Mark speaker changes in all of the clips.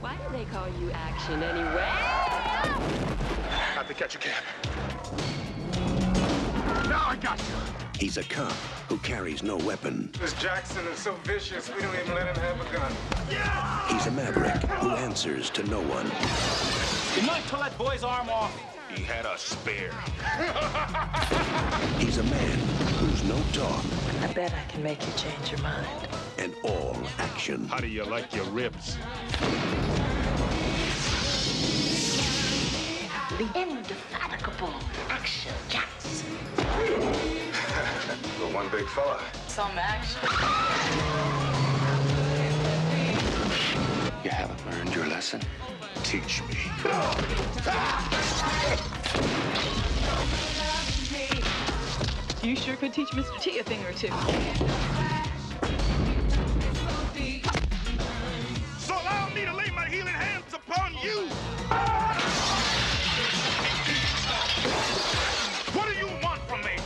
Speaker 1: Why do they call you action anyway?
Speaker 2: Have to catch a cab. Now I got you.
Speaker 3: He's a cop who carries no weapon.
Speaker 2: This Jackson is so vicious, we don't even let him have a gun.
Speaker 3: He's a maverick who answers to no one.
Speaker 4: Good night till that boy's arm off.
Speaker 5: He had a spare.
Speaker 3: He's a man who's no talk
Speaker 6: I bet I can make you change your mind.
Speaker 3: and all action.
Speaker 5: How do you like your ribs?
Speaker 7: the indefatigable action Jackson.
Speaker 2: But one big fella.
Speaker 7: Some action.
Speaker 8: You haven't learned your lesson.
Speaker 5: Teach me.
Speaker 9: You sure could teach Mr. T a thing or two.
Speaker 5: So allow me to lay my healing hands upon you. What do you want from me?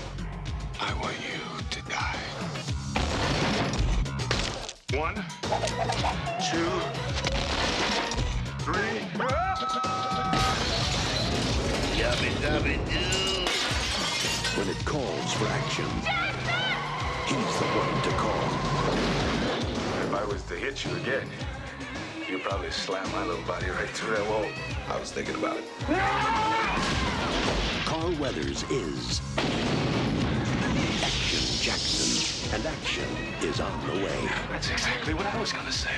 Speaker 2: I want you to die.
Speaker 5: One, two, three.
Speaker 3: When it calls for action, he's the one to call.
Speaker 2: If I was to hit you again, you'd probably slam my little body right through that wall. I was thinking about it.
Speaker 3: Carl Weathers is Action Jackson, and action is on the way.
Speaker 2: That's exactly what I was gonna say.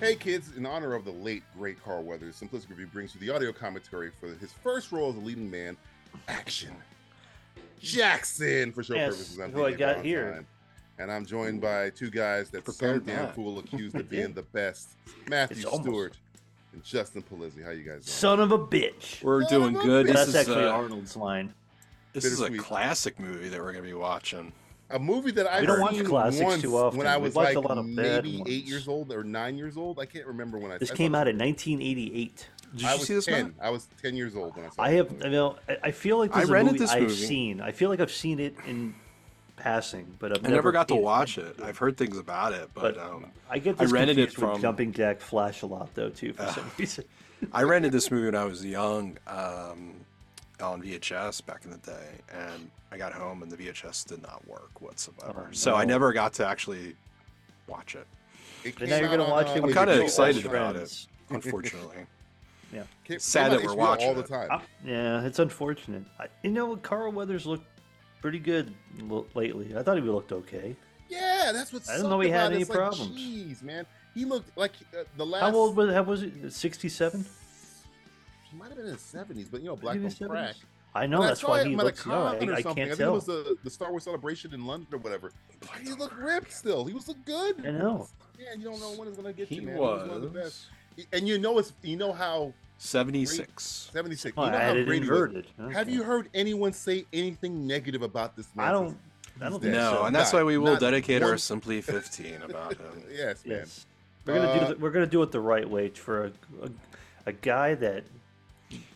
Speaker 10: Hey kids, in honor of the late great Carl Weathers, Simplistic Review brings you the audio commentary for his first role as a leading man, Action Jackson, for show
Speaker 11: Yes,
Speaker 10: purposes. I'm
Speaker 11: who I
Speaker 10: DJ
Speaker 11: got
Speaker 10: Valentine,
Speaker 11: here.
Speaker 10: And I'm joined by two guys that some
Speaker 11: Prepared
Speaker 10: damn
Speaker 11: not.
Speaker 10: fool accused of
Speaker 11: I
Speaker 10: being
Speaker 11: did.
Speaker 10: the best, Matthew
Speaker 11: It's almost-
Speaker 10: Stewart and Justin Polizzi. How you guys doing?
Speaker 11: Son of a bitch.
Speaker 12: We're
Speaker 10: Son
Speaker 12: doing
Speaker 10: of a
Speaker 12: good.
Speaker 10: bitch.
Speaker 12: This
Speaker 11: That's
Speaker 12: is,
Speaker 11: actually
Speaker 12: uh,
Speaker 11: Arnold's line.
Speaker 12: this is a
Speaker 10: Bittersweet.
Speaker 12: classic movie that we're going to be watching.
Speaker 10: a movie that I
Speaker 11: We don't
Speaker 10: seen
Speaker 11: watch classics
Speaker 10: once
Speaker 11: too often.
Speaker 10: when I
Speaker 11: We
Speaker 10: was
Speaker 11: watch
Speaker 10: like
Speaker 11: a lot of bad
Speaker 10: maybe eight
Speaker 11: ones.
Speaker 10: years old or nine years old. I can't remember when I
Speaker 11: This
Speaker 10: I
Speaker 11: came
Speaker 10: saw
Speaker 11: out in 1988.
Speaker 12: Did
Speaker 10: I
Speaker 12: you
Speaker 10: was
Speaker 12: see this?
Speaker 10: ten.
Speaker 12: Matt?
Speaker 10: I was ten years old when I saw.
Speaker 11: I
Speaker 10: this
Speaker 11: have,
Speaker 10: movie.
Speaker 11: you know, I- I feel like
Speaker 12: I
Speaker 11: this is a
Speaker 12: rented
Speaker 11: movie
Speaker 12: this
Speaker 11: I've
Speaker 12: movie.
Speaker 11: seen. I feel like I've seen it in passing, but I've
Speaker 12: I never got to
Speaker 11: paid
Speaker 12: watch
Speaker 11: attention
Speaker 12: it. I've heard things about it, but,
Speaker 11: But
Speaker 12: um,
Speaker 11: I get
Speaker 12: I
Speaker 11: this
Speaker 12: rented it
Speaker 11: confused with
Speaker 12: from-
Speaker 11: Jumping Jack Flash a lot though too for some reason.
Speaker 12: I rented this movie when I was young um, on VHS back in the day, and I got home and the VHS did not work whatsoever.
Speaker 11: Oh,
Speaker 12: So I
Speaker 11: no.
Speaker 12: never got to actually watch it.
Speaker 10: It
Speaker 11: But
Speaker 10: came
Speaker 11: now you're
Speaker 10: out
Speaker 11: gonna
Speaker 10: on,
Speaker 11: watch
Speaker 10: uh,
Speaker 11: it.
Speaker 12: I'm
Speaker 11: with
Speaker 12: kind of
Speaker 11: your
Speaker 10: HBO.
Speaker 12: excited
Speaker 11: old
Speaker 12: about it,
Speaker 11: friends.
Speaker 12: unfortunately.
Speaker 10: Came-
Speaker 12: Sad
Speaker 10: came
Speaker 12: that
Speaker 10: out
Speaker 12: we're
Speaker 10: HBO all
Speaker 12: watching
Speaker 10: the
Speaker 12: it.
Speaker 10: time.
Speaker 11: Uh, Yeah, it's unfortunate. I, you know, Carl Weathers looked pretty good l- lately. I thought he looked okay.
Speaker 10: Yeah, that's what.
Speaker 11: I didn't know he
Speaker 10: sucked
Speaker 11: had
Speaker 10: about it.
Speaker 11: any
Speaker 10: It's like,
Speaker 11: problems.
Speaker 10: Jeez, man, he looked like uh, the last.
Speaker 11: How old was how was it? Sixty-seven.
Speaker 10: He might have been in his seventies, but you know, black on crack.
Speaker 11: I know
Speaker 10: When I
Speaker 11: that's
Speaker 10: saw
Speaker 11: why
Speaker 10: him
Speaker 11: he
Speaker 10: at a
Speaker 11: looks young. I,
Speaker 10: con or
Speaker 11: I
Speaker 10: something.
Speaker 11: can't
Speaker 10: think
Speaker 11: tell.
Speaker 10: It was the, the Star Wars celebration in London or whatever. And he looked ripped still. He was looked good.
Speaker 11: I know.
Speaker 10: Yeah, you don't know when it's gonna get
Speaker 12: He
Speaker 10: you, man. He was one of the best.
Speaker 12: was
Speaker 10: And you know, it's you know how
Speaker 12: 76.
Speaker 10: seventy six.
Speaker 11: Well,
Speaker 10: you know
Speaker 11: I
Speaker 10: how
Speaker 11: had it
Speaker 10: Brady was.
Speaker 11: inverted.
Speaker 10: Have
Speaker 11: Okay.
Speaker 10: you heard anyone say anything negative about this man?
Speaker 11: I
Speaker 10: since-
Speaker 11: don't. I don't think
Speaker 10: dead.
Speaker 12: No,
Speaker 11: so.
Speaker 12: and that's
Speaker 10: Not-
Speaker 12: why we will
Speaker 10: not
Speaker 12: dedicate our
Speaker 10: one-
Speaker 12: Simply 15 about him.
Speaker 10: Yes, man.
Speaker 11: Yes. We're gonna
Speaker 10: Uh,
Speaker 11: do. The, we're gonna do it the right way for a, a, a guy that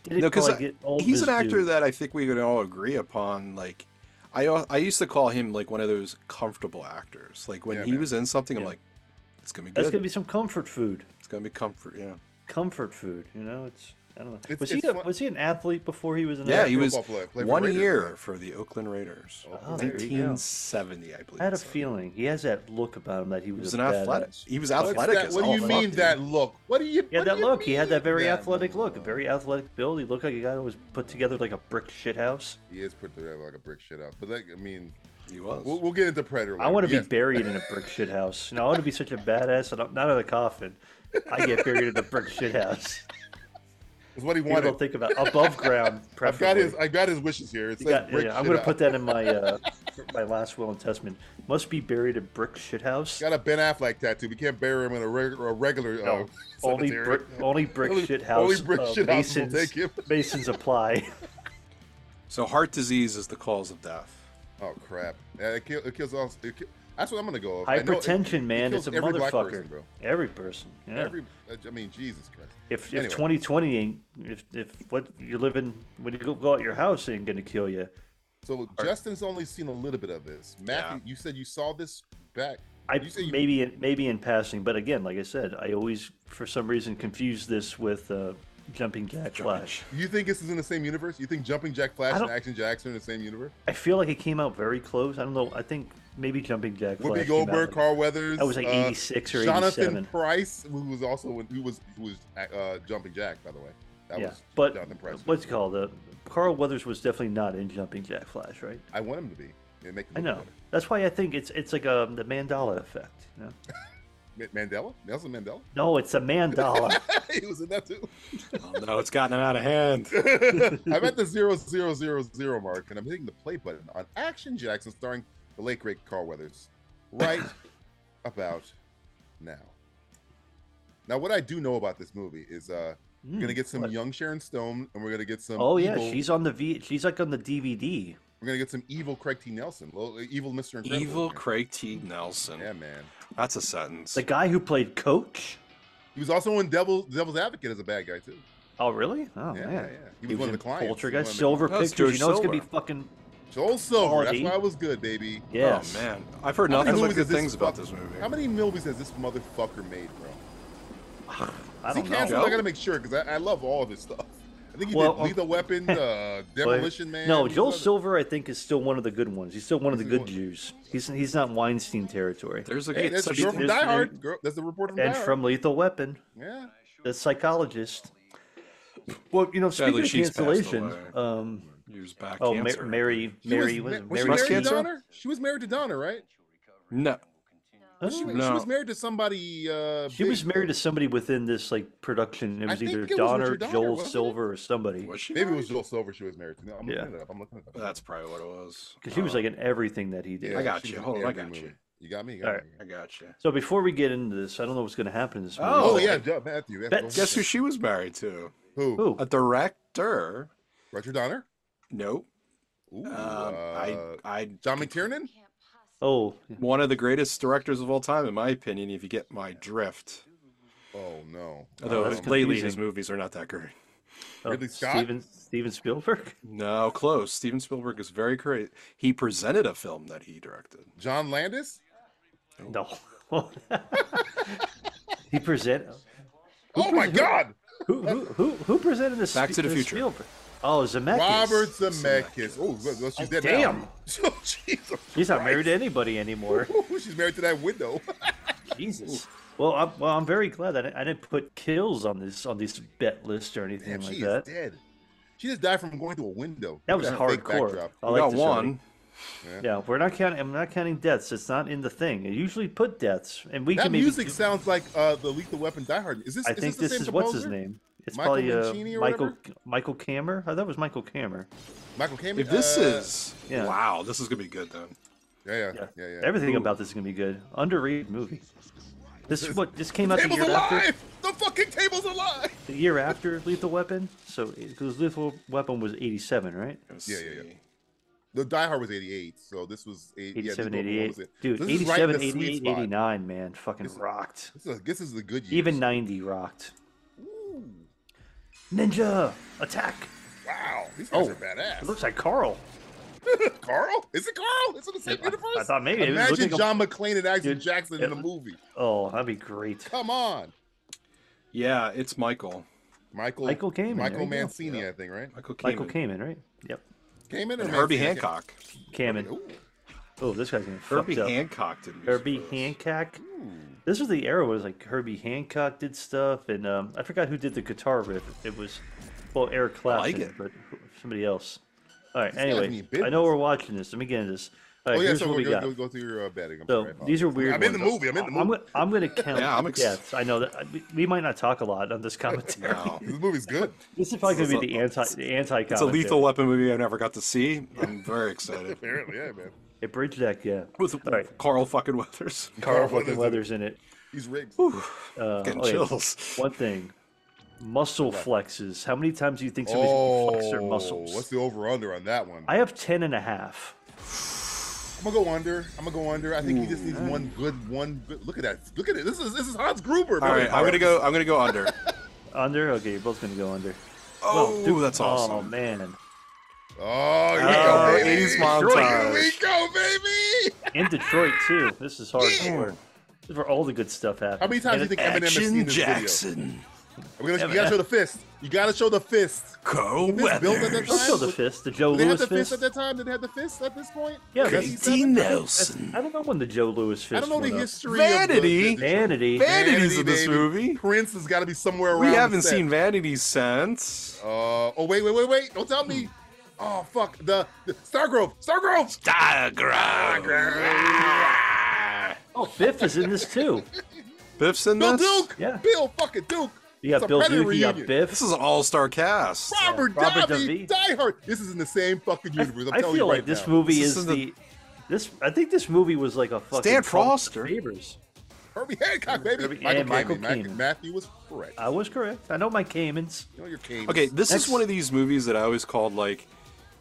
Speaker 11: didn't
Speaker 12: no, because
Speaker 11: quite get old.
Speaker 12: he's
Speaker 11: as
Speaker 12: an actor
Speaker 11: dude.
Speaker 12: that I think we can all agree upon. Like, I al- I used to call him like one of those comfortable actors. Like when
Speaker 10: Yeah,
Speaker 12: he
Speaker 10: man.
Speaker 12: was in something, I'm
Speaker 11: Yeah.
Speaker 12: like, it's gonna be good.
Speaker 11: that's gonna be some comfort food.
Speaker 12: It's gonna be comfort. Yeah,
Speaker 11: Comfort food. You know, it's. I don't know.
Speaker 10: It's-
Speaker 11: was
Speaker 10: it's
Speaker 11: he a,
Speaker 10: fun-
Speaker 11: was he an athlete before he was an
Speaker 12: yeah.
Speaker 11: actor?
Speaker 12: He was
Speaker 10: football player, played for
Speaker 12: one
Speaker 10: Raiders,
Speaker 12: year
Speaker 10: right?
Speaker 12: for the Oakland Raiders,
Speaker 11: Oh, there you go.
Speaker 12: 1970, I believe.
Speaker 11: I had a
Speaker 12: so.
Speaker 11: feeling he has that look about him that he
Speaker 12: He
Speaker 11: was,
Speaker 12: was
Speaker 11: a
Speaker 12: an athletic.
Speaker 11: badass.
Speaker 12: He was
Speaker 10: What's
Speaker 12: athletic.
Speaker 10: that-
Speaker 12: as
Speaker 10: What do
Speaker 12: all
Speaker 10: you
Speaker 12: fuck,
Speaker 10: mean
Speaker 12: dude.
Speaker 10: that look? What do you?
Speaker 11: He had
Speaker 10: what
Speaker 11: that
Speaker 10: do you
Speaker 11: look. He had that
Speaker 10: mean
Speaker 11: very
Speaker 10: that
Speaker 11: athletic look, a
Speaker 10: look?
Speaker 11: very athletic build. He looked like a guy who was put together like a brick shit house.
Speaker 10: He is put together like a brick shit out. But like, I mean,
Speaker 12: He was.
Speaker 10: we'll, we'll get into Predator.
Speaker 11: I want to
Speaker 10: later.
Speaker 11: be buried in a brick shit house. You know, I want to be such a badass that I'm not in a coffin. I get buried in a brick shit house.
Speaker 10: Yes, is what he
Speaker 11: People don't
Speaker 10: wanted.
Speaker 11: think about above ground.
Speaker 10: I've got
Speaker 11: Preferably.
Speaker 10: his. I got his wishes here. It
Speaker 11: You
Speaker 10: says
Speaker 11: got-
Speaker 10: brick
Speaker 11: yeah, I'm
Speaker 10: shit
Speaker 11: going to
Speaker 10: out.
Speaker 11: put that in my uh, my last will and testament. Must be buried in brick shit house.
Speaker 10: Got a Ben Affleck tattoo. We can't bury him in a, reg- a regular.
Speaker 11: No,
Speaker 10: uh,
Speaker 11: only
Speaker 10: cemetery.
Speaker 11: brick, only brick
Speaker 10: Only-
Speaker 11: shit house.
Speaker 10: only brick
Speaker 11: uh,
Speaker 10: shit house will
Speaker 11: masons,
Speaker 10: take him.
Speaker 11: masons apply.
Speaker 12: So heart disease is the cause of death.
Speaker 10: Oh crap! Yeah, it, kill, it kills all. It kill, that's what I'm gonna go. with. I know it-
Speaker 11: Hypertension,
Speaker 10: it
Speaker 11: man,
Speaker 10: kills
Speaker 11: it's a
Speaker 10: every black
Speaker 11: motherfucker.
Speaker 10: person, bro.
Speaker 11: Every person. Yeah.
Speaker 10: Every. I mean, Jesus Christ.
Speaker 11: if if
Speaker 10: Anyway.
Speaker 11: 2020 ain't if if what you're living when you go, go out your house ain't gonna kill you,
Speaker 10: So Justin's only seen a little bit of this. Matthew, you said you saw this back.
Speaker 11: I
Speaker 10: you said you,
Speaker 11: maybe in, maybe in passing, but again, like I said, I always for some reason confuse this with uh, Jumping Jack Flash.
Speaker 10: you think this is in the same universe? You think Jumping Jack Flash and
Speaker 11: don't-
Speaker 10: Action Jackson are in the same universe?
Speaker 11: I feel like it came out very close. I don't know. I think maybe Jumping Jack Flash.
Speaker 10: Whoopi
Speaker 11: came out
Speaker 10: Goldberg,
Speaker 11: like-
Speaker 10: Carl Weathers.
Speaker 11: That was like
Speaker 10: uh,
Speaker 11: 86 or
Speaker 10: Jonathan
Speaker 11: 87.
Speaker 10: Price, who was also in- who was who was uh, Jumping Jack, by the way. That
Speaker 11: yeah,
Speaker 10: was
Speaker 11: but
Speaker 10: Jonathan Price.
Speaker 11: what's it called? The Carl Weathers was definitely not in Jumping Jack Flash, right?
Speaker 10: I want him to be. It make him
Speaker 11: I
Speaker 10: look
Speaker 11: know. That's why I think it's it's like um the Mandala effect. You know?
Speaker 10: better. Ma- Mandela, Nelson Mandela.
Speaker 11: No, it's a mandala.
Speaker 10: he was in that too.
Speaker 12: Oh, no, it's gotten out of hand.
Speaker 10: I'm at the zero zero zero zero mark, and I'm hitting the play button on Action Jackson, starring the late great Carl Weathers, right about now. Now, what I do know about this movie is uh, we're
Speaker 12: Mm,
Speaker 10: gonna get some
Speaker 11: what?
Speaker 10: young Sharon Stone, and we're gonna get some.
Speaker 11: oh yeah,
Speaker 10: evil-
Speaker 11: she's on the V. She's like on the DVD.
Speaker 10: We're gonna get some evil Craig T. Nelson, little- evil Mister Incredible.
Speaker 12: Evil
Speaker 10: man.
Speaker 12: Craig T. Nelson.
Speaker 10: Yeah, man.
Speaker 12: That's a sentence.
Speaker 11: The guy who played Coach.
Speaker 10: He was also in Devil Devil's Advocate as a bad guy too.
Speaker 11: Oh really? Oh
Speaker 10: Yeah,
Speaker 11: man.
Speaker 10: yeah, yeah. He was one of
Speaker 11: in
Speaker 10: the clients. He was
Speaker 11: Poltergeist,
Speaker 10: one of the
Speaker 11: Silver
Speaker 12: clients. That's
Speaker 11: Pictures. You
Speaker 12: George
Speaker 11: know it's gonna be
Speaker 12: Silver.
Speaker 11: fucking.
Speaker 10: Joel Silver. That's
Speaker 11: Quality.
Speaker 10: why I was good, baby.
Speaker 11: Yes.
Speaker 12: Oh man, I've heard
Speaker 10: How many
Speaker 12: Oh, nothing but
Speaker 10: movies
Speaker 12: good
Speaker 10: has
Speaker 12: things about
Speaker 10: fuck-
Speaker 12: this movie.
Speaker 10: How many movies has this motherfucker made, bro?
Speaker 11: I
Speaker 10: Is he
Speaker 11: don't know.
Speaker 10: canceled?
Speaker 12: Joe?
Speaker 10: I gotta make sure because I, I love all of his stuff. I think he
Speaker 11: Well,
Speaker 10: did Lethal Weapon, uh,
Speaker 11: But-
Speaker 10: Demolition Man.
Speaker 11: No,
Speaker 10: he's
Speaker 11: Joel
Speaker 10: other-
Speaker 11: Silver, I think, is still one of the good ones. He's still one of the
Speaker 10: He's the
Speaker 11: good
Speaker 10: one-
Speaker 11: Jews. He's he's not Weinstein territory.
Speaker 12: There's a
Speaker 10: Hey,
Speaker 12: good
Speaker 10: that's the
Speaker 12: such
Speaker 10: girl
Speaker 12: thing.
Speaker 10: from
Speaker 11: there's-
Speaker 10: Die
Speaker 11: there-
Speaker 10: Hard. Girl, that's the report from
Speaker 11: And
Speaker 10: Die Hard.
Speaker 11: from Lethal Weapon,
Speaker 10: yeah,
Speaker 11: the psychologist. Well, you know,
Speaker 12: Sadly,
Speaker 11: speaking
Speaker 12: she's
Speaker 11: of
Speaker 12: passed
Speaker 11: cancellations, um,
Speaker 12: years back.
Speaker 11: oh, Ma-
Speaker 12: cancer.
Speaker 11: Mary,
Speaker 10: She
Speaker 11: Mary,
Speaker 10: was,
Speaker 11: was,
Speaker 10: ma-
Speaker 11: it
Speaker 10: was she
Speaker 11: Mary
Speaker 10: married to
Speaker 11: Skeet?
Speaker 10: Donner? She was married to Donner, right?
Speaker 12: No,
Speaker 11: Huh?
Speaker 10: She, she
Speaker 12: No.
Speaker 10: was married to somebody. Uh,
Speaker 11: She
Speaker 10: big.
Speaker 11: was married to somebody within this like production. It
Speaker 10: I
Speaker 11: was
Speaker 10: think
Speaker 11: either
Speaker 10: it was
Speaker 11: Donner,
Speaker 10: Richard Donner,
Speaker 11: Joel
Speaker 10: wasn't it?
Speaker 11: Silver, or somebody.
Speaker 12: was she?
Speaker 10: Maybe it
Speaker 12: married?
Speaker 10: was Joel Silver. She was married to. No, I'm
Speaker 11: Yeah.
Speaker 10: looking it up. I'm looking it up.
Speaker 12: That's probably what it was.
Speaker 11: Because she was
Speaker 12: Uh,
Speaker 11: like in everything that he did.
Speaker 10: Yeah,
Speaker 12: I got
Speaker 10: she
Speaker 12: you.
Speaker 10: was in
Speaker 12: Hold on, I
Speaker 10: every
Speaker 12: got you.
Speaker 10: movie. You got me. You got
Speaker 11: All right.
Speaker 10: me.
Speaker 12: I got you.
Speaker 11: So before we get into this, I don't know what's going to happen in this movie.
Speaker 12: Oh,
Speaker 10: Oh, yeah, Joe, Matthew. yeah,
Speaker 11: Bet-
Speaker 10: Joel
Speaker 12: Guess who
Speaker 10: Silver.
Speaker 12: she was married to?
Speaker 10: Who?
Speaker 11: Who?
Speaker 12: A director?
Speaker 10: Richard Donner.
Speaker 12: Nope. Um,
Speaker 10: Ooh, uh,
Speaker 12: I, I,
Speaker 10: John McTiernan.
Speaker 11: Oh,
Speaker 12: one of the greatest directors of all time, in my opinion. If you get my drift,
Speaker 10: Oh no.
Speaker 12: although
Speaker 11: that's
Speaker 12: lately
Speaker 11: confusing.
Speaker 12: his movies are not that great.
Speaker 11: oh,
Speaker 10: Ridley Scott?
Speaker 11: Steven Steven Spielberg.
Speaker 12: No, close. Steven Spielberg is very great. He presented a film that he directed.
Speaker 10: John Landis.
Speaker 11: No. he present.
Speaker 10: Oh my God.
Speaker 11: Who who who, who presented this?
Speaker 12: Back to the Future.
Speaker 11: Spielberg? Oh, Zemeckis.
Speaker 10: Robert Zemeckis. Oh, well, well, she's dead
Speaker 11: damn.
Speaker 10: now. Oh, Jesus.
Speaker 11: He's not married to anybody anymore.
Speaker 10: Ooh, she's married to that window.
Speaker 11: Jesus. Well, I'm, well, I'm very glad that I, I didn't put kills on this on this bet list or anything
Speaker 10: Damn,
Speaker 11: like
Speaker 10: she
Speaker 11: that.
Speaker 10: is dead. She just died from going through a window.
Speaker 11: That was
Speaker 10: Look at her fake
Speaker 11: hardcore. Oh,
Speaker 10: backdrop.
Speaker 11: I
Speaker 12: We
Speaker 11: like
Speaker 12: got
Speaker 11: this already.
Speaker 12: one.
Speaker 11: Yeah, we're not counting. I'm not counting deaths. It's not in the thing. I usually put deaths, and we
Speaker 10: That
Speaker 11: can maybe.
Speaker 10: music
Speaker 11: do-
Speaker 10: sounds like uh, the Lethal Weapon Die Hard. Is this?
Speaker 11: I
Speaker 10: is
Speaker 11: think this
Speaker 10: this, the same
Speaker 11: is what's his
Speaker 10: composer?
Speaker 11: name. It's
Speaker 10: Michael
Speaker 11: probably uh,
Speaker 10: Mancini or
Speaker 11: Michael
Speaker 10: whatever?
Speaker 11: Michael Kammer. I thought it was Michael Kammer.
Speaker 10: Michael Caine.
Speaker 12: If this
Speaker 10: Uh,
Speaker 12: is
Speaker 11: yeah.
Speaker 12: wow, this is gonna be good then.
Speaker 10: yeah, yeah, yeah, yeah.
Speaker 11: Everything about this is gonna be good. Underrated movie. This is what just came out the
Speaker 10: table's
Speaker 11: year
Speaker 10: alive.
Speaker 11: after.
Speaker 10: The fucking table's alive.
Speaker 11: The year after Lethal Weapon. So because Lethal Weapon was '87, right?
Speaker 12: Let's
Speaker 10: Yeah, yeah, yeah.
Speaker 12: see.
Speaker 10: The Die Hard was '88, so this was eight, yeah, this
Speaker 11: 87,
Speaker 10: was- what
Speaker 11: 88.
Speaker 10: was it?
Speaker 11: Dude,
Speaker 10: this is right in
Speaker 11: 87,
Speaker 10: the sweet
Speaker 11: 88,
Speaker 10: spot.
Speaker 11: 89, man. Fucking
Speaker 10: This-
Speaker 11: rocked.
Speaker 10: This is, this is the good year.
Speaker 11: Even 90 rocked. Ninja! Attack!
Speaker 10: Wow, these guys
Speaker 11: Oh,
Speaker 10: are badass.
Speaker 11: It looks like Carl.
Speaker 10: Carl? Is it Carl? Is it the same
Speaker 11: I- I
Speaker 10: universe?
Speaker 11: thought maybe it was
Speaker 10: Imagine
Speaker 11: looking-
Speaker 10: John McClane and Action
Speaker 11: Dude,
Speaker 10: Jackson
Speaker 11: it
Speaker 10: in a
Speaker 11: look-
Speaker 10: movie.
Speaker 11: Oh, that'd be great.
Speaker 10: Come on,
Speaker 12: Yeah, it's Michael.
Speaker 10: Michael.
Speaker 11: Michael Kamen, there
Speaker 10: Michael
Speaker 11: you go.
Speaker 10: Mancini, I think, right?
Speaker 12: Michael Kamen.
Speaker 11: Michael Kamen, right? Yep.
Speaker 10: Kamen or
Speaker 12: And Herbie
Speaker 10: Mancini?
Speaker 12: Hancock.
Speaker 11: Kamen.
Speaker 10: Ooh,
Speaker 11: Oh, this guy's gonna fuck
Speaker 12: Herbie
Speaker 11: up.
Speaker 12: Hancock did music
Speaker 11: Herbie
Speaker 12: for this.
Speaker 11: Hancock. This was the era where it was like Herbie Hancock did stuff, and um, I forgot who did the guitar riff. It was, well, Eric
Speaker 12: like
Speaker 11: Clapton,
Speaker 12: it.
Speaker 11: but who- somebody else. All right.
Speaker 10: guy's in
Speaker 11: Anyway,
Speaker 10: the
Speaker 11: I know we're watching this. Let me get into this. All right.
Speaker 10: Oh yeah,
Speaker 11: here's
Speaker 10: so
Speaker 11: what
Speaker 10: we're
Speaker 11: we
Speaker 10: go,
Speaker 11: got.
Speaker 10: go, go through your uh, betting. I'm
Speaker 11: So
Speaker 10: sorry, I apologize.
Speaker 11: these are weird.
Speaker 10: I'm in the
Speaker 11: ones.
Speaker 10: movie. I'm in the
Speaker 11: I'm
Speaker 10: movie.
Speaker 11: gonna, I'm gonna count
Speaker 12: Yeah, I'm ex-
Speaker 11: deaths. I know that I, we- we might not talk a lot on this commentary.
Speaker 12: No.
Speaker 10: This movie's good.
Speaker 11: This is probably
Speaker 12: This
Speaker 11: gonna
Speaker 12: is
Speaker 11: be the
Speaker 12: a-
Speaker 11: anti the anti
Speaker 12: It's a lethal weapon movie I never got to see. I'm very excited.
Speaker 10: Apparently, yeah, man.
Speaker 11: It bridge deck, yeah.
Speaker 12: With
Speaker 11: All right,
Speaker 12: Carl fucking Weathers.
Speaker 11: Carl fucking
Speaker 10: Weathers.
Speaker 11: Weathers in it.
Speaker 10: He's rigged.
Speaker 11: Uh,
Speaker 12: Getting
Speaker 11: oh, yeah,
Speaker 12: chills.
Speaker 11: One thing, muscle flexes. How many times do you think somebody's gonna flex their
Speaker 10: Oh,
Speaker 11: muscles?
Speaker 10: what's the over under on that one?
Speaker 11: I have ten and a half.
Speaker 10: I'm gonna go under. I'm gonna go under. I think he just needs one good, one good. Look at that. Look at it. This is this is Hans Gruber.
Speaker 12: All
Speaker 10: man.
Speaker 12: right, I'm gonna go. I'm gonna go under.
Speaker 11: Under? Okay, you're both gonna go under.
Speaker 12: Oh,
Speaker 11: Dude,
Speaker 12: that's
Speaker 11: Oh
Speaker 12: awesome.
Speaker 11: man,
Speaker 10: Oh, here
Speaker 12: Oh,
Speaker 10: we go, baby.
Speaker 12: 80s
Speaker 10: Here we
Speaker 12: montage.
Speaker 10: go, baby.
Speaker 11: In Detroit too. This is hard. This is where all the good stuff happens.
Speaker 10: How many times do you think Eminem has seen
Speaker 12: Action
Speaker 10: this
Speaker 12: Jackson.
Speaker 10: video? We're gonna- You gotta show the fist. You gotta show the fist.
Speaker 12: Co
Speaker 10: This built at that
Speaker 12: Weathers.
Speaker 10: time?
Speaker 11: Don't show the fist, the Joe
Speaker 10: Did they have
Speaker 11: Lewis
Speaker 10: the fist
Speaker 11: fist.
Speaker 10: at that time? Did they have the fist at this point?
Speaker 11: Yeah, that's-
Speaker 10: 87?
Speaker 12: D. Nelson.
Speaker 11: I don't know when the Joe Lewis fist.
Speaker 10: I don't know
Speaker 11: went
Speaker 10: the
Speaker 11: up.
Speaker 10: history
Speaker 12: Vanity.
Speaker 10: of the- the,
Speaker 11: Vanity.
Speaker 12: Vanities in this
Speaker 10: baby.
Speaker 12: movie.
Speaker 10: Prince has got to be somewhere around.
Speaker 12: We
Speaker 10: the
Speaker 12: haven't
Speaker 10: set.
Speaker 12: seen Vanity since.
Speaker 10: Uh, oh wait, wait, wait, wait! Don't tell me. Oh fuck the, the Stargrove, Stargrove.
Speaker 11: Oh, Biff is in this too.
Speaker 12: Biff's in
Speaker 10: Bill
Speaker 12: this.
Speaker 10: Duke.
Speaker 11: Yeah.
Speaker 10: Bill fucking Duke.
Speaker 11: You got
Speaker 10: It's a
Speaker 11: Bill
Speaker 10: Predator
Speaker 11: Duke. You got
Speaker 10: reunion.
Speaker 11: Biff.
Speaker 12: This is an all-star cast.
Speaker 10: Robert,
Speaker 11: Yeah. Robert
Speaker 10: Davi,
Speaker 11: Davi.
Speaker 10: Die Hard. This is in the same fucking universe. I'm
Speaker 11: I
Speaker 10: telling
Speaker 11: feel
Speaker 10: you right
Speaker 11: like this
Speaker 10: now.
Speaker 11: movie
Speaker 12: This
Speaker 11: is
Speaker 12: is
Speaker 11: the,
Speaker 12: the-
Speaker 11: this. I think this movie was like a fucking
Speaker 12: Stan
Speaker 11: cult of
Speaker 12: Foster.
Speaker 11: favors.
Speaker 10: Herbie Hancock, baby.
Speaker 11: Herbie-
Speaker 10: Michael,
Speaker 11: and Michael
Speaker 10: Kamen. Mac-
Speaker 11: Kamen.
Speaker 10: Matthew was correct.
Speaker 11: I was correct. I know my Caymans.
Speaker 10: You know your Kamen.
Speaker 12: Okay, this
Speaker 11: Next-
Speaker 12: is one of these movies that I always called like,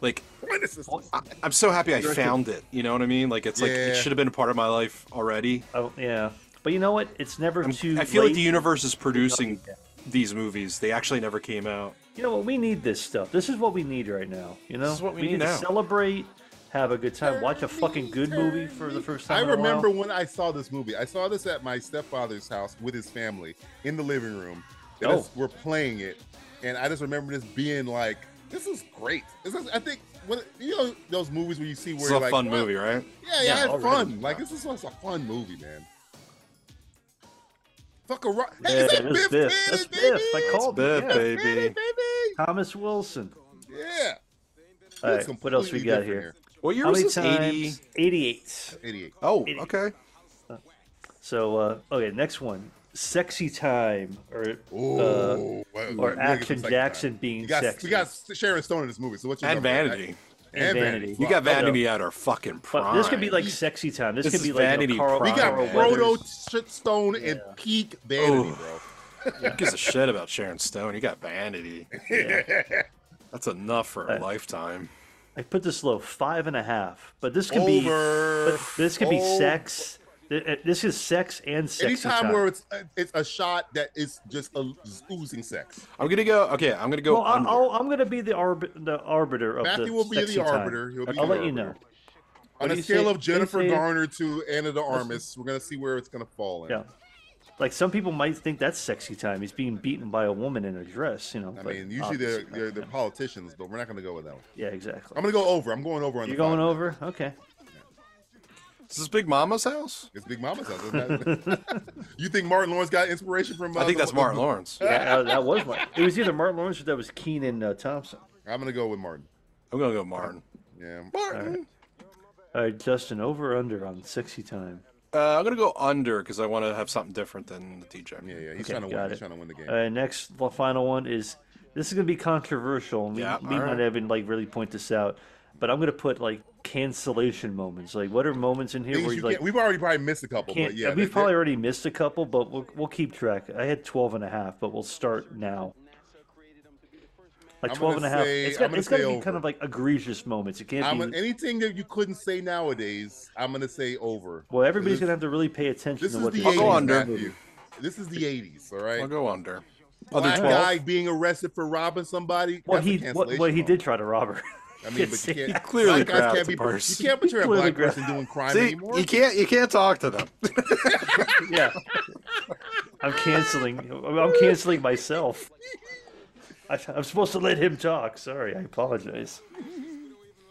Speaker 12: like
Speaker 10: What is this?
Speaker 12: Oh, I, I'm so happy I found it. You know what I mean? Like it's like
Speaker 10: Yeah.
Speaker 12: it should have been a part of my life already.
Speaker 11: Oh yeah, but you know what? It's never
Speaker 12: I'm-
Speaker 11: too.
Speaker 12: I feel like
Speaker 11: late.
Speaker 12: the universe is producing these movies. They actually never came out.
Speaker 11: You know what? We need this stuff. This is what we need right now. You know,
Speaker 12: This is what we
Speaker 11: need,
Speaker 12: need
Speaker 11: to
Speaker 12: now.
Speaker 11: celebrate, have a good time, watch a fucking good movie for the first time.
Speaker 10: I
Speaker 11: in a while.
Speaker 10: remember when I saw this movie. I saw this at my stepfather's house with his family in the living room. They
Speaker 11: Oh.
Speaker 10: just were playing it, and I just remember this being like, "This is great." This is, I think when you know those movies where you see where
Speaker 12: It's
Speaker 10: you're
Speaker 12: a
Speaker 10: like,
Speaker 12: fun
Speaker 10: "What?"
Speaker 12: movie, right?
Speaker 10: Yeah, yeah, I
Speaker 11: Yeah,
Speaker 10: had
Speaker 11: already.
Speaker 10: fun. Like this is was a fun movie, man. Fuck a rock. Hey,
Speaker 11: Yeah,
Speaker 10: is
Speaker 11: it
Speaker 10: that
Speaker 11: is
Speaker 10: Biff
Speaker 11: Biff.
Speaker 10: Tannen,
Speaker 11: That's
Speaker 10: baby?
Speaker 11: Biff. I called it.
Speaker 12: Biff,
Speaker 11: Yeah.
Speaker 12: baby.
Speaker 10: Tannen, baby.
Speaker 11: Thomas Wilson.
Speaker 10: Yeah.
Speaker 11: All right,
Speaker 10: It's
Speaker 11: what else we
Speaker 10: completely
Speaker 11: got
Speaker 10: different
Speaker 11: here?
Speaker 12: What year
Speaker 11: How
Speaker 12: was
Speaker 11: many
Speaker 12: this? Eighty.
Speaker 11: times? 88.
Speaker 10: Idiot.
Speaker 12: Oh,
Speaker 11: Eighty.
Speaker 12: okay.
Speaker 11: So, uh, okay, next one. Sexy time or
Speaker 10: Ooh,
Speaker 11: uh,
Speaker 10: well,
Speaker 11: or
Speaker 10: we're gonna get some
Speaker 11: Action
Speaker 10: sex
Speaker 11: Jackson
Speaker 10: time.
Speaker 11: being
Speaker 10: You got,
Speaker 11: sexy.
Speaker 10: We got Sharon Stone in this movie, so what's your
Speaker 12: And
Speaker 10: number?
Speaker 12: Vanity.
Speaker 11: And Vanity.
Speaker 12: You got Vanity at our fucking
Speaker 11: but
Speaker 12: prime.
Speaker 11: this could be like sexy time. This,
Speaker 12: This
Speaker 11: could be
Speaker 12: is
Speaker 11: like
Speaker 12: Vanity
Speaker 11: a Carl,
Speaker 10: We
Speaker 12: Prime,
Speaker 10: got
Speaker 11: Carl
Speaker 12: man.
Speaker 10: Proto
Speaker 11: Weathers.
Speaker 10: Shit Stone and
Speaker 11: Yeah.
Speaker 10: peak Vanity,
Speaker 12: Ooh.
Speaker 10: bro.
Speaker 12: Who gives a shit about Sharon Stone? You got Vanity. That's enough for a
Speaker 11: Uh,
Speaker 12: lifetime.
Speaker 11: I put this low five and a half, but this could be
Speaker 10: Over.
Speaker 11: but this could be
Speaker 10: Over.
Speaker 11: sex. Th- uh, This is sex and sexy
Speaker 10: Anytime
Speaker 11: time.
Speaker 10: where it's a, it's a shot that is just a, oozing sex.
Speaker 12: I'm gonna go. Okay, I'm gonna go.
Speaker 11: well, I,
Speaker 12: under.
Speaker 11: I'll, I'm going to be the, arbit, the arbiter of
Speaker 10: Matthew
Speaker 11: the
Speaker 10: will be
Speaker 11: sexy
Speaker 10: the
Speaker 11: time.
Speaker 10: arbiter. He'll be
Speaker 11: I'll
Speaker 10: the
Speaker 11: let you know.
Speaker 10: arbiter. On
Speaker 11: do
Speaker 10: a
Speaker 11: you
Speaker 10: scale
Speaker 11: say-
Speaker 10: of
Speaker 11: what do you
Speaker 10: Jennifer
Speaker 11: say?
Speaker 10: Garner to Anna de Armas, we're gonna see where it's gonna fall in.
Speaker 11: Yeah. Like some people might think that's sexy time. He's being beaten by a woman in a dress, you know.
Speaker 10: I
Speaker 11: but
Speaker 10: mean, usually they're,
Speaker 11: obviously not.
Speaker 10: they're they're politicians, but we're not gonna go with that one.
Speaker 11: yeah, exactly.
Speaker 10: I'm gonna go over. I'm going over on
Speaker 11: You're
Speaker 10: the
Speaker 11: going
Speaker 10: five.
Speaker 11: over? Okay.
Speaker 12: Is this Big Mama's house?
Speaker 10: It's Big Mama's house. isn't it? you think Martin Lawrence got inspiration from? Uh,
Speaker 12: I think
Speaker 10: the-
Speaker 12: that's Martin Lawrence.
Speaker 11: Yeah, uh, that was Martin. It was either Martin Lawrence or that was Keenan uh, Thompson.
Speaker 10: I'm gonna go with Martin.
Speaker 12: I'm gonna go Martin.
Speaker 10: Yeah,
Speaker 12: Martin.
Speaker 11: All right, Justin, over or under on sexy time.
Speaker 12: Uh, I'm gonna go under because I want to have something different than the DJ.
Speaker 10: yeah, yeah. He's
Speaker 11: Okay,
Speaker 10: trying to win.
Speaker 11: got
Speaker 10: He's
Speaker 11: it.
Speaker 10: trying to win the game.
Speaker 11: All right, Uh, next the final one is this is gonna be controversial. and We,
Speaker 12: Yeah,
Speaker 11: we
Speaker 12: all
Speaker 11: might
Speaker 12: right.
Speaker 11: even like really point this out, but I'm gonna put like cancellation moments. Like, what are moments in here
Speaker 10: Things
Speaker 11: where you
Speaker 10: you can't-
Speaker 11: like?
Speaker 10: we've already probably missed a couple,
Speaker 11: can't,
Speaker 10: but yeah,
Speaker 11: we've
Speaker 10: they-
Speaker 11: probably already missed a couple, but we'll, we'll keep track. I had 12 and a half, but we'll start now. Like
Speaker 10: I'm
Speaker 11: 12 and
Speaker 10: gonna
Speaker 11: a half.
Speaker 10: say-
Speaker 11: it's
Speaker 10: I'm
Speaker 11: got,
Speaker 10: gonna
Speaker 11: it's got to
Speaker 10: say
Speaker 11: be
Speaker 10: over.
Speaker 11: kind of like egregious moments. It can't
Speaker 10: I'm
Speaker 11: be.
Speaker 10: gonna- anything that you couldn't say nowadays, I'm gonna say over.
Speaker 11: well, everybody's going
Speaker 10: this-
Speaker 11: to have to really pay attention
Speaker 10: This
Speaker 11: to
Speaker 10: is
Speaker 11: what
Speaker 10: the
Speaker 11: they
Speaker 10: 80s,
Speaker 12: I'll go
Speaker 11: say.
Speaker 12: under.
Speaker 10: Matthew. This is the 80s, all
Speaker 12: I'll
Speaker 10: right.
Speaker 12: go under. Other
Speaker 10: Black
Speaker 12: 12?
Speaker 10: guy being arrested for robbing somebody.
Speaker 11: Well,
Speaker 10: that's a
Speaker 11: he, what,
Speaker 10: cancellation
Speaker 11: what he
Speaker 10: moment.
Speaker 11: did try to rob her.
Speaker 10: I mean, but you
Speaker 11: See,
Speaker 10: can't.
Speaker 12: clearly
Speaker 10: black guys
Speaker 12: grabbed
Speaker 10: can't
Speaker 12: the
Speaker 10: be.
Speaker 12: purse.
Speaker 10: You can't portray a
Speaker 11: Clearly
Speaker 10: black
Speaker 11: grabbed-
Speaker 10: person doing crime
Speaker 12: See,
Speaker 10: anymore.
Speaker 12: you can't you can't talk to them.
Speaker 11: yeah. I'm canceling. I'm canceling myself. I, I'm supposed to let him talk. Sorry, I apologize.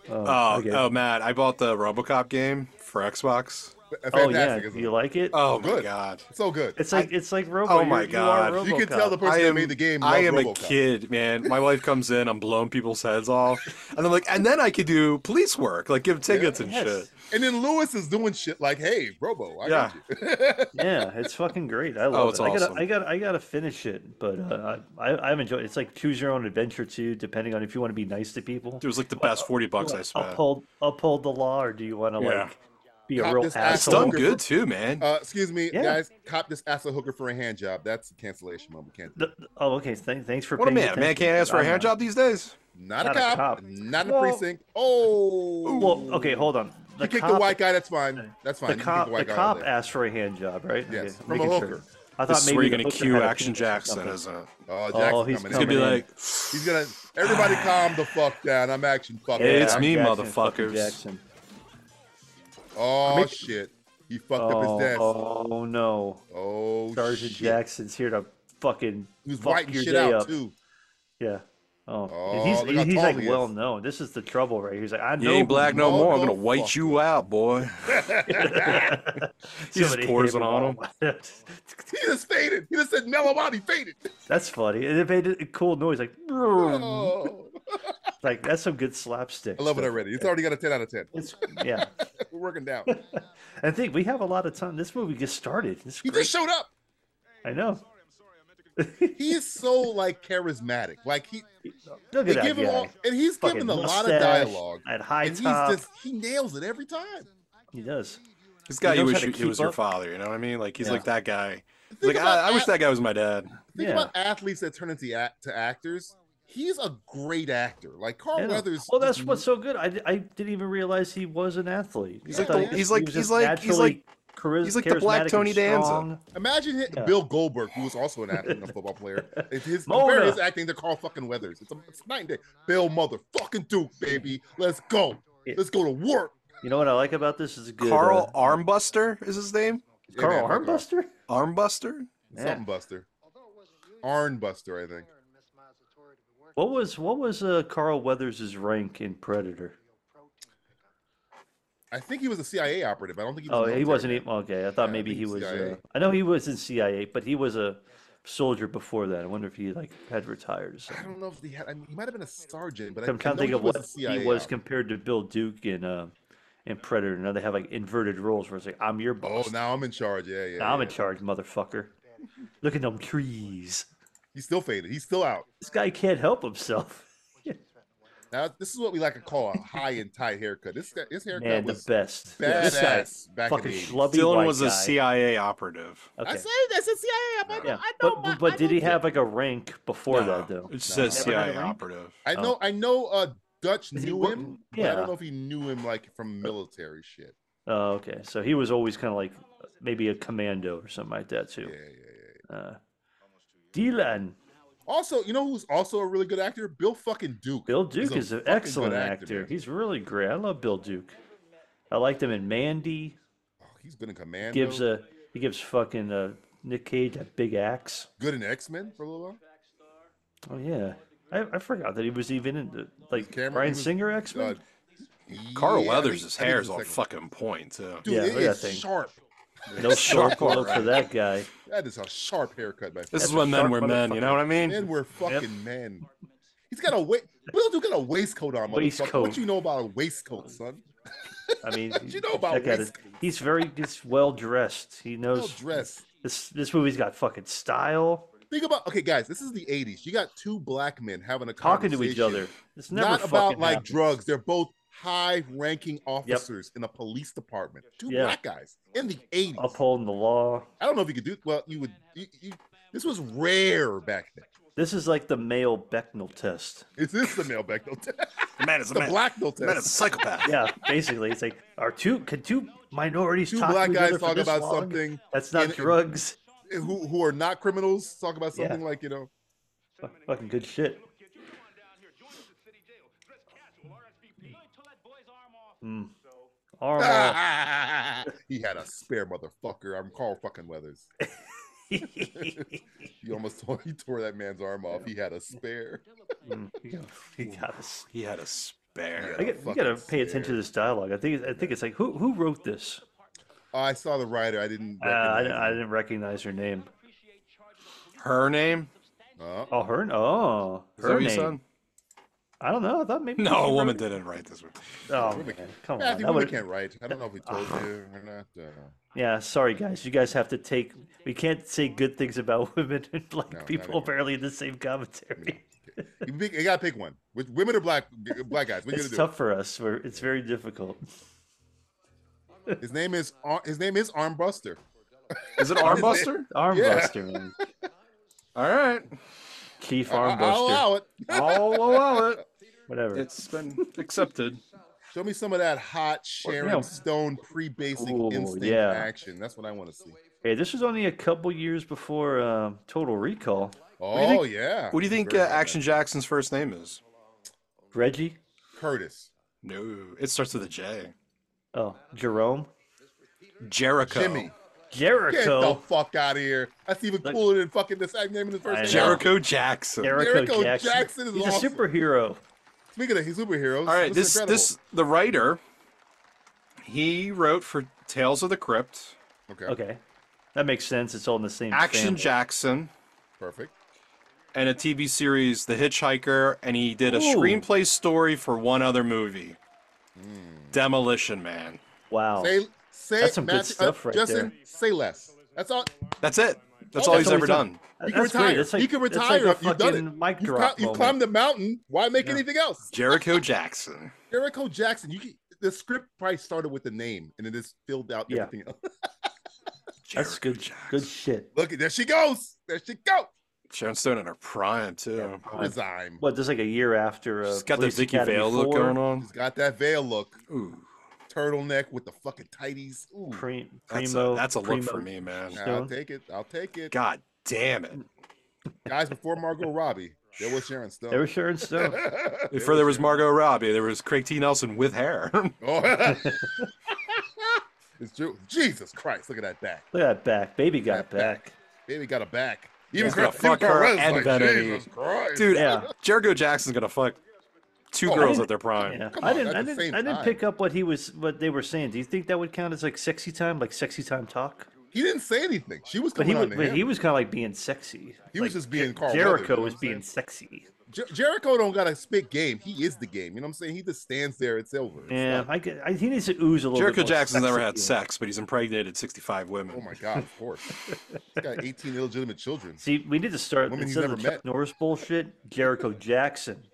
Speaker 12: Oh,
Speaker 11: okay.
Speaker 12: oh, Matt, I bought the RoboCop game for Xbox.
Speaker 10: Fantastic,
Speaker 11: Oh yeah,
Speaker 10: isn't it?
Speaker 11: you like it?
Speaker 12: Oh my
Speaker 10: Good.
Speaker 12: god,
Speaker 10: so good.
Speaker 11: it's like it's like Robo.
Speaker 12: oh
Speaker 11: you're-
Speaker 12: my
Speaker 11: you are
Speaker 12: God.
Speaker 10: you can
Speaker 11: RoboCop.
Speaker 10: tell the person
Speaker 12: I
Speaker 10: that
Speaker 12: am-
Speaker 10: made the game.
Speaker 12: I
Speaker 10: loved
Speaker 12: am a
Speaker 10: RoboCop.
Speaker 12: kid, man. My wife comes in, I'm blowing people's heads off, and I'm like, and then I could do police work, like give tickets and
Speaker 11: Yes.
Speaker 12: shit.
Speaker 10: And then Lewis is doing shit like, "Hey, Robo, I
Speaker 12: Yeah.
Speaker 10: got you."
Speaker 11: yeah, it's fucking great. I love
Speaker 12: Oh, it's
Speaker 11: it.
Speaker 12: awesome.
Speaker 11: I gotta, I gotta, I gotta finish it. But uh, I, I've enjoyed. It. It's like choose your own adventure too, depending on if you want to be nice to people.
Speaker 12: It was like the best forty bucks I spent.
Speaker 11: uphold, uphold the law, or do you want to
Speaker 12: Yeah.
Speaker 11: like be a
Speaker 10: Cop
Speaker 11: real
Speaker 10: this
Speaker 12: It's
Speaker 10: asshole.
Speaker 11: asshole?
Speaker 12: done good too, man.
Speaker 10: Uh, excuse me,
Speaker 11: Yeah.
Speaker 10: guys. Cop this asshole hooker for a hand job. That's a cancellation moment. Can't
Speaker 11: The- the- oh, okay. Th- thanks for
Speaker 12: what a
Speaker 11: paying
Speaker 12: man! A man
Speaker 11: attention.
Speaker 12: can't ask for a
Speaker 11: I'm
Speaker 12: hand
Speaker 11: not-
Speaker 12: job these days.
Speaker 10: Not,
Speaker 11: Not
Speaker 10: a,
Speaker 11: a
Speaker 10: cop,
Speaker 11: cop.
Speaker 10: Not in a
Speaker 11: Well-
Speaker 10: precinct. Oh,
Speaker 11: Well, okay, hold on.
Speaker 10: You
Speaker 11: The
Speaker 10: kick
Speaker 11: cop,
Speaker 10: the white guy. That's fine. That's fine.
Speaker 11: the
Speaker 10: You can
Speaker 11: cop,
Speaker 10: kick
Speaker 11: the
Speaker 10: white guy out
Speaker 11: cop
Speaker 10: of there.
Speaker 11: asked for a hand job, right?
Speaker 10: Yes,
Speaker 11: Okay,
Speaker 10: from a
Speaker 11: making
Speaker 10: hooker.
Speaker 11: I thought
Speaker 12: This is
Speaker 11: maybe
Speaker 12: where you're
Speaker 11: the
Speaker 12: gonna
Speaker 11: hooker
Speaker 12: cue
Speaker 11: had a
Speaker 12: Action
Speaker 11: penis or
Speaker 12: Jackson,
Speaker 11: something.
Speaker 12: isn't it?
Speaker 10: Oh,
Speaker 11: Oh,
Speaker 10: Jackson's
Speaker 11: he's
Speaker 10: coming.
Speaker 12: It's gonna
Speaker 10: in.
Speaker 12: be
Speaker 11: Coming in.
Speaker 12: like,
Speaker 10: He's gonna. Everybody calm the fuck down. I'm action fucking.
Speaker 12: Hey, it's
Speaker 10: Jackson.
Speaker 12: me,
Speaker 11: Jackson, fucking
Speaker 12: motherfuckers.
Speaker 11: Jackson.
Speaker 10: Oh
Speaker 11: Make-
Speaker 10: shit. He fucked up his desk.
Speaker 11: Oh,
Speaker 10: Oh,
Speaker 11: oh no, Sergeant
Speaker 10: shit.
Speaker 11: Jackson's here to fucking
Speaker 10: He was
Speaker 11: fuck
Speaker 10: whiting
Speaker 11: your
Speaker 10: shit
Speaker 11: day
Speaker 10: out
Speaker 11: up.
Speaker 10: too.
Speaker 11: Yeah. Oh,
Speaker 10: Oh,
Speaker 11: he's
Speaker 10: look how
Speaker 11: he's
Speaker 10: tall
Speaker 11: like
Speaker 10: he
Speaker 11: well
Speaker 10: is.
Speaker 11: known. This is the trouble, right? here. He's like, I
Speaker 12: You
Speaker 11: know
Speaker 12: ain't black no more. I'm gonna
Speaker 10: motherfucker.
Speaker 12: white you out, boy.
Speaker 11: He
Speaker 12: just pours it on
Speaker 11: him.
Speaker 10: He just faded. He just said mellow out. He faded.
Speaker 11: that's funny. And it made a cool noise, like Mm-hmm.
Speaker 10: Oh.
Speaker 11: like that's some good slapstick.
Speaker 10: I love it
Speaker 11: stuff.
Speaker 10: already. It's already got a 10 out of 10.
Speaker 11: It's yeah.
Speaker 10: We're working down.
Speaker 11: I think we have a lot of time. This movie gets started. It's
Speaker 10: He
Speaker 11: great.
Speaker 10: just showed up.
Speaker 11: I know.
Speaker 10: He is so like charismatic. Like he,
Speaker 11: Look
Speaker 10: they
Speaker 11: at that
Speaker 10: give him
Speaker 11: guy.
Speaker 10: all, and he's
Speaker 11: Fucking
Speaker 10: given a lot of
Speaker 11: mustache,
Speaker 10: dialogue.
Speaker 11: At high
Speaker 10: And he's
Speaker 11: top,
Speaker 10: just he nails it every time.
Speaker 11: he does.
Speaker 12: This guy,
Speaker 11: He
Speaker 12: you
Speaker 11: knows
Speaker 12: wish
Speaker 11: how to
Speaker 12: you- he
Speaker 11: keep
Speaker 12: was your
Speaker 11: up.
Speaker 12: father. You know what I mean? Like he's
Speaker 11: Yeah.
Speaker 12: like that guy. He's
Speaker 10: Think
Speaker 12: like
Speaker 10: about
Speaker 12: I, I wish that guy was my dad.
Speaker 10: Think
Speaker 11: Yeah.
Speaker 10: about athletes that turn into act, to actors. He's a great actor. Like Carl
Speaker 11: Yeah.
Speaker 10: Weathers.
Speaker 11: Well, that's
Speaker 10: just-
Speaker 11: what's so good. I, di- I didn't even realize he was an athlete.
Speaker 12: He's
Speaker 11: I
Speaker 12: like
Speaker 11: thought
Speaker 12: the-
Speaker 11: he
Speaker 12: he's
Speaker 11: he
Speaker 12: like-
Speaker 11: was
Speaker 12: he's
Speaker 11: just
Speaker 12: like- he's
Speaker 11: naturally chari-
Speaker 12: he's like the
Speaker 11: charismatic
Speaker 12: black
Speaker 11: and
Speaker 12: Tony Danza.
Speaker 11: strong.
Speaker 10: Imagine hit
Speaker 11: Yeah.
Speaker 10: Bill Goldberg, who was also an athlete and a football player. If his
Speaker 11: Mona.
Speaker 10: compare his acting to Carl fucking Weathers. It's, a, it's night and day. Bill motherfucking Duke, baby. Let's go.
Speaker 11: Yeah.
Speaker 10: Let's go to work.
Speaker 11: You know what I like about this is a good
Speaker 12: Carl
Speaker 11: uh,
Speaker 12: Armbuster is his name.
Speaker 11: Carl
Speaker 10: Yeah, man, fuck off.
Speaker 11: Armbuster.
Speaker 12: Armbuster.
Speaker 11: Yeah.
Speaker 10: Something Buster. Arn Buster, I think.
Speaker 11: What was what was uh, Carl Weathers' rank in Predator?
Speaker 10: I think he was a CIA operative. I don't think he was.
Speaker 11: Oh, he
Speaker 10: military.
Speaker 11: wasn't even okay. I
Speaker 10: Yeah, I
Speaker 11: thought maybe
Speaker 10: think
Speaker 11: he
Speaker 10: he's
Speaker 11: was.
Speaker 10: CIA.
Speaker 11: Uh, I know he was in CIA, but he was a soldier before that. I wonder if he like had retired. Or
Speaker 10: I
Speaker 11: something.
Speaker 10: don't know if he had. I mean, he might have been a sergeant, but I,
Speaker 11: I'm
Speaker 10: I
Speaker 11: trying
Speaker 10: know
Speaker 11: to think
Speaker 10: he
Speaker 11: of
Speaker 10: was
Speaker 11: what
Speaker 10: a CIA
Speaker 11: he was
Speaker 10: operative.
Speaker 11: compared to Bill Duke in uh, in Predator. Now they have like inverted roles where it's like I'm your boss.
Speaker 10: Oh, now I'm in charge. Yeah, yeah.
Speaker 11: Now I'm
Speaker 10: yeah.
Speaker 11: in charge, motherfucker. Look at them trees.
Speaker 10: He's still faded. He's still out.
Speaker 11: This guy can't help himself.
Speaker 10: Now this is what we like to call a high and tight haircut. This guy, his haircut
Speaker 11: Man, the
Speaker 10: was.
Speaker 11: best. Yeah, this guy,
Speaker 10: badass back in
Speaker 11: fucking
Speaker 10: the 80s.
Speaker 11: schlubby
Speaker 12: Dylan
Speaker 11: white
Speaker 12: was
Speaker 11: guy.
Speaker 12: a CIA operative.
Speaker 11: Okay.
Speaker 10: I said that's a CIA. I know.
Speaker 11: yeah.
Speaker 10: I know.
Speaker 11: but
Speaker 10: my-
Speaker 11: but
Speaker 10: I
Speaker 11: did
Speaker 10: know
Speaker 11: he have like a rank before that though?
Speaker 12: It just
Speaker 10: No.
Speaker 12: says
Speaker 11: Never had a
Speaker 12: CIA
Speaker 11: rank?
Speaker 12: operative.
Speaker 10: I know. I know. Uh, Dutch
Speaker 11: Oh. Is he
Speaker 10: knew
Speaker 11: wor-
Speaker 10: him. But I
Speaker 11: Yeah.
Speaker 10: don't know if he knew him like from military shit.
Speaker 11: Oh, okay. So he was always kind of like maybe a commando or something like that
Speaker 10: Yeah,
Speaker 11: too.
Speaker 10: yeah, yeah.
Speaker 11: Uh, Dylan,
Speaker 10: Also, you know who's also a really good actor? Bill fucking Duke.
Speaker 11: Bill
Speaker 10: He's
Speaker 11: Duke
Speaker 10: a
Speaker 11: is an
Speaker 10: fucking good
Speaker 11: excellent actor.
Speaker 10: man.
Speaker 11: He's really great. I love Bill Duke. I liked him in Mandy.
Speaker 10: Oh, he's good in Commando.
Speaker 11: Gives a he gives fucking uh, Nick Cage that big axe.
Speaker 10: good in X Men for a little while.
Speaker 11: Oh yeah, I, I forgot that he was even in the like
Speaker 10: Cameron, he
Speaker 11: Brian
Speaker 10: was- uh,
Speaker 11: Singer X Men.
Speaker 12: Carl
Speaker 10: yeah, I
Speaker 12: Weathers'
Speaker 10: think-
Speaker 12: his
Speaker 10: I think
Speaker 12: hair
Speaker 10: it's
Speaker 12: is
Speaker 10: the
Speaker 12: all
Speaker 10: second-
Speaker 12: fucking point too.
Speaker 10: Dude,
Speaker 11: Yeah,
Speaker 10: it
Speaker 11: look at that
Speaker 10: is
Speaker 11: thing.
Speaker 10: sharp.
Speaker 11: No sharp look for that guy.
Speaker 10: That is a sharp haircut, my friend.
Speaker 12: This
Speaker 11: That's
Speaker 12: is when
Speaker 11: a
Speaker 12: men
Speaker 11: sharp
Speaker 12: were men. You know what I mean?
Speaker 10: Men were fucking men. He's got a wa- Bill Duke got a waistcoat on. motherfucker. What
Speaker 11: Waistcoat.
Speaker 10: you know about a waistcoat, son?
Speaker 11: I mean,
Speaker 10: you know about
Speaker 11: that guy is-
Speaker 10: waistcoats?
Speaker 11: he's very he's well dressed. He knows
Speaker 10: Well dressed.
Speaker 11: This this movie's got fucking style.
Speaker 10: Think about okay, guys. This is the '80s. You got two black men having a
Speaker 11: Talking to each
Speaker 10: conversation.
Speaker 11: other. It's never
Speaker 10: Not about
Speaker 11: fucking
Speaker 10: like
Speaker 11: happens.
Speaker 10: drugs. They're both high-ranking officers in a police department. Two
Speaker 11: Yeah.
Speaker 10: black guys in the '80s.
Speaker 11: upholding the law.
Speaker 10: I don't know if you could do. Well, you would. You, you, this was rare back then.
Speaker 11: This is like the male Becknell test.
Speaker 10: Is this the male Bechdel test?
Speaker 12: The man is a
Speaker 10: the
Speaker 12: man.
Speaker 10: black Bechdel
Speaker 12: the man is a
Speaker 10: test.
Speaker 12: psychopath.
Speaker 11: Yeah, basically, it's like are two can two minorities
Speaker 10: Two
Speaker 11: talk to
Speaker 10: black
Speaker 11: each
Speaker 10: guys
Speaker 11: other for
Speaker 10: talk
Speaker 11: this
Speaker 10: about
Speaker 11: long?
Speaker 10: something
Speaker 11: that's not
Speaker 10: and-
Speaker 11: drugs.
Speaker 10: Eh, Who who are not criminals talk about
Speaker 11: Yeah.
Speaker 10: something like you know.
Speaker 11: Fuck- Fucking good shit.
Speaker 12: Hmm.
Speaker 11: Mm. Arm
Speaker 10: Ah!
Speaker 11: off. Oh.
Speaker 10: he had a spare motherfucker. I'm Carl fucking Weathers. He almost tore, he tore that man's arm off. He had a spare.
Speaker 11: Mm, you gotta- you gotta s-
Speaker 12: He had a spare.
Speaker 11: I get, we gotta pay attention to this dialogue. I think I think it's like who who wrote this?
Speaker 10: Oh, I saw the writer. I didn't.
Speaker 11: Uh, I,
Speaker 10: recognize
Speaker 11: didn't- I
Speaker 10: him.
Speaker 11: didn't recognize her name.
Speaker 12: Her name?
Speaker 10: Oh,
Speaker 11: Oh, her. Oh,
Speaker 12: Is that
Speaker 11: her
Speaker 12: what you
Speaker 11: name.
Speaker 12: said?
Speaker 11: I don't know. I thought maybe.
Speaker 12: No,
Speaker 11: she
Speaker 12: a woman
Speaker 11: wrote it.
Speaker 12: didn't write this one.
Speaker 11: Oh,
Speaker 10: Women-
Speaker 11: man, come on.
Speaker 10: Matthew,
Speaker 11: that Oh.
Speaker 10: women
Speaker 11: would've-
Speaker 10: can't write. I don't know if we told you or not. Uh,
Speaker 11: Yeah, sorry guys. You guys have to take. We can't say good things about women and black
Speaker 10: No, not
Speaker 11: people
Speaker 10: anymore.
Speaker 11: apparently in the same commentary.
Speaker 10: you, pick- you gotta pick one. With women or black uh, black guys? What you
Speaker 11: It's
Speaker 10: gonna do?
Speaker 11: tough for us. We're, it's very difficult.
Speaker 10: His name is Ar- his name is Armbuster.
Speaker 12: Is it Armbuster?
Speaker 11: Armbuster, man.
Speaker 12: all right.
Speaker 11: Chief
Speaker 10: I- I'll
Speaker 11: Armbuster.
Speaker 10: allow it.
Speaker 12: I'll allow it.
Speaker 11: Whatever.
Speaker 12: It's been accepted.
Speaker 10: Show me some of that hot Sharon
Speaker 11: yeah.
Speaker 10: Stone pre-basic
Speaker 11: Ooh,
Speaker 10: instinct
Speaker 11: yeah.
Speaker 10: action. That's what I want to see.
Speaker 11: Hey, this was only a couple years before uh, Total Recall.
Speaker 10: Oh
Speaker 12: do you think-
Speaker 10: yeah.
Speaker 12: What do you think uh,
Speaker 10: Very good.
Speaker 12: Action Jackson's first name is?
Speaker 11: Reggie?
Speaker 10: Curtis.
Speaker 12: No, it starts with a J.
Speaker 11: Oh, Jerome?
Speaker 12: Jericho.
Speaker 10: Jimmy. Get the
Speaker 11: Jericho.
Speaker 10: fuck out of here. That's even
Speaker 11: Look-
Speaker 10: cooler than fucking the second name in the
Speaker 11: I know.
Speaker 10: first name.
Speaker 12: Jericho Jackson.
Speaker 11: Jericho,
Speaker 10: Jericho
Speaker 11: Jackson.
Speaker 10: Jackson is
Speaker 11: He's
Speaker 10: awesome.
Speaker 11: a superhero.
Speaker 10: Speaking of superheroes,
Speaker 12: All right,
Speaker 10: this,
Speaker 12: this
Speaker 10: is
Speaker 12: this the writer. He wrote for Tales of the Crypt,
Speaker 10: incredible. okay,
Speaker 11: Okay. That makes sense. It's all in the same
Speaker 12: Action
Speaker 11: family.
Speaker 12: Jackson,
Speaker 10: perfect.
Speaker 12: and a TV series, The Hitchhiker, and he did a
Speaker 11: Ooh.
Speaker 12: screenplay story for one other movie, Hmm. Demolition Man.
Speaker 11: Wow.
Speaker 10: Say say
Speaker 11: Oh, That's some good
Speaker 10: Matthew- uh,
Speaker 11: stuff right
Speaker 10: Justin, say less. That's all.
Speaker 12: That's it. That's
Speaker 10: Oh,
Speaker 12: all he's
Speaker 10: that's
Speaker 11: all
Speaker 12: ever
Speaker 11: he's done.
Speaker 12: done.
Speaker 10: You
Speaker 11: That's
Speaker 10: can
Speaker 11: great.
Speaker 10: retire.
Speaker 11: That's like-
Speaker 10: you can
Speaker 11: that's like
Speaker 10: retire
Speaker 11: a
Speaker 10: if you've done
Speaker 11: fucking
Speaker 10: it.
Speaker 11: mic
Speaker 10: you,
Speaker 11: drop
Speaker 10: cli- you
Speaker 11: moment.
Speaker 10: climbed the mountain. Why make anything else?
Speaker 12: Jericho Jackson.
Speaker 10: Jericho Jackson. You can, the script probably started with the name, and it just filled out
Speaker 11: Yeah.
Speaker 10: everything else.
Speaker 11: That's
Speaker 12: Jericho
Speaker 11: good. Good shit.
Speaker 10: Look, there she goes. There she goes.
Speaker 12: Sharon Stone in her prime too.
Speaker 11: Fine.
Speaker 10: Resign.
Speaker 11: What? Just like a year after. Uh,
Speaker 12: She's got the
Speaker 11: Police
Speaker 12: Vicky
Speaker 11: Academy
Speaker 12: Vale look
Speaker 11: 4,
Speaker 12: going on.
Speaker 10: She's got that veil look,
Speaker 12: Ooh,
Speaker 10: turtleneck with the fucking tighties. Ooh,
Speaker 11: Prim-
Speaker 12: that's
Speaker 11: primo.
Speaker 12: a, that's a look
Speaker 11: primo.
Speaker 12: for me, man.
Speaker 10: I'll
Speaker 11: Stone.
Speaker 10: take it. I'll take it.
Speaker 12: God damn it.
Speaker 10: Guys, before Margot Robbie, there was Sharon Stone.
Speaker 11: There was Sharon Stone.
Speaker 12: Before there was Margot Robbie, there was Craig T. Nelson with hair.
Speaker 10: Oh, it's true. Jesus Christ, look at that back.
Speaker 11: Look at that back. Baby got
Speaker 10: That back.
Speaker 11: back.
Speaker 10: Baby got a back.
Speaker 12: He's gonna
Speaker 10: Christ- even
Speaker 12: fuck her
Speaker 10: Perez
Speaker 12: and
Speaker 10: like,
Speaker 12: Vanity.
Speaker 10: Jesus Christ.
Speaker 12: Dude,
Speaker 11: Yeah.
Speaker 12: Jericho Jackson's gonna fuck two
Speaker 10: Oh, I
Speaker 12: girls
Speaker 11: didn't-
Speaker 12: at their prime.
Speaker 11: Yeah.
Speaker 10: Come
Speaker 11: I
Speaker 10: on,
Speaker 11: didn't.
Speaker 10: at
Speaker 11: I
Speaker 10: the
Speaker 11: didn't.
Speaker 10: same
Speaker 11: I didn't
Speaker 10: time.
Speaker 11: pick up what he was. What they were saying. Do you think that would count as like sexy time? Like sexy time talk?
Speaker 10: he didn't say anything. She was
Speaker 11: But he
Speaker 10: coming
Speaker 11: was.
Speaker 10: on to
Speaker 11: But
Speaker 10: him.
Speaker 11: he was kind of like being sexy.
Speaker 10: He was
Speaker 11: Like,
Speaker 10: just being Carl Weathers, you
Speaker 11: Jericho
Speaker 10: know
Speaker 11: was
Speaker 10: what I'm
Speaker 11: being sexy.
Speaker 10: Jer- Jericho don't gotta spit game. He is the game. You know what I'm saying? He just stands there. It's over. It's
Speaker 11: Yeah,
Speaker 10: like,
Speaker 11: I, get, I. He needs to ooze a little. bit
Speaker 12: Jericho
Speaker 11: more
Speaker 12: Jackson's never
Speaker 11: sexy
Speaker 12: had
Speaker 11: in him.
Speaker 12: sex, but he's impregnated 65 women.
Speaker 10: oh my god, of course. He's got 18 illegitimate children.
Speaker 11: See, we need to start
Speaker 10: Women he's
Speaker 11: instead of the
Speaker 10: never
Speaker 11: Chuck
Speaker 10: met.
Speaker 11: Norris bullshit. Jericho Jackson.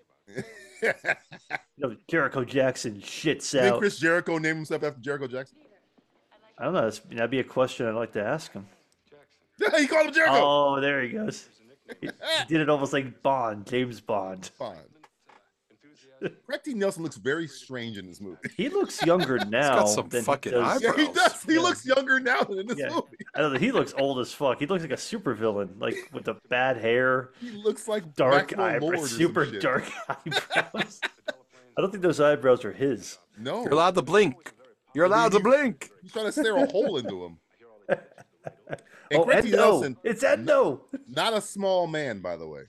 Speaker 11: No, Jericho Jackson shits
Speaker 10: Then
Speaker 11: out.
Speaker 10: Chris Jericho named himself after Jericho Jackson.
Speaker 11: I don't know. That's, that'd be a question I'd like to ask him.
Speaker 10: he called him Jericho.
Speaker 11: Oh, there he goes. He he did it almost like Bond, James Bond.
Speaker 10: Fine. Craig T. Nelson looks very strange in this movie.
Speaker 11: He looks younger now
Speaker 12: some
Speaker 11: than
Speaker 12: fucking
Speaker 11: he does.
Speaker 12: eyebrows.
Speaker 10: Yeah, he
Speaker 12: Gross.
Speaker 10: does. He
Speaker 11: Yeah.
Speaker 10: looks younger now than in this
Speaker 11: Yeah.
Speaker 10: movie.
Speaker 11: I don't know. He looks old as fuck. He looks like a supervillain, like with the bad hair,
Speaker 10: He looks like
Speaker 11: dark
Speaker 10: Maxwell Lord or
Speaker 11: eyebrows,
Speaker 10: some
Speaker 11: super
Speaker 10: shit.
Speaker 11: dark eyebrows. I don't think those eyebrows are his.
Speaker 10: No,
Speaker 12: You're allowed to blink. You're allowed to blink.
Speaker 10: he's trying to stare a hole into him. And
Speaker 11: Oh,
Speaker 10: Craig T.
Speaker 11: Endo!
Speaker 10: Nelson,
Speaker 11: It's Endo.
Speaker 10: not a small man, by the way.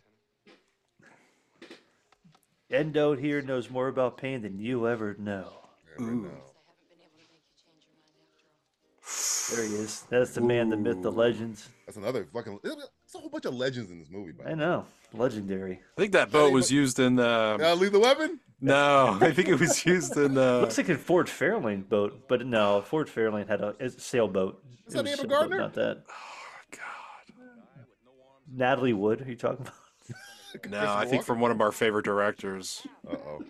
Speaker 11: Endo here knows more about pain than you ever know.
Speaker 10: Never know.
Speaker 11: There he is. That's the man, the myth, the legend.
Speaker 10: That's another fucking. It's a whole bunch of legends in this movie, by the
Speaker 11: I
Speaker 10: way.
Speaker 11: know, legendary.
Speaker 12: I think that boat was used in
Speaker 10: Uh,
Speaker 12: uh,
Speaker 10: Lethal Weapon?
Speaker 12: no, I think it was used in uh,
Speaker 11: Looks like a Ford Fairlane boat, but no, Ford Fairlane had a, it's a sailboat. Is
Speaker 10: that Ava Gardner?
Speaker 11: Not that. Oh God. Natalie Wood, are you talking about?
Speaker 12: no, I think from one of our favorite directors,
Speaker 10: Uh oh.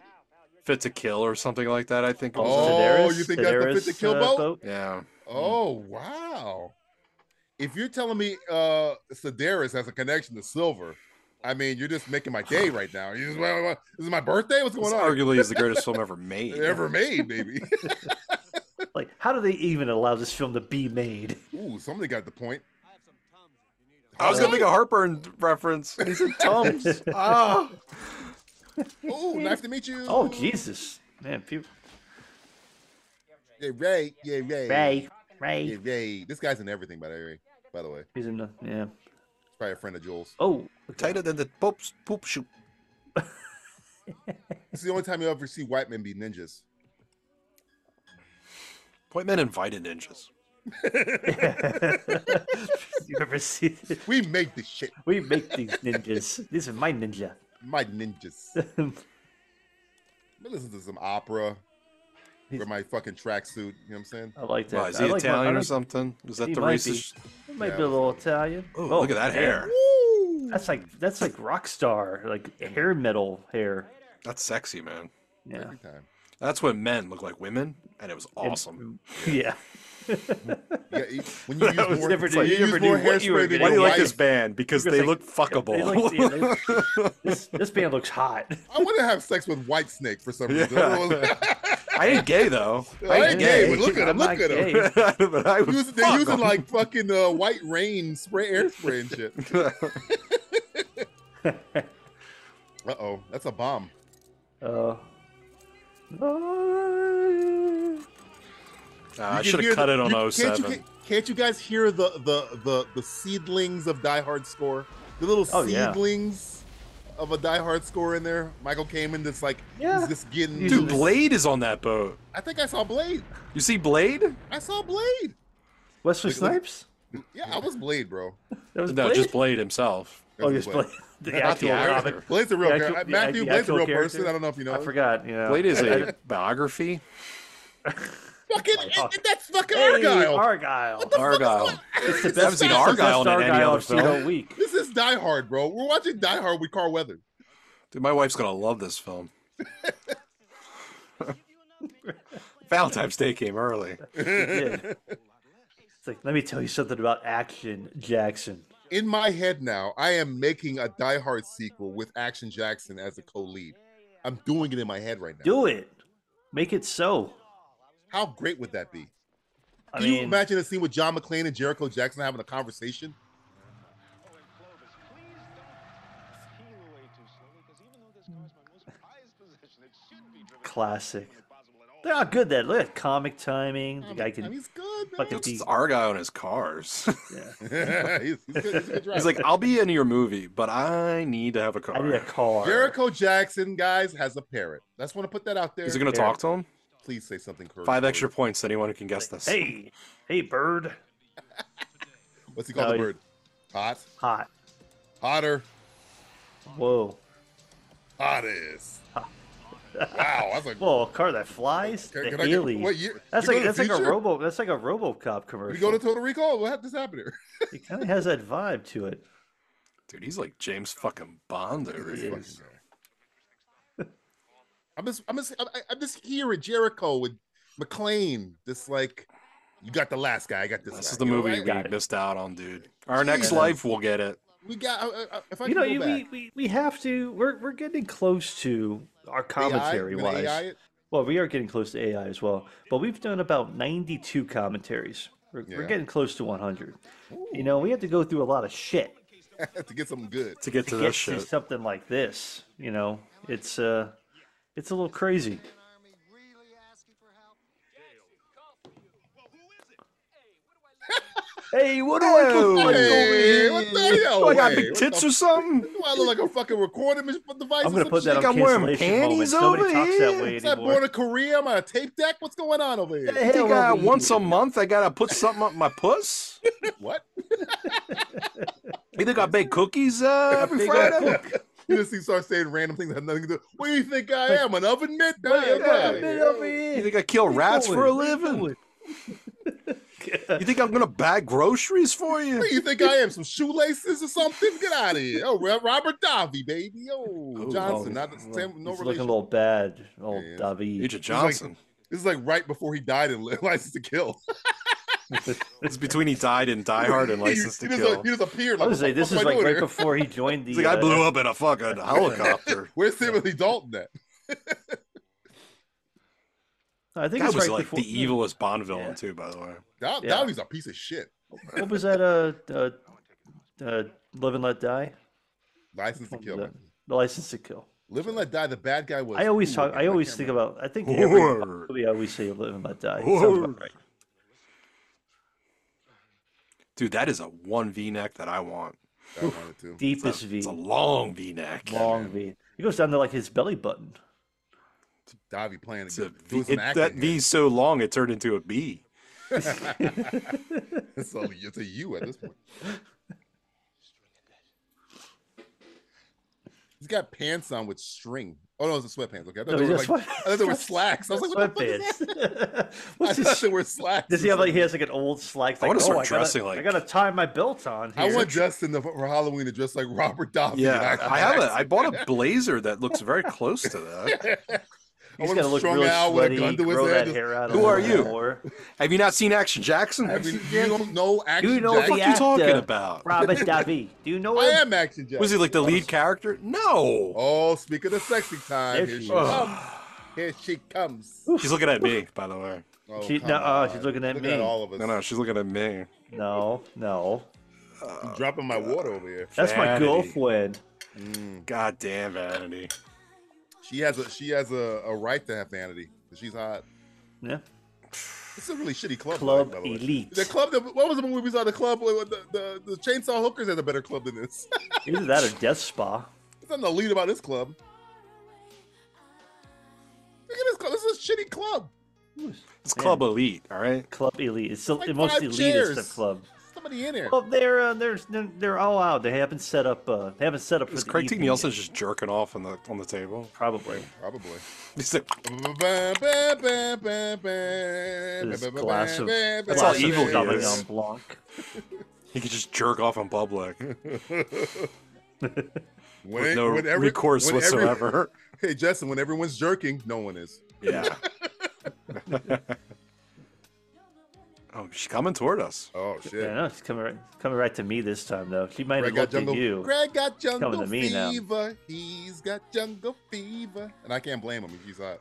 Speaker 12: Fit to Kill or something like that. I think it was.
Speaker 10: Oh,
Speaker 11: Daenerys-
Speaker 10: you think that's the Fit to
Speaker 11: Daenerys,
Speaker 10: Kill
Speaker 11: uh,
Speaker 10: boat?
Speaker 12: Yeah,
Speaker 10: Oh, wow. If you're telling me uh Sedaris has a connection to silver, I mean, you're just making my day right now. You just, well, well, this is my birthday? What's
Speaker 12: this
Speaker 10: going on?
Speaker 12: arguably is the greatest film ever made.
Speaker 10: Ever made, baby.
Speaker 11: Like, how do they even allow this film to be made?
Speaker 10: Ooh, somebody got the point.
Speaker 12: I was gonna make a heartburn reference. He said Tums. ah,
Speaker 10: Oh. Ooh, nice to meet you.
Speaker 11: Oh Jesus, man, people.
Speaker 10: Yeah, Ray. Yeah, Ray.
Speaker 11: Ray,
Speaker 10: Yeah,
Speaker 11: Ray.
Speaker 10: Ray. This guy's in everything, by the way. By the way,
Speaker 11: He's in the, yeah.
Speaker 10: he's probably a friend of Jules.
Speaker 11: Oh,
Speaker 12: tighter than the Pope's poop shoot.
Speaker 10: This is the only time you ever see white men be ninjas.
Speaker 12: White men invited ninjas.
Speaker 11: you ever see?
Speaker 10: We make this shit.
Speaker 11: We make these ninjas. This is my ninja.
Speaker 10: My ninjas. I listen to some opera.
Speaker 11: He's-
Speaker 10: Wear my fucking tracksuit. You know what I'm saying?
Speaker 11: I like that.
Speaker 12: Wow, is he
Speaker 11: I like my- I
Speaker 12: Italian or
Speaker 11: like-
Speaker 12: something? Is that
Speaker 11: He
Speaker 12: the
Speaker 11: might
Speaker 12: racist?
Speaker 11: It might
Speaker 10: Yeah,
Speaker 11: be a little Italian.
Speaker 12: Oh, look at that
Speaker 11: damn.
Speaker 12: hair.
Speaker 11: That's like that's like rock star, like hair metal hair.
Speaker 12: That's sexy, man.
Speaker 11: Yeah.
Speaker 10: Every time.
Speaker 12: That's when men look like women, and it was awesome.
Speaker 11: Yeah.
Speaker 10: Yeah, you- when you use
Speaker 11: was
Speaker 10: more,
Speaker 11: different.
Speaker 10: when
Speaker 11: You
Speaker 10: you use
Speaker 11: never
Speaker 10: more
Speaker 11: knew what you were
Speaker 10: hairspray than
Speaker 11: getting. Why
Speaker 10: your
Speaker 11: do you like
Speaker 10: wife-
Speaker 11: this
Speaker 12: band? Because
Speaker 11: Because they- They like- yeah, they- this this band looks hot.
Speaker 10: I want to have sex with White Snake for some reason.
Speaker 12: Yeah.
Speaker 10: I don't know what-
Speaker 12: I ain't gay though.
Speaker 10: I ain't gay,
Speaker 11: gay.
Speaker 10: but look at him.
Speaker 11: I'm
Speaker 10: Look
Speaker 11: not
Speaker 10: at him.
Speaker 11: gay.
Speaker 12: but I
Speaker 10: He
Speaker 12: would
Speaker 10: was- they're
Speaker 12: fuck
Speaker 10: using
Speaker 12: 'em.
Speaker 10: like fucking uh, white rain spray airspray and shit. Uh oh, that's a bomb.
Speaker 11: Uh,
Speaker 12: I
Speaker 11: uh,
Speaker 10: You can
Speaker 12: should
Speaker 10: hear
Speaker 12: have cut
Speaker 10: the-
Speaker 12: it
Speaker 10: you-
Speaker 12: on
Speaker 11: oh
Speaker 10: Can't
Speaker 12: 07.
Speaker 10: you, can't- can't you guys hear the, the, the, the seedlings of Die Hard score? The little
Speaker 11: Oh, yeah.
Speaker 10: seedlings of a Die Hard score in there. Michael came in that's like,
Speaker 11: Yeah.
Speaker 10: he's just getting.
Speaker 11: Dude,
Speaker 12: Dude, Blade is on that boat.
Speaker 10: I think I saw Blade.
Speaker 12: You see Blade?
Speaker 10: I saw Blade.
Speaker 11: Wesley
Speaker 10: Like, look-
Speaker 11: Snipes?
Speaker 10: Yeah, I was Blade, bro.
Speaker 11: That was
Speaker 12: No,
Speaker 11: Blade?
Speaker 12: just Blade himself.
Speaker 11: Oh,
Speaker 10: That's
Speaker 11: just Blade. The
Speaker 12: Not the
Speaker 11: actual
Speaker 12: actor.
Speaker 11: comic.
Speaker 10: Blade's a real
Speaker 11: The
Speaker 10: guy.
Speaker 11: actual- the-
Speaker 10: Matthew
Speaker 11: the
Speaker 10: Blade's a
Speaker 11: actual
Speaker 10: real
Speaker 11: character.
Speaker 10: person. I don't know if you know.
Speaker 11: I
Speaker 10: him.
Speaker 11: forgot. Yeah.
Speaker 12: Blade is
Speaker 11: I-
Speaker 12: a biography.
Speaker 10: Fucking,
Speaker 11: God.
Speaker 10: that's fucking
Speaker 11: Hey,
Speaker 10: Argyle.
Speaker 11: Argyle.
Speaker 10: the fuck is
Speaker 12: Argyle.
Speaker 10: going-
Speaker 11: It's the
Speaker 10: It's
Speaker 11: best.
Speaker 10: the
Speaker 12: haven't seen
Speaker 11: it's the best
Speaker 12: Argyle in any
Speaker 11: Argyle
Speaker 12: other
Speaker 11: I've seen all
Speaker 12: film.
Speaker 11: week.
Speaker 10: This is Die Hard, bro. We're watching Die Hard with Carl Weathers.
Speaker 12: Dude, my wife's gonna love this film. Valentine's Day came early.
Speaker 11: did. It's like, let me tell you something about Action Jackson.
Speaker 10: In my head now, I am making a Die Hard sequel with Action Jackson as a co-lead. I'm doing it in my head right now.
Speaker 11: Do it. Make it so.
Speaker 10: How great would that be?
Speaker 11: I
Speaker 10: Can
Speaker 11: mean,
Speaker 10: you imagine a scene with John McClane and Jericho Jackson having a conversation?
Speaker 11: classic. They're not good that look at comic timing. The guy
Speaker 10: And
Speaker 11: can
Speaker 10: he's good, man.
Speaker 11: fucking be
Speaker 12: It's Argyle and his cars.
Speaker 10: he's, he's good. He's a good driver.
Speaker 12: He's like, I'll be in your movie, but I need to have a
Speaker 11: I need a
Speaker 12: car.
Speaker 11: car.
Speaker 10: Jericho Jackson, guys, has a parrot. That's want to put that out there.
Speaker 12: Is he gonna talk to him?
Speaker 10: Please say something. Courage,
Speaker 12: Five extra points. Anyone who can guess this.
Speaker 11: Hey, hey, bird.
Speaker 10: What's he
Speaker 11: No,
Speaker 10: called? the
Speaker 11: he-
Speaker 10: bird. Hot.
Speaker 11: Hot.
Speaker 10: Hotter.
Speaker 11: Whoa.
Speaker 10: Hottest. wow, that's a
Speaker 11: Whoa, a car that flies.
Speaker 10: Can-
Speaker 11: the
Speaker 10: can I get-
Speaker 11: alien.
Speaker 10: what year-
Speaker 11: that's
Speaker 10: we
Speaker 11: like
Speaker 10: go to
Speaker 11: that's like a
Speaker 10: future?
Speaker 11: robo. That's like a RoboCop commercial.
Speaker 10: We go to Total Recall. What hap- this happened here?
Speaker 11: it kind of has that vibe to it.
Speaker 12: Dude, he's like James fucking Bond over
Speaker 10: This
Speaker 12: here.
Speaker 10: fucking guy. I'm just, I'm just, I'm, I'm just here at Jericho with McLean. Just like, you got the last guy. I got this.
Speaker 12: This
Speaker 10: guy.
Speaker 12: is the
Speaker 10: You know,
Speaker 12: movie
Speaker 10: I-
Speaker 12: we
Speaker 11: Got it.
Speaker 12: missed out on, dude. Our next
Speaker 10: Yeah.
Speaker 12: life, we'll get it.
Speaker 10: we got. I- I- I- if I
Speaker 11: You
Speaker 10: can
Speaker 11: know,
Speaker 10: go
Speaker 11: you,
Speaker 10: back,
Speaker 11: we, we we have to. We're we're getting close to our commentary
Speaker 10: AI, I'm gonna
Speaker 11: wise.
Speaker 10: AI it.
Speaker 11: Well, we are getting close to AI as well, but we've done about 92 commentaries. We're, we're
Speaker 10: Yeah.
Speaker 11: getting close to 100. You know, we have to go through a lot of shit
Speaker 10: to get something good.
Speaker 12: To get to,
Speaker 11: to
Speaker 12: this
Speaker 11: get to
Speaker 12: shit.
Speaker 11: something like this. You know, it's uh, it's a little crazy. Hey, what do I
Speaker 12: Whoa.
Speaker 11: look like?
Speaker 10: Hey, what the hell?
Speaker 12: Oh, I got
Speaker 10: Hey,
Speaker 12: big
Speaker 10: what
Speaker 12: tits
Speaker 10: the-
Speaker 12: or something?
Speaker 10: Do I look like a fucking recording mis- device?
Speaker 11: I'm
Speaker 10: or
Speaker 11: gonna
Speaker 10: some
Speaker 11: put that
Speaker 10: shit?
Speaker 11: on
Speaker 12: I'm wearing
Speaker 11: cancellation moment.
Speaker 12: panties
Speaker 11: Nobody
Speaker 12: over
Speaker 11: talks
Speaker 12: here?
Speaker 11: that way
Speaker 10: Is that born
Speaker 11: anymore.
Speaker 10: in Korea? Am I a tape deck? What's going on over here?
Speaker 12: I think uh,
Speaker 11: over
Speaker 12: once a
Speaker 11: here.
Speaker 12: month I gotta put something up my puss.
Speaker 10: What?
Speaker 12: You think I bake cookies uh, every
Speaker 11: big
Speaker 12: Friday?
Speaker 10: You just see start saying random things that have nothing to do. What do you think I am? An oven mitt? Hey, I'm
Speaker 11: Yeah,
Speaker 10: outta here.
Speaker 11: man, over
Speaker 12: You
Speaker 11: here.
Speaker 12: think I kill rats for a living? You think I'm gonna bag groceries for you?
Speaker 10: What do you think I am? Some shoelaces or something? Get out of here. Oh, Ro- Robert Davi, baby. Oh,
Speaker 12: Oh,
Speaker 10: Johnson.
Speaker 12: oh,
Speaker 10: Not the same, no
Speaker 11: He's looking a
Speaker 10: relation.
Speaker 11: little bad, Oh, old
Speaker 10: Yeah, yeah.
Speaker 11: David.
Speaker 12: Agent Johnson.
Speaker 10: This is like right before he died in License to Kill.
Speaker 12: It's between he died and Die Hard and
Speaker 10: He-
Speaker 12: License to
Speaker 10: he just,
Speaker 12: Kill.
Speaker 10: He just appeared.
Speaker 11: I
Speaker 10: Like,
Speaker 11: was gonna say
Speaker 10: "What the
Speaker 11: this
Speaker 10: fuck
Speaker 11: is
Speaker 10: am I
Speaker 11: like
Speaker 10: doing
Speaker 11: right
Speaker 10: here?"
Speaker 11: before he joined the.
Speaker 12: He's like, I
Speaker 11: uh,
Speaker 12: blew up in a fucking helicopter.
Speaker 10: Where's Timothy Dalton at?
Speaker 11: I think
Speaker 12: That
Speaker 11: it's
Speaker 12: was
Speaker 11: right
Speaker 12: like
Speaker 11: before,
Speaker 12: the evilest Bond villain
Speaker 11: Yeah.
Speaker 12: too, by the way.
Speaker 10: Dav-
Speaker 11: Yeah.
Speaker 10: Davi's a piece of shit.
Speaker 11: What was that? Uh, uh, uh, Live and Let Die.
Speaker 10: License to
Speaker 11: What was
Speaker 10: Kill.
Speaker 11: that? The License to Kill.
Speaker 10: Live and Let Die. The bad guy was.
Speaker 11: I always talk. I always think about. I think every
Speaker 12: Word.
Speaker 11: movie I always say Live and Let Die. Sounds about
Speaker 12: Word.
Speaker 11: right.
Speaker 12: Dude, that is a one V neck that I want.
Speaker 10: I wanted to.
Speaker 11: Deepest V,
Speaker 12: It's a long V neck.
Speaker 11: long V. It goes down to like his belly button.
Speaker 10: Davi playing
Speaker 12: It's a
Speaker 10: it.
Speaker 12: v,
Speaker 10: Doing some
Speaker 12: it, that
Speaker 10: acting. here.
Speaker 12: V's so long it turned into a B.
Speaker 10: It's a, it's a U at this point. He's got pants on with string. Oh no, it's a sweatpants. Okay, I thought,
Speaker 11: No,
Speaker 10: they, were
Speaker 11: he's
Speaker 10: like,
Speaker 11: got
Speaker 10: I thought they were slacks. I was like, what the fuck is that?
Speaker 11: Sweatpants.
Speaker 10: I
Speaker 11: What's
Speaker 10: thought
Speaker 11: his?
Speaker 10: they were slacks.
Speaker 11: Does he have like he has like an old slacks?
Speaker 12: I
Speaker 11: Like,
Speaker 12: wanna start
Speaker 11: oh, gotta-
Speaker 12: dressing like-
Speaker 11: I gotta tie my belt on. Here.
Speaker 10: I want Justin to, for Halloween to dress like Robert Downey.
Speaker 12: Yeah, I have a. I bought a blazer that looks very close to that.
Speaker 11: He's gonna look really sweaty. Grow that hair out. a
Speaker 12: Who are
Speaker 11: little
Speaker 12: you?
Speaker 11: more.
Speaker 12: Have you not seen Action Jackson?
Speaker 10: I mean, you don't know Action
Speaker 11: you know
Speaker 10: Jackson.
Speaker 11: the
Speaker 12: fuck you talking
Speaker 11: actor,
Speaker 12: about?
Speaker 11: Robert Davi. Do you know
Speaker 10: I
Speaker 11: him?
Speaker 10: am Action Jackson.
Speaker 12: Was he like the lead character? No.
Speaker 10: Oh, speaking of sexy time,
Speaker 11: There
Speaker 10: here
Speaker 11: she
Speaker 10: she
Speaker 11: is.
Speaker 10: comes. Here she comes.
Speaker 12: She's looking at me, by the way.
Speaker 10: Oh,
Speaker 11: She-
Speaker 10: come
Speaker 11: nuh-uh, she's
Speaker 10: on.
Speaker 11: looking at
Speaker 10: Look
Speaker 11: me.
Speaker 10: At all of us.
Speaker 12: No, no, she's looking at me.
Speaker 11: No, no.
Speaker 10: I'm dropping my water over here.
Speaker 11: That's my
Speaker 12: Vanity.
Speaker 11: girlfriend.
Speaker 12: God damn vanity.
Speaker 10: She has a she has a, a right to have vanity. She's hot.
Speaker 11: Yeah.
Speaker 10: It's a really shitty club.
Speaker 11: Club
Speaker 10: by the way.
Speaker 11: elite.
Speaker 10: The club. that what was the movie we saw? The club. with The, the, the Chainsaw Hookers has a better club than this.
Speaker 11: Either that or Death Spa.
Speaker 10: There's nothing elite about this club. Look at this club. This is a shitty club.
Speaker 12: It's Club Elite, all right?
Speaker 11: Club elite. It's the
Speaker 10: Like
Speaker 11: most
Speaker 10: five
Speaker 11: elitist
Speaker 10: chairs.
Speaker 11: of club.
Speaker 10: Somebody in here.
Speaker 11: Well, they're uh, they're they're- they're all out. They haven't set up. Uh, they haven't set up.
Speaker 12: Is
Speaker 11: for the
Speaker 12: Craig T.
Speaker 11: evening
Speaker 12: Nielsen
Speaker 11: yet.
Speaker 12: just jerking off on the on the table?
Speaker 11: Probably.
Speaker 10: Probably.
Speaker 12: He's like,
Speaker 11: This glass of
Speaker 12: That's
Speaker 11: glass
Speaker 12: how
Speaker 11: of
Speaker 12: evil he
Speaker 11: Sauvignon
Speaker 12: is.
Speaker 11: Blanc.
Speaker 12: he could just jerk off in public
Speaker 10: When-
Speaker 12: with no
Speaker 10: when every-
Speaker 12: recourse
Speaker 10: when every-
Speaker 12: whatsoever.
Speaker 10: hey, Justin, when everyone's jerking, no one is.
Speaker 12: yeah. oh, she's coming toward us.
Speaker 10: Oh, shit.
Speaker 11: Yeah, no, she's coming right, coming right to me this time though. She might
Speaker 10: Greg
Speaker 11: have
Speaker 10: got
Speaker 11: looked
Speaker 10: jungle.
Speaker 11: at you.
Speaker 10: Greg got jungle
Speaker 11: to me now.
Speaker 10: fever. He's got jungle fever, and I can't blame him. He's hot.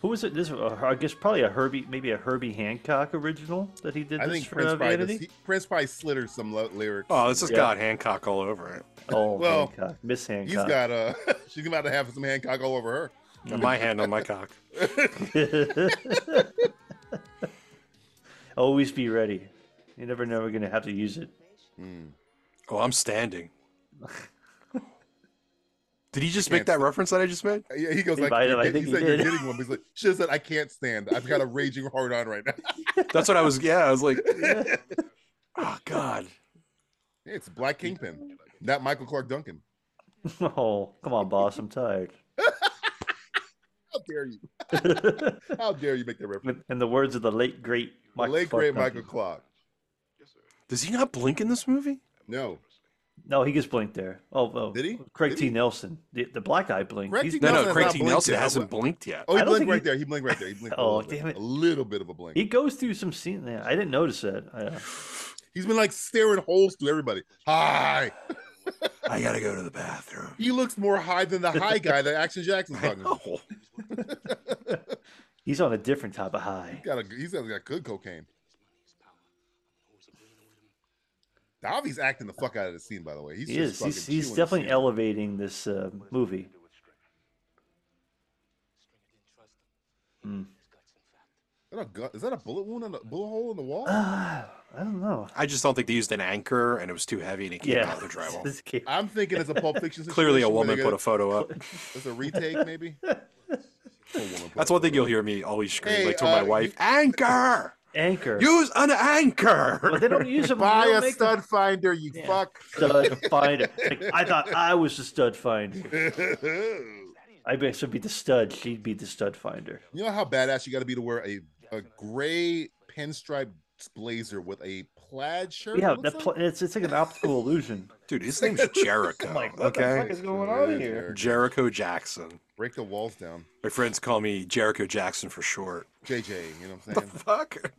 Speaker 11: Who was it? This uh, I guess probably a Herbie, maybe a Herbie Hancock original that he did.
Speaker 10: I
Speaker 11: this
Speaker 10: think
Speaker 11: for,
Speaker 10: Prince
Speaker 11: uh,
Speaker 10: probably does,
Speaker 11: Vanity?
Speaker 10: he, Prince probably slittered some lo- lyrics.
Speaker 12: Oh, this has
Speaker 11: Yeah.
Speaker 12: got Hancock all over it.
Speaker 11: Oh,
Speaker 10: Well,
Speaker 11: Hancock, Miss Hancock.
Speaker 10: He's got uh she's about to have some Hancock all over her.
Speaker 12: Got my hand on my cock.
Speaker 11: Always be ready. You never know we're gonna have to use it.
Speaker 12: Oh, I'm standing. Did he just make
Speaker 10: Can't
Speaker 12: that reference that I just made?
Speaker 10: Yeah, he goes
Speaker 11: He
Speaker 10: like,
Speaker 11: might have,
Speaker 10: "You're
Speaker 11: I
Speaker 10: get-
Speaker 11: think
Speaker 10: he
Speaker 11: he
Speaker 10: said you're
Speaker 11: did."
Speaker 10: getting one. but He's like, she said I can't stand. I've got a raging hard on right now.
Speaker 12: That's what I was. Yeah, I was like, oh god.
Speaker 10: it's Black Kingpin, not Michael Clark Duncan.
Speaker 11: Oh, come on, boss. I'm tired.
Speaker 10: How dare you? How dare you make that reference?
Speaker 11: In the words of the late great
Speaker 10: The
Speaker 11: Michael
Speaker 10: late
Speaker 11: Clark
Speaker 10: great
Speaker 11: Duncan.
Speaker 10: Michael Clark.
Speaker 12: Does he not blink in this movie?
Speaker 10: No, Oh,
Speaker 11: No, he gets blinked there. Oh, oh
Speaker 10: Did he?
Speaker 11: Craig
Speaker 10: Did
Speaker 11: T.
Speaker 10: he?
Speaker 11: Nelson, the, the black eye blinked.
Speaker 10: Craig
Speaker 11: He's
Speaker 10: T.
Speaker 12: No,
Speaker 10: Nelson
Speaker 12: no,
Speaker 10: has
Speaker 12: Craig
Speaker 10: not
Speaker 12: T.
Speaker 10: blinked
Speaker 12: Nelson
Speaker 10: yet.
Speaker 12: hasn't blinked yet.
Speaker 10: Oh, he
Speaker 11: I don't
Speaker 10: blinked
Speaker 11: think
Speaker 10: right
Speaker 11: he-
Speaker 10: there. He blinked right there. He blinked. a
Speaker 11: Oh,
Speaker 10: little bit.
Speaker 11: damn it.
Speaker 10: A little bit of a blink.
Speaker 11: He goes through some scene there. I didn't notice that. I, uh,
Speaker 10: He's been like staring holes through everybody. Hi.
Speaker 12: I gotta go to the bathroom.
Speaker 10: He looks more high than the high guy that Action Jackson's talking about.
Speaker 12: Oh,
Speaker 11: he's on a different type of high.
Speaker 10: Got a, he's got good cocaine. Davi's acting the fuck out of the scene, by the way. He's
Speaker 11: He
Speaker 10: just
Speaker 11: is. He's,
Speaker 10: fucking
Speaker 11: he's
Speaker 10: chewing
Speaker 11: definitely
Speaker 10: shit.
Speaker 11: elevating this uh, movie.
Speaker 10: Is that, a gun- is that a bullet wound on the bullet hole in the wall?
Speaker 11: I don't know.
Speaker 12: I just don't think they used an anchor, and it was too heavy, and it came
Speaker 11: Yeah.
Speaker 12: out of the drywall.
Speaker 11: This kid-
Speaker 10: I'm thinking it's a Pulp Fiction.
Speaker 12: Clearly, a
Speaker 10: situation where
Speaker 12: woman
Speaker 10: they
Speaker 12: put
Speaker 10: go-
Speaker 12: a photo up.
Speaker 10: It's a retake, maybe. A woman put
Speaker 12: That's
Speaker 10: a
Speaker 12: one thing
Speaker 10: photo.
Speaker 12: you'll hear me always scream
Speaker 10: Hey,
Speaker 12: like to my
Speaker 10: uh,
Speaker 12: wife:
Speaker 10: you-
Speaker 12: "Anchor!
Speaker 11: Anchor.
Speaker 12: Use an anchor!"
Speaker 11: But they don't use them.
Speaker 10: Buy
Speaker 11: they don't
Speaker 10: a
Speaker 11: make
Speaker 10: stud finder, you fuck.
Speaker 11: them stud finder. Like, I thought I was the stud finder. I guess would be the stud. She'd be the stud finder.
Speaker 10: You know how badass you got to be to wear a, a gray pinstripe blazer with a plaid shirt.
Speaker 11: Yeah,
Speaker 10: it looks
Speaker 11: that pl-
Speaker 10: like?
Speaker 11: it's it's like an optical illusion.
Speaker 12: Dude, his name's Jericho. okay,
Speaker 11: going
Speaker 10: on here?
Speaker 12: Jericho Jackson.
Speaker 10: Break the walls down,
Speaker 12: My friends call me Jericho Jackson for short.
Speaker 10: JJ. You know what I'm saying?
Speaker 12: Fuck.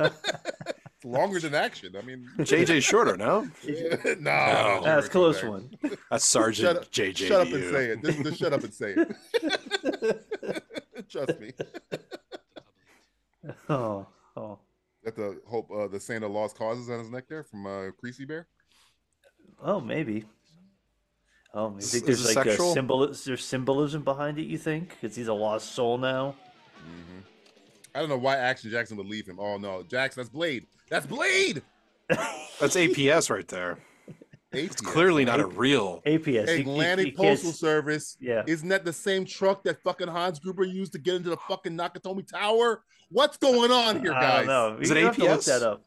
Speaker 10: It's longer than action. I mean,
Speaker 12: JJ shorter, no?
Speaker 10: no,
Speaker 12: No.
Speaker 11: That's a close one.
Speaker 12: That's
Speaker 10: Shut
Speaker 12: Sergeant
Speaker 10: up,
Speaker 12: JJ.
Speaker 10: shut up and
Speaker 12: you.
Speaker 10: say it. Just, just shut up and say it. Trust me.
Speaker 11: Oh, oh.
Speaker 10: Got the hope uh, the sand of lost causes on his neck there from uh, Creasy Bear.
Speaker 11: Oh, maybe. Oh, you
Speaker 12: Is-
Speaker 11: think
Speaker 12: is
Speaker 11: there's
Speaker 12: it
Speaker 11: like a
Speaker 12: sexual?
Speaker 11: symbol? Is there symbolism behind it? You think? Because he's a lost soul now.
Speaker 10: Mm-hmm. I don't know why Action Jackson would leave him. Oh no, Jackson, that's Blade. That's Blade.
Speaker 12: That's APS right there.
Speaker 10: It's
Speaker 12: Clearly not a real.
Speaker 11: APS. he- he-
Speaker 10: Atlantic
Speaker 11: he can't-
Speaker 10: Postal Service.
Speaker 11: Yeah.
Speaker 10: Isn't that the same truck that fucking Hans Gruber used to get into the fucking Nakatomi Tower? What's going on here,
Speaker 11: I don't
Speaker 10: guys?
Speaker 11: know.
Speaker 12: Is
Speaker 11: You
Speaker 12: it
Speaker 11: have to look
Speaker 12: APS?
Speaker 11: that up.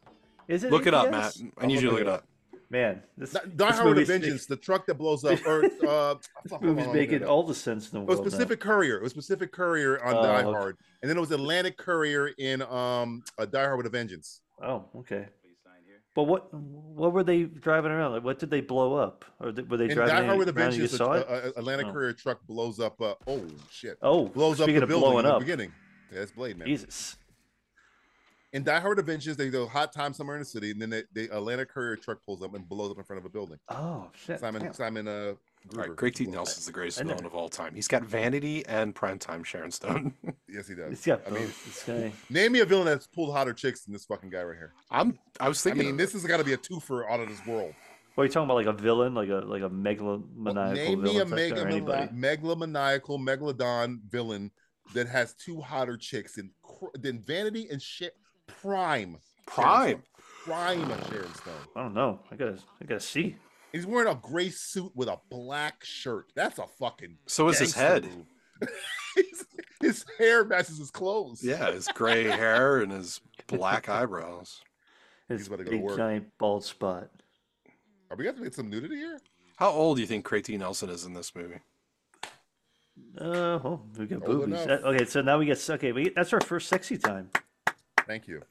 Speaker 11: Is it
Speaker 12: Look it up, Matt.
Speaker 11: APS?
Speaker 12: I need you to look it up.
Speaker 11: Man, this,
Speaker 10: Di- Die
Speaker 11: this
Speaker 10: Hard with a
Speaker 11: movie's mak-
Speaker 10: Vengeance, the truck that blows up. Or, uh, fuck,
Speaker 11: this movie's
Speaker 10: hold on, Oh, hold on,
Speaker 11: making
Speaker 10: hold on.
Speaker 11: all the sense in the
Speaker 10: It was
Speaker 11: world. now.
Speaker 10: Pacific Courier. It was Pacific Courier on
Speaker 11: Oh,
Speaker 10: Die
Speaker 11: okay.
Speaker 10: Hard, and then it was Atlantic Courier in um uh, Die Hard with a Vengeance.
Speaker 11: Oh, okay. But what what were they driving around? Like, what did they blow up? Or th- were they
Speaker 10: In
Speaker 11: driving
Speaker 10: Die Hard with a
Speaker 11: around and you
Speaker 10: Vengeance, uh, a,
Speaker 11: saw it?
Speaker 10: a- a- Atlantic
Speaker 11: Oh.
Speaker 10: Courier truck blows up. Uh, oh shit!
Speaker 11: oh,
Speaker 10: blows up
Speaker 11: speaking
Speaker 10: the
Speaker 11: of
Speaker 10: building
Speaker 11: blowing
Speaker 10: in the
Speaker 11: up,
Speaker 10: beginning. Yeah, that's Blade Man.
Speaker 11: Jesus.
Speaker 10: In Die Hard Adventures, they go hot time somewhere in the city, and then the, the Atlanta courier truck pulls up and blows up in front of a building.
Speaker 11: Oh shit!
Speaker 10: Simon
Speaker 11: damn.
Speaker 10: Simon uh
Speaker 12: All
Speaker 10: Gruber.
Speaker 12: right, Craig T.
Speaker 10: blows up.
Speaker 12: Nelson's the greatest
Speaker 11: I never-
Speaker 12: villain of all time. He's got vanity and primetime Sharon Stone.
Speaker 10: Yes, he
Speaker 11: It's
Speaker 10: does.
Speaker 11: got
Speaker 10: I
Speaker 11: both.
Speaker 10: mean,
Speaker 11: this guy.
Speaker 10: name me a villain that's pulled hotter chicks than this fucking guy right here.
Speaker 12: I'm. I was
Speaker 10: I
Speaker 12: thinking.
Speaker 10: mean, this has got to be a twofer out of this world.
Speaker 11: What are you talking about? Like a villain, like a like a
Speaker 10: Well,
Speaker 11: megalomaniacal
Speaker 10: name me a
Speaker 11: villain type guy or
Speaker 10: megalomani-
Speaker 11: anybody?
Speaker 10: megalomaniacal megalodon villain that has two hotter chicks than cr- than Vanity and shit prime Sharon
Speaker 12: prime.
Speaker 10: Stone. prime Sharon Stone.
Speaker 11: I don't know. I gotta I gotta see.
Speaker 10: He's wearing a gray suit with a black shirt. That's a fucking.
Speaker 12: So is his
Speaker 10: gangster
Speaker 12: head.
Speaker 10: move. his, his hair matches his clothes.
Speaker 12: Yeah, his gray hair and his black eyebrows.
Speaker 11: His
Speaker 10: about to go
Speaker 11: big
Speaker 10: to work.
Speaker 11: giant bald spot.
Speaker 10: Are we going to get some nudity here?
Speaker 12: How old do you think Craig T. Nelson is in this movie?
Speaker 11: Uh, oh, we got
Speaker 10: Old
Speaker 11: boobies.
Speaker 10: enough.
Speaker 11: That- okay, so now we get okay. We that's our first sexy time.
Speaker 10: Thank you.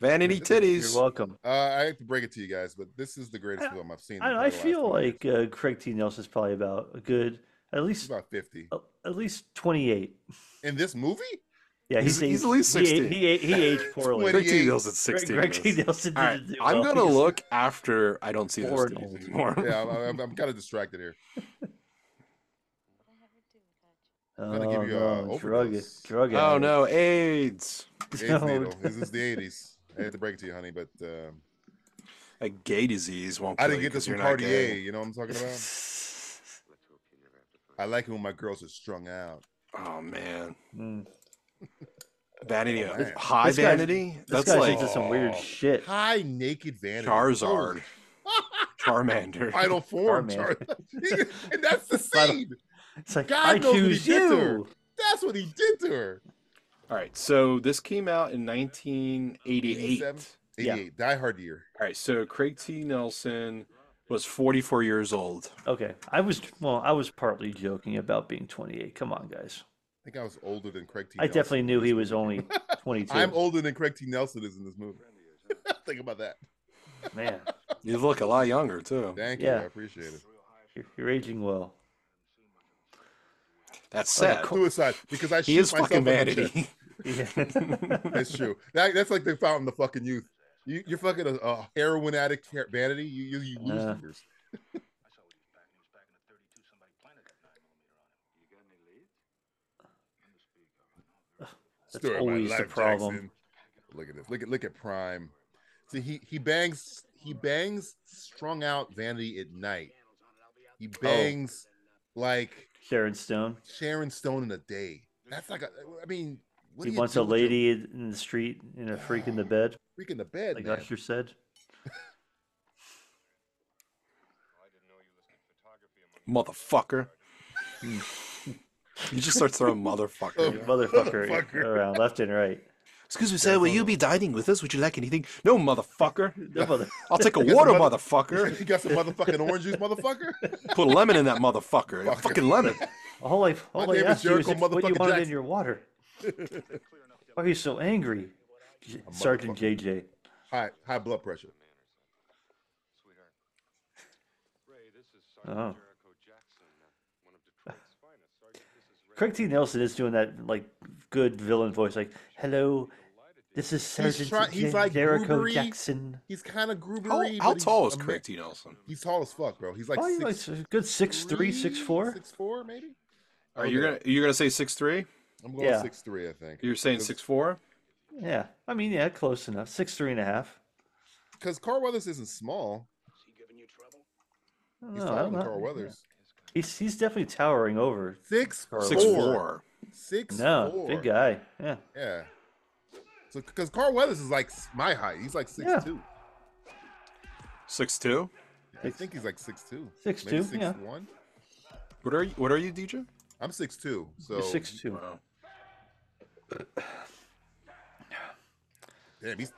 Speaker 12: Vanity titties.
Speaker 11: You're welcome.
Speaker 10: Uh, I have to break it to you guys, but this is the greatest film I've seen. in
Speaker 11: I, don't know,
Speaker 10: probably
Speaker 11: I
Speaker 10: the last
Speaker 11: feel
Speaker 10: 20 years.
Speaker 11: like uh, Craig T. Nelson's probably about a good at
Speaker 10: He's
Speaker 11: least
Speaker 10: about fifty
Speaker 11: a- at least twenty eight.
Speaker 10: in this movie.
Speaker 11: Yeah,
Speaker 12: He's-
Speaker 11: he's,
Speaker 12: he's
Speaker 11: aged-
Speaker 12: at least
Speaker 11: he a-
Speaker 12: 16.
Speaker 11: He, a- he, aged poorly.
Speaker 12: Craig T.
Speaker 10: 28.
Speaker 12: Nelson's
Speaker 11: Greg-
Speaker 12: 16.
Speaker 11: Greg
Speaker 12: in
Speaker 11: T.
Speaker 12: this.
Speaker 11: Nelson
Speaker 12: All right,
Speaker 11: didn't do
Speaker 12: I'm
Speaker 11: well.
Speaker 12: gonna
Speaker 11: He's-
Speaker 12: look after I don't see this
Speaker 11: Born
Speaker 12: titties
Speaker 11: old.
Speaker 12: anymore.
Speaker 10: Yeah, I'm, I'm, I'm kind of distracted here. gonna give
Speaker 11: Oh,
Speaker 10: you a
Speaker 11: no, drug it,
Speaker 10: overdose.
Speaker 11: drug
Speaker 12: Oh
Speaker 11: addict.
Speaker 12: no, AIDS.
Speaker 10: AIDS
Speaker 11: No,
Speaker 10: needle. This is the '80s. I had to break it to you, honey, but um,
Speaker 12: A gay disease won't.
Speaker 10: I
Speaker 12: kill
Speaker 10: didn't
Speaker 12: you
Speaker 10: get this
Speaker 12: 'cause you're
Speaker 10: from
Speaker 12: not
Speaker 10: Cartier.
Speaker 12: gay.
Speaker 10: You know what I'm talking about? I like it when my girls are strung out.
Speaker 12: Oh man,
Speaker 11: Mm.
Speaker 12: vanity,
Speaker 10: Oh, man.
Speaker 12: high
Speaker 11: This guy's-
Speaker 12: vanity.
Speaker 11: This
Speaker 12: That's
Speaker 11: guy's
Speaker 12: like
Speaker 11: into some weird
Speaker 10: Oh,
Speaker 11: shit.
Speaker 10: High naked vanity.
Speaker 12: Charizard, Charmander.
Speaker 10: Final form,
Speaker 11: Charmander.
Speaker 10: Char- and that's the
Speaker 11: Final-
Speaker 10: scene.
Speaker 11: It's like
Speaker 10: God
Speaker 11: I
Speaker 10: knows what he
Speaker 11: choose
Speaker 10: did to her.
Speaker 11: you.
Speaker 10: That's what he did to her.
Speaker 12: All right, so this came out in 1988.
Speaker 10: 87?
Speaker 11: Yeah.
Speaker 10: 88, Die Hard year.
Speaker 12: All right, so Craig T. Nelson was 44 years old.
Speaker 11: Okay, I was well. I was partly joking about being 28. Come on, guys.
Speaker 10: I think I was older than Craig T.
Speaker 11: I
Speaker 10: Nelson
Speaker 11: definitely
Speaker 10: in
Speaker 11: knew
Speaker 10: this
Speaker 11: he
Speaker 10: movie.
Speaker 11: was only 22.
Speaker 10: I'm older than Craig T. Nelson is in this movie. think about that.
Speaker 11: Man,
Speaker 12: You look a lot younger too.
Speaker 10: Thank you.
Speaker 11: Yeah.
Speaker 10: I appreciate it.
Speaker 11: you're, you're aging well.
Speaker 12: That's
Speaker 11: Oh, yeah,
Speaker 12: sad.
Speaker 11: cool.
Speaker 10: Suicide because I
Speaker 12: He
Speaker 10: shoot
Speaker 12: is
Speaker 10: myself
Speaker 12: fucking
Speaker 10: in the chest.
Speaker 12: vanity.
Speaker 11: Yeah.
Speaker 10: That's true. That, that's like they found the fucking youth. You, you're fucking a, a heroin addict, her- vanity. You you, you lose
Speaker 11: Yeah.
Speaker 10: yours.
Speaker 11: That's
Speaker 10: Story of my
Speaker 11: always the
Speaker 10: life,
Speaker 11: problem.
Speaker 10: Jackson. Look at this. Look at look at Prime. See, he he bangs he bangs strung out vanity at night. He
Speaker 11: Oh.
Speaker 10: bangs like
Speaker 11: Sharon Stone.
Speaker 10: Sharon Stone in a day. That's like a, I mean, what
Speaker 11: he
Speaker 10: do you
Speaker 11: wants
Speaker 10: do
Speaker 11: a
Speaker 10: with your
Speaker 11: lady in- in the street and a freak in the bed,
Speaker 10: freak in the bed.
Speaker 11: like
Speaker 10: man?
Speaker 11: Usher said.
Speaker 12: Motherfucker. He just starts throwing
Speaker 10: Oh.
Speaker 11: Motherfucker,
Speaker 12: motherfucker.
Speaker 10: Motherfucker.
Speaker 11: around left and right.
Speaker 12: Excuse me, sir, will you be dining with us? Would you like anything? No, motherfucker.
Speaker 11: No mother-
Speaker 12: I'll take a
Speaker 10: Yes,
Speaker 12: water,
Speaker 10: mother-
Speaker 12: motherfucker.
Speaker 10: you got some motherfucking orange juice, motherfucker.
Speaker 12: Put a lemon in that motherfucker. A Fucking lemon.
Speaker 11: all I, all
Speaker 10: My
Speaker 11: I
Speaker 10: name is
Speaker 11: asked you is
Speaker 10: Jericho
Speaker 11: if- what you
Speaker 10: motherfucking
Speaker 11: wanted in
Speaker 10: Jackson.
Speaker 11: your water. Why are you so angry, J- Sergeant JJ?
Speaker 10: High high blood pressure.
Speaker 11: Oh. Craig T. Nelson is doing that like good villain voice, like "Hello, this is Sergeant
Speaker 10: try-
Speaker 11: J-
Speaker 10: he's like
Speaker 11: Jericho
Speaker 10: Grubery.
Speaker 11: Jackson."
Speaker 10: He's kind of
Speaker 12: How,
Speaker 10: groovery.
Speaker 12: how
Speaker 10: but
Speaker 12: tall
Speaker 10: he's
Speaker 12: is
Speaker 10: a
Speaker 12: Craig
Speaker 10: mi-
Speaker 12: T. Nelson?
Speaker 10: He's tall as fuck, bro. He's like
Speaker 11: oh, he's
Speaker 10: six,
Speaker 11: like a good six three, six four.
Speaker 10: six four, maybe.
Speaker 12: Are you gonna you're gonna say six three?
Speaker 10: I'm going
Speaker 11: Yeah.
Speaker 10: six three, I think.
Speaker 12: You're saying six four?
Speaker 11: Yeah, I mean, yeah, close enough. Six three and a half.
Speaker 10: because Carl Weathers isn't small.
Speaker 11: I don't
Speaker 10: He's
Speaker 11: know, I
Speaker 10: taller
Speaker 11: don't
Speaker 10: than
Speaker 11: know.
Speaker 10: Carl Weathers.
Speaker 11: He's he's definitely towering over.
Speaker 10: Six four.
Speaker 12: Six four.
Speaker 10: Six
Speaker 11: no,
Speaker 10: four.
Speaker 11: big guy. Yeah,
Speaker 10: Yeah. So because Carl Weathers is like s- my height. He's like six
Speaker 11: Yeah.
Speaker 10: two.
Speaker 12: Six two?
Speaker 10: I think he's like six two.
Speaker 11: Six
Speaker 10: maybe
Speaker 11: two, yeah.
Speaker 10: one.
Speaker 12: What are you what are you, DJ?
Speaker 10: I'm six two. So uh,
Speaker 11: You're six two.
Speaker 12: Wow.
Speaker 10: Damn, he's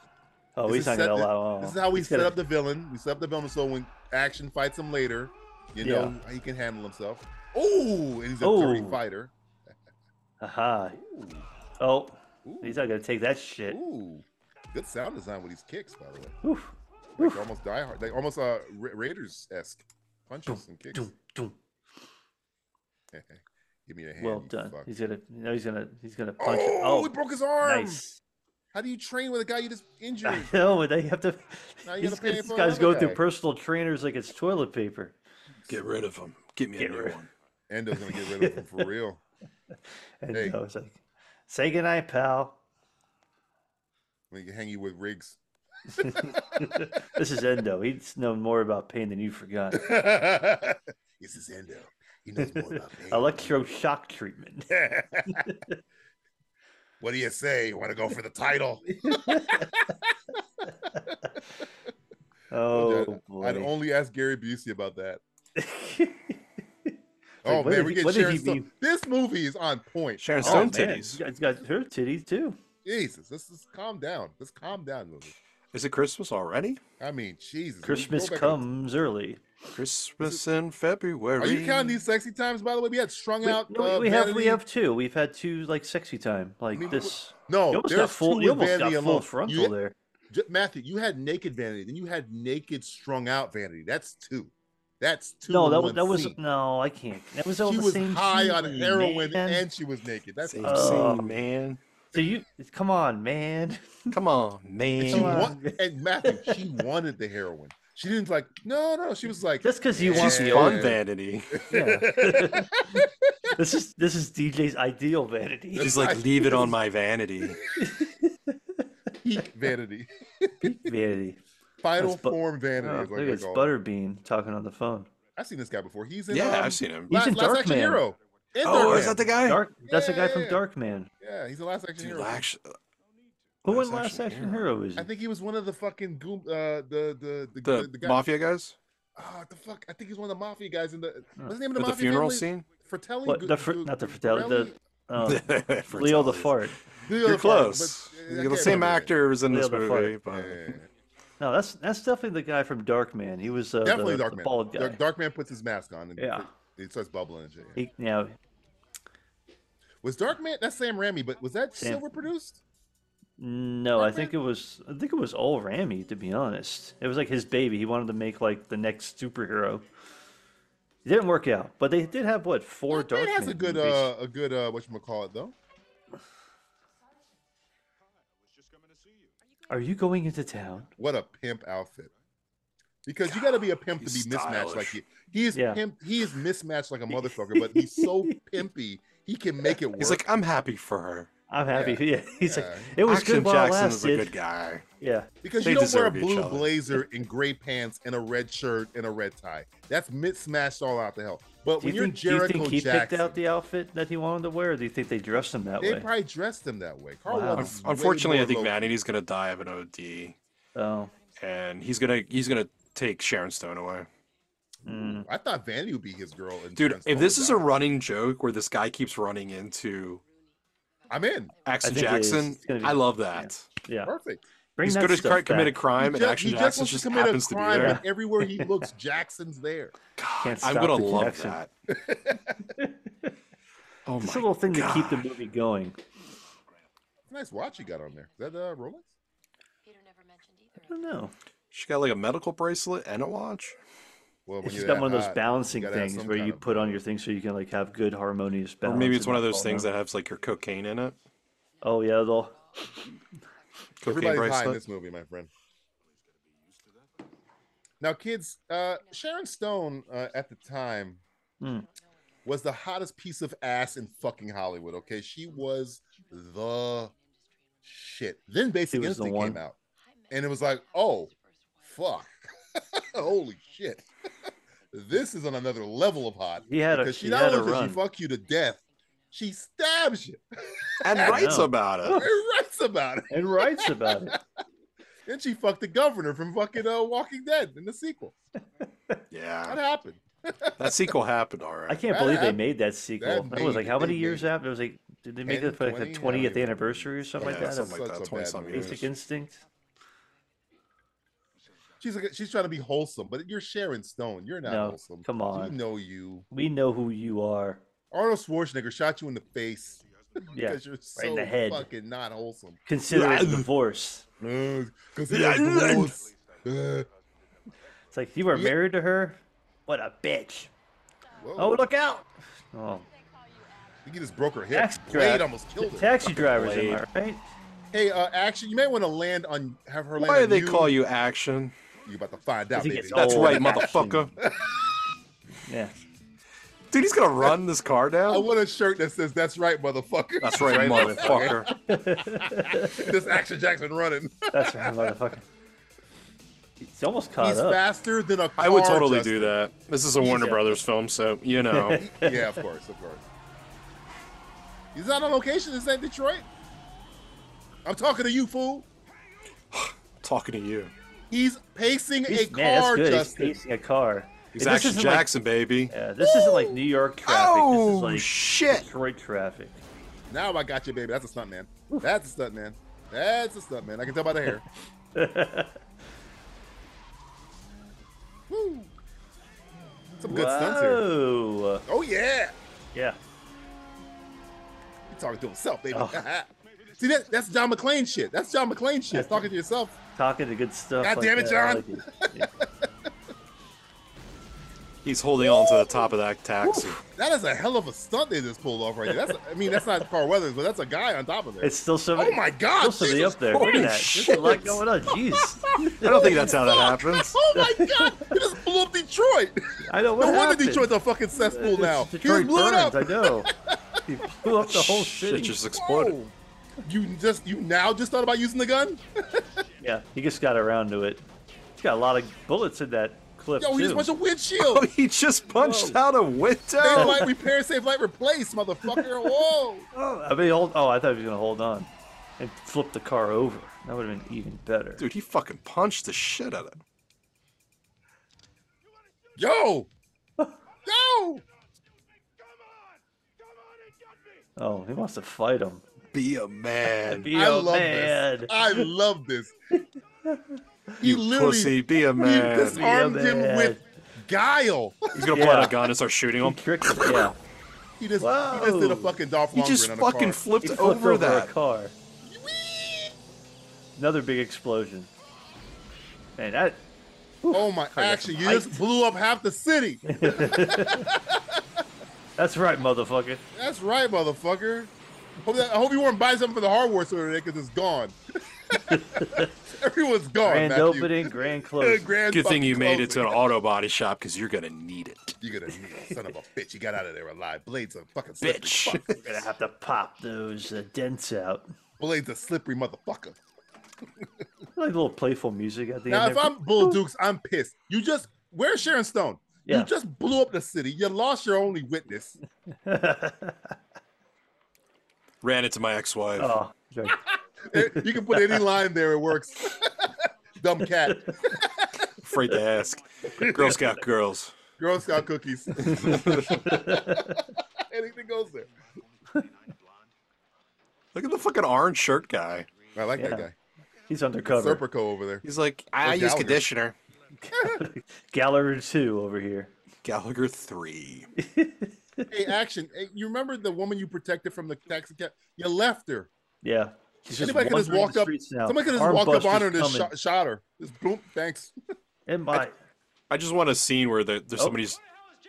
Speaker 11: Oh,
Speaker 10: This
Speaker 11: he's
Speaker 10: is
Speaker 11: not
Speaker 10: set-
Speaker 11: gonna
Speaker 10: thi-
Speaker 11: allow.
Speaker 10: This is how we
Speaker 11: he's
Speaker 10: set
Speaker 11: gonna-
Speaker 10: up the villain. We set up the villain so when action fights him later, you
Speaker 11: Yeah.
Speaker 10: know he can handle himself. Oh, and he's a dirty
Speaker 11: Ooh.
Speaker 10: fighter.
Speaker 11: Aha. Oh, he's not gonna take that shit.
Speaker 10: Ooh, good sound design with these kicks, by the way.
Speaker 11: Oof.
Speaker 10: Like almost die hard, like almost uh Ra- Raiders esque punches and kicks.
Speaker 11: Doom, doom.
Speaker 10: Give me a hand.
Speaker 11: Well
Speaker 10: you
Speaker 11: done.
Speaker 10: fuck.
Speaker 11: He's gonna. Now he's gonna. He's gonna punch. it.
Speaker 10: Oh,
Speaker 11: Oh,
Speaker 10: he broke his arm.
Speaker 11: nice.
Speaker 10: How do you train with a guy you just injured?
Speaker 11: I know, and they have to.
Speaker 10: Now you
Speaker 11: These,
Speaker 10: gotta pay
Speaker 11: these
Speaker 10: for
Speaker 11: guys
Speaker 10: another
Speaker 11: go through
Speaker 10: guy.
Speaker 11: personal trainers like it's toilet paper.
Speaker 12: Get rid of him. Get me
Speaker 11: Get
Speaker 12: a new
Speaker 11: rid-
Speaker 12: one.
Speaker 10: Endo's gonna get rid of him for real.
Speaker 11: And
Speaker 10: Hey.
Speaker 11: I was like, "Say goodnight, pal.
Speaker 10: We can hang you with Riggs.
Speaker 11: This is Endo. He's known more about pain than you forgot.
Speaker 10: this is Endo. He knows more about me.
Speaker 11: Electroshock treatment.
Speaker 10: what do you say? You want to go for the title?
Speaker 11: Oh boy!
Speaker 10: I'd only ask Gary Busey about that.
Speaker 11: Like,
Speaker 10: oh
Speaker 11: what
Speaker 10: man,
Speaker 11: if
Speaker 10: we
Speaker 11: he-
Speaker 10: get
Speaker 11: what if
Speaker 10: Sharon
Speaker 11: he
Speaker 10: Stone.
Speaker 11: be-
Speaker 10: This movie is on point.
Speaker 12: Sharon
Speaker 11: oh
Speaker 12: Stone
Speaker 11: man,
Speaker 12: titties.
Speaker 11: it's got her titties too.
Speaker 10: Jesus, this is calm down. This calm down movie.
Speaker 12: Is it Christmas already?
Speaker 10: I mean, Jesus. when you go
Speaker 11: Christmas
Speaker 10: back-
Speaker 11: comes early.
Speaker 12: Christmas in February.
Speaker 10: Are you counting these sexy times? By the way, we had strung
Speaker 11: We,
Speaker 10: out.
Speaker 11: no, we-
Speaker 10: uh,
Speaker 11: we have we
Speaker 10: Vanity.
Speaker 11: have two. We've had two like sexy time like
Speaker 10: mean,
Speaker 11: this.
Speaker 10: No,
Speaker 11: you almost got
Speaker 10: there's
Speaker 11: full.
Speaker 10: oh, two
Speaker 11: You
Speaker 10: with
Speaker 11: almost got
Speaker 10: Vanity
Speaker 11: full
Speaker 10: alone.
Speaker 11: frontal
Speaker 10: You-
Speaker 11: there.
Speaker 10: J- Matthew, you had naked vanity, then you had naked strung out vanity. That's two. That's two.
Speaker 11: No,
Speaker 10: in
Speaker 11: that was
Speaker 10: one
Speaker 11: that was
Speaker 10: scene.
Speaker 11: no. I can't. That was all
Speaker 10: She
Speaker 11: the
Speaker 10: was
Speaker 11: same.
Speaker 10: high on
Speaker 11: scene,
Speaker 10: heroin
Speaker 11: man.
Speaker 10: and she was naked. That's
Speaker 12: Same,
Speaker 11: Uh,
Speaker 12: scene, man.
Speaker 11: so you come on, man.
Speaker 12: Come on,
Speaker 10: and,
Speaker 12: man.
Speaker 10: she
Speaker 11: on.
Speaker 10: wa- and Matthew, she wanted the heroin. She didn't like. No, no. She was like,
Speaker 11: Just because you want
Speaker 12: She's
Speaker 11: the
Speaker 12: fun
Speaker 11: old-
Speaker 12: vanity.
Speaker 11: yeah. this is this is DJ's ideal vanity.
Speaker 12: She's like, leave it on my vanity.
Speaker 10: peak vanity,
Speaker 11: vanity.
Speaker 10: final
Speaker 11: That's bu-
Speaker 10: form vanity.
Speaker 11: Oh,
Speaker 10: is what
Speaker 11: look,
Speaker 10: they
Speaker 11: it's
Speaker 10: call it.
Speaker 11: Butterbean talking on the phone.
Speaker 10: I've seen this guy before. He's in.
Speaker 12: Yeah,
Speaker 10: um,
Speaker 12: I've seen him.
Speaker 11: He's
Speaker 10: La-
Speaker 11: in
Speaker 10: Last Action
Speaker 11: Darkman.
Speaker 10: Hero. And
Speaker 12: Oh,
Speaker 10: Darkman.
Speaker 12: is that the guy?
Speaker 11: Dark. That's the guy from
Speaker 10: Yeah.
Speaker 11: Darkman.
Speaker 10: Yeah, he's the last action
Speaker 12: Dude,
Speaker 10: hero.
Speaker 12: Lash-
Speaker 11: Who
Speaker 12: Last
Speaker 11: in Last
Speaker 12: Action
Speaker 11: Action
Speaker 12: Hero.
Speaker 11: Hero is?
Speaker 10: I
Speaker 11: He?
Speaker 10: think he was one of the fucking goom, uh, the the the,
Speaker 12: the,
Speaker 10: guy.
Speaker 12: mafia guys?
Speaker 10: Ah, what the fuck! I think he's one of the mafia guys in the. What's the name of the
Speaker 12: At the
Speaker 10: mafia
Speaker 12: funeral
Speaker 10: family?
Speaker 12: scene?
Speaker 10: Fratelli.
Speaker 11: What,
Speaker 10: Gu-
Speaker 11: the fr-
Speaker 10: Gu-
Speaker 11: not the Fratelli, the- Um,
Speaker 12: For
Speaker 11: Leo the
Speaker 12: Italians.
Speaker 11: fart.
Speaker 10: Leo
Speaker 12: You're
Speaker 10: the Farmer,
Speaker 12: close.
Speaker 10: but, uh, I
Speaker 12: You're the
Speaker 10: can't
Speaker 12: same
Speaker 10: remember his
Speaker 12: actor was in
Speaker 11: Leo
Speaker 12: this
Speaker 11: the
Speaker 12: movie.
Speaker 10: name. Yeah,
Speaker 12: But
Speaker 10: yeah, yeah.
Speaker 11: No, that's that's definitely the guy from Darkman. He was uh,
Speaker 10: Definitely
Speaker 11: the,
Speaker 10: Darkman.
Speaker 11: the bald guy.
Speaker 10: Dark, Darkman puts his mask on and
Speaker 11: Yeah.
Speaker 10: he starts bubbling. And shit. yeah.
Speaker 11: He, now,
Speaker 10: Was Darkman? That's Sam Raimi, but was that
Speaker 11: Sam-
Speaker 10: Silver produced?
Speaker 11: no, I
Speaker 10: Darkman?
Speaker 11: think it was I think it was all Ramy to be honest. It was like his baby. He wanted to make like the next superhero. It didn't work out, but they did have what four
Speaker 10: Darkman
Speaker 11: Darkman.
Speaker 10: has a good,
Speaker 11: movies.
Speaker 10: uh, a good, uh, what you call it though?
Speaker 11: Are you going into town?
Speaker 10: What a pimp outfit! Because you got to be a pimp to be
Speaker 12: he's
Speaker 10: mismatched like
Speaker 12: stylish.
Speaker 10: he. He is
Speaker 11: Yeah.
Speaker 10: pimp. He is mismatched like a motherfucker, but he's so pimpy he can make it work.
Speaker 12: he's like, I'm happy for her.
Speaker 11: I'm happy. Yeah, he's
Speaker 10: Yeah.
Speaker 11: like it was
Speaker 12: Action
Speaker 11: good while it
Speaker 12: Jackson was a
Speaker 11: lasted.
Speaker 12: good guy.
Speaker 11: Yeah,
Speaker 10: Because
Speaker 12: They
Speaker 10: you don't wear a
Speaker 12: deserve each
Speaker 10: blue
Speaker 12: other.
Speaker 10: blazer and gray pants and a red shirt and a red tie. That's mismatched all out the hell. But
Speaker 11: Do
Speaker 10: when
Speaker 11: you,
Speaker 10: you are
Speaker 11: think, do you
Speaker 10: Jericho
Speaker 11: think he
Speaker 10: Jackson,
Speaker 11: picked out the outfit that he wanted to wear, or do you think they dressed him that
Speaker 10: they
Speaker 11: way?
Speaker 10: probably dressed him that way. Carl
Speaker 11: Wow.
Speaker 10: Weathers is way
Speaker 12: Unfortunately,
Speaker 10: more
Speaker 12: I think
Speaker 10: low-
Speaker 12: Vanity's gonna die of an OD,
Speaker 11: Oh,
Speaker 12: and he's gonna he's gonna take Sharon Stone away.
Speaker 11: mm,
Speaker 10: I thought Vanity would be his girl. And
Speaker 12: Dude,
Speaker 10: Sharon
Speaker 12: if
Speaker 10: Stone
Speaker 12: this is a
Speaker 10: died.
Speaker 12: running joke where this guy keeps running into
Speaker 10: I'm in.
Speaker 12: Action
Speaker 11: think it is.
Speaker 12: Jackson,
Speaker 11: It's gonna be-
Speaker 12: I love that.
Speaker 11: yeah.
Speaker 10: Perfect.
Speaker 11: Bring
Speaker 12: he's
Speaker 11: that
Speaker 12: gonna
Speaker 11: stuff
Speaker 12: cri- commit a
Speaker 11: back.
Speaker 12: crime,
Speaker 10: Ju-
Speaker 12: and Action Jackson just happens to be
Speaker 10: crime,
Speaker 12: there.
Speaker 10: and everywhere he looks, Jackson's there.
Speaker 12: God,
Speaker 11: Can't
Speaker 12: I'm
Speaker 11: stop
Speaker 12: gonna
Speaker 11: the
Speaker 12: love
Speaker 11: connection.
Speaker 12: that. oh my
Speaker 11: It's a little thing
Speaker 12: God.
Speaker 11: to keep the movie going.
Speaker 10: Nice watch you got on there. Is that uh, Rolex?
Speaker 11: I don't know.
Speaker 12: She got like a medical bracelet and a watch.
Speaker 10: Well,
Speaker 11: It's
Speaker 10: you're
Speaker 11: just got
Speaker 10: that
Speaker 11: one of those
Speaker 10: hot,
Speaker 11: balancing
Speaker 10: uh, you gotta have
Speaker 11: things
Speaker 10: some
Speaker 11: where
Speaker 10: kind
Speaker 11: you
Speaker 10: of-
Speaker 11: put on your thing so you can like have good harmonious balance.
Speaker 12: Or maybe
Speaker 11: and
Speaker 12: it's one of
Speaker 11: not
Speaker 12: those
Speaker 11: fall
Speaker 12: things
Speaker 11: down.
Speaker 12: that has like your cocaine in it.
Speaker 11: Oh yeah, they'll.
Speaker 12: Cocaine
Speaker 10: Everybody's high in
Speaker 12: bracelet.
Speaker 10: this movie, my friend. Now, kids, uh, Sharon Stone uh, at the time
Speaker 11: Mm.
Speaker 10: was the hottest piece of ass in fucking Hollywood. Okay, she was the shit. Then Basic
Speaker 11: She was the
Speaker 10: Instinct
Speaker 11: one.
Speaker 10: came out, and it was like, oh fuck, holy shit, this is on another level of hot.
Speaker 11: He had a
Speaker 10: Because she
Speaker 11: he
Speaker 10: not
Speaker 11: had a
Speaker 10: only does she
Speaker 11: run.
Speaker 10: fuck you to death, she stabs you
Speaker 12: and
Speaker 11: I
Speaker 12: writes
Speaker 11: know.
Speaker 12: about it.
Speaker 10: and writes about it.
Speaker 11: and writes about it.
Speaker 10: Then she fucked the governor from fucking uh, Walking Dead in the sequel. What
Speaker 12: Yeah,
Speaker 10: happened?
Speaker 12: that sequel happened. All right.
Speaker 11: I can't
Speaker 10: That
Speaker 11: believe they
Speaker 10: hap-
Speaker 11: made that sequel.
Speaker 10: that
Speaker 11: That, was
Speaker 10: made-
Speaker 11: like how many
Speaker 10: they
Speaker 11: years
Speaker 10: made
Speaker 11: after? It was like did they make
Speaker 10: 10,
Speaker 11: it for like the
Speaker 10: 20? I don't
Speaker 11: twentieth
Speaker 10: even-
Speaker 11: anniversary or something like
Speaker 12: yeah,
Speaker 11: that? of
Speaker 12: something like
Speaker 10: Such a
Speaker 12: that.
Speaker 10: bad
Speaker 12: Twenty something
Speaker 10: movie.
Speaker 12: years.
Speaker 11: Basic Instinct.
Speaker 10: She's like, she's trying to be wholesome, but you're Sharon Stone. You're not
Speaker 11: No,
Speaker 10: wholesome.
Speaker 11: come
Speaker 10: You
Speaker 11: on.
Speaker 10: know you.
Speaker 11: We know who you are.
Speaker 10: Arnold Schwarzenegger shot you in the face
Speaker 11: Yeah,
Speaker 10: because you're so
Speaker 11: in the head.
Speaker 10: fucking not wholesome.
Speaker 11: consider it a divorce.
Speaker 10: Because
Speaker 12: Yeah, I-
Speaker 10: Uh,
Speaker 11: It's like you were married to her. What a bitch! Oh look out! Oh,
Speaker 10: You just broke her hip.
Speaker 11: taxi
Speaker 10: Blade
Speaker 11: driver.
Speaker 10: almost killed her.
Speaker 11: Taxi drivers, am I right?
Speaker 10: Hey, uh, action! You may want to land on have her land.
Speaker 12: Why do
Speaker 10: on
Speaker 12: they
Speaker 10: you.
Speaker 12: call you action?
Speaker 10: You about to find out,
Speaker 11: think
Speaker 10: baby.
Speaker 11: it's
Speaker 12: That's
Speaker 11: Oh,
Speaker 12: right,
Speaker 11: action.
Speaker 12: motherfucker.
Speaker 11: Yeah.
Speaker 12: Dude, he's gonna run this car
Speaker 10: I
Speaker 12: down.
Speaker 10: want a shirt that says "That's right, motherfucker."
Speaker 12: That's right, motherfucker.
Speaker 10: this Action Jackson running.
Speaker 11: That's right, motherfucker. He's almost caught
Speaker 10: He's
Speaker 11: up.
Speaker 10: faster than a car.
Speaker 12: I would totally
Speaker 10: Justin.
Speaker 12: do that. This is a Warner Brothers film, so you know.
Speaker 10: Yeah, of course, of course. He's not on location. This ain't Detroit. I'm talking to you, fool.
Speaker 12: talking to you.
Speaker 10: He's pacing
Speaker 11: He's-
Speaker 10: a car,
Speaker 11: yeah, that's good.
Speaker 10: Justin.
Speaker 11: He's pacing a car.
Speaker 12: He's
Speaker 11: And this
Speaker 12: Action
Speaker 11: isn't
Speaker 12: Jackson, baby.
Speaker 11: Like, yeah, this isn't like New York traffic. this
Speaker 12: Oh
Speaker 11: is like
Speaker 12: shit!
Speaker 11: Detroit traffic.
Speaker 10: Now I got you, baby. That's a stunt man. That's a stunt man. That's a stunt man. I can tell by the hair. Woo. Some good stunts here.
Speaker 11: Whoa.
Speaker 10: Oh yeah.
Speaker 11: Yeah.
Speaker 10: He's talking to himself, baby.
Speaker 11: Oh.
Speaker 10: See that? That's John McClane shit. That's John McClane shit. Talking to yourself.
Speaker 11: Talking to good stuff.
Speaker 10: God
Speaker 11: like
Speaker 10: damn it,
Speaker 11: that, I
Speaker 10: John.
Speaker 11: like it. Yeah.
Speaker 12: He's holding on to the top of that taxi.
Speaker 10: That is a hell of a stunt they just pulled off right there. That's I mean, that's not Carl Weathers, but that's a guy on top of there.
Speaker 11: It's still somebody.
Speaker 10: Oh my God,
Speaker 11: Still somebody
Speaker 10: Jesus
Speaker 11: up there. Look
Speaker 12: Holy
Speaker 11: at that. There's a lot
Speaker 12: shit.
Speaker 11: going on. Jeez.
Speaker 12: I don't think that's how that happens.
Speaker 10: oh my god! He just blew up Detroit.
Speaker 11: I know what
Speaker 10: No wonder
Speaker 11: happened.
Speaker 10: Detroit's a fucking cesspool
Speaker 11: It's
Speaker 10: now. he
Speaker 11: Detroit
Speaker 10: blew it
Speaker 11: burns,
Speaker 10: up.
Speaker 11: I know. He blew up the whole
Speaker 12: Shit
Speaker 11: city.
Speaker 12: just exploded.
Speaker 10: Whoa. You just you now just thought about using the gun?
Speaker 11: Yeah, he just got around to it. He's got a lot of bullets in that clip
Speaker 10: Yo, he
Speaker 11: too.
Speaker 10: just punched a windshield.
Speaker 12: Oh, he just punched out a
Speaker 10: Save
Speaker 12: window.
Speaker 10: light, repair, save light, replace, motherfucker. Whoa.
Speaker 11: Oh, I mean, hold, oh, I thought he was gonna hold on and flip the car over. That would have been even better.
Speaker 12: Dude, he fucking punched the shit out of him.
Speaker 10: Yo. Yo.
Speaker 11: Oh, he wants to fight him.
Speaker 12: Be a man.
Speaker 11: Be
Speaker 10: I
Speaker 11: a
Speaker 10: love
Speaker 11: man.
Speaker 10: this. I love this. He
Speaker 12: You
Speaker 10: literally
Speaker 12: pussy, be a
Speaker 10: he
Speaker 12: man.
Speaker 10: disarmed him
Speaker 11: man.
Speaker 10: with guile.
Speaker 12: He's gonna pull out
Speaker 11: Yeah.
Speaker 12: a gun and start shooting
Speaker 11: He
Speaker 12: him.
Speaker 11: tricked him. Yeah,
Speaker 10: He just, he just did a
Speaker 11: Whoa.
Speaker 10: fucking Dolph
Speaker 12: He
Speaker 10: Lundgren
Speaker 12: just
Speaker 10: on a
Speaker 12: fucking
Speaker 10: car.
Speaker 11: he
Speaker 12: flipped
Speaker 11: flipped
Speaker 12: over
Speaker 11: a
Speaker 12: that.
Speaker 11: car. Another big explosion. Man, that
Speaker 10: Oh my action! You just blew up half the city.
Speaker 11: that's right, motherfucker.
Speaker 10: That's right, motherfucker. Hope that, I hope you weren't buying something for the hardware store today because it's gone. Everyone's gone.
Speaker 11: Grand
Speaker 10: Matthew.
Speaker 11: opening, grand closing.
Speaker 10: Grand
Speaker 12: Good thing
Speaker 10: fucking
Speaker 12: you made it to
Speaker 10: closing.
Speaker 12: an auto body shop because you're gonna need it.
Speaker 10: You're gonna need it, son of a bitch. You got out of there alive. Blades a fucking slippery
Speaker 12: Bitch.
Speaker 10: fuck.
Speaker 11: We're gonna have to pop those uh, dents out.
Speaker 10: Blades a slippery motherfucker.
Speaker 11: I like a little playful music at the
Speaker 10: Now,
Speaker 11: end.
Speaker 10: if
Speaker 11: there.
Speaker 10: I'm Bull Dukes, I'm pissed. You just where's Sharon Stone?
Speaker 11: Yeah.
Speaker 10: You just blew up the city. You lost your only witness.
Speaker 12: Ran into my ex-wife.
Speaker 11: Oh, sorry.
Speaker 10: Eh, you can put any line there, it works. Dumb cat.
Speaker 12: Afraid to ask. Girl Scout girls.
Speaker 10: Girl Scout cookies. Anything goes there.
Speaker 12: Look at the fucking orange shirt guy.
Speaker 10: I like that
Speaker 11: Yeah.
Speaker 10: guy.
Speaker 11: he's undercover.
Speaker 10: Serpico over there.
Speaker 12: He's like, I
Speaker 10: Or
Speaker 12: use
Speaker 10: Gallagher.
Speaker 12: conditioner.
Speaker 11: Gallagher two over here.
Speaker 12: Gallagher three.
Speaker 10: Hey, action. Hey, you remember the woman you protected from the taxi cab? You left her.
Speaker 11: Yeah. He's just
Speaker 10: Anybody could just
Speaker 11: wandering
Speaker 10: walk
Speaker 11: the
Speaker 10: up.
Speaker 11: streets now.
Speaker 10: Somebody could just
Speaker 11: Arm
Speaker 10: walk up on her
Speaker 11: busters
Speaker 10: and just
Speaker 11: coming.
Speaker 10: shot, shot her. Just boom. Thanks.
Speaker 11: And my,
Speaker 12: I just want a scene where there, there's
Speaker 11: Oh.
Speaker 12: somebody's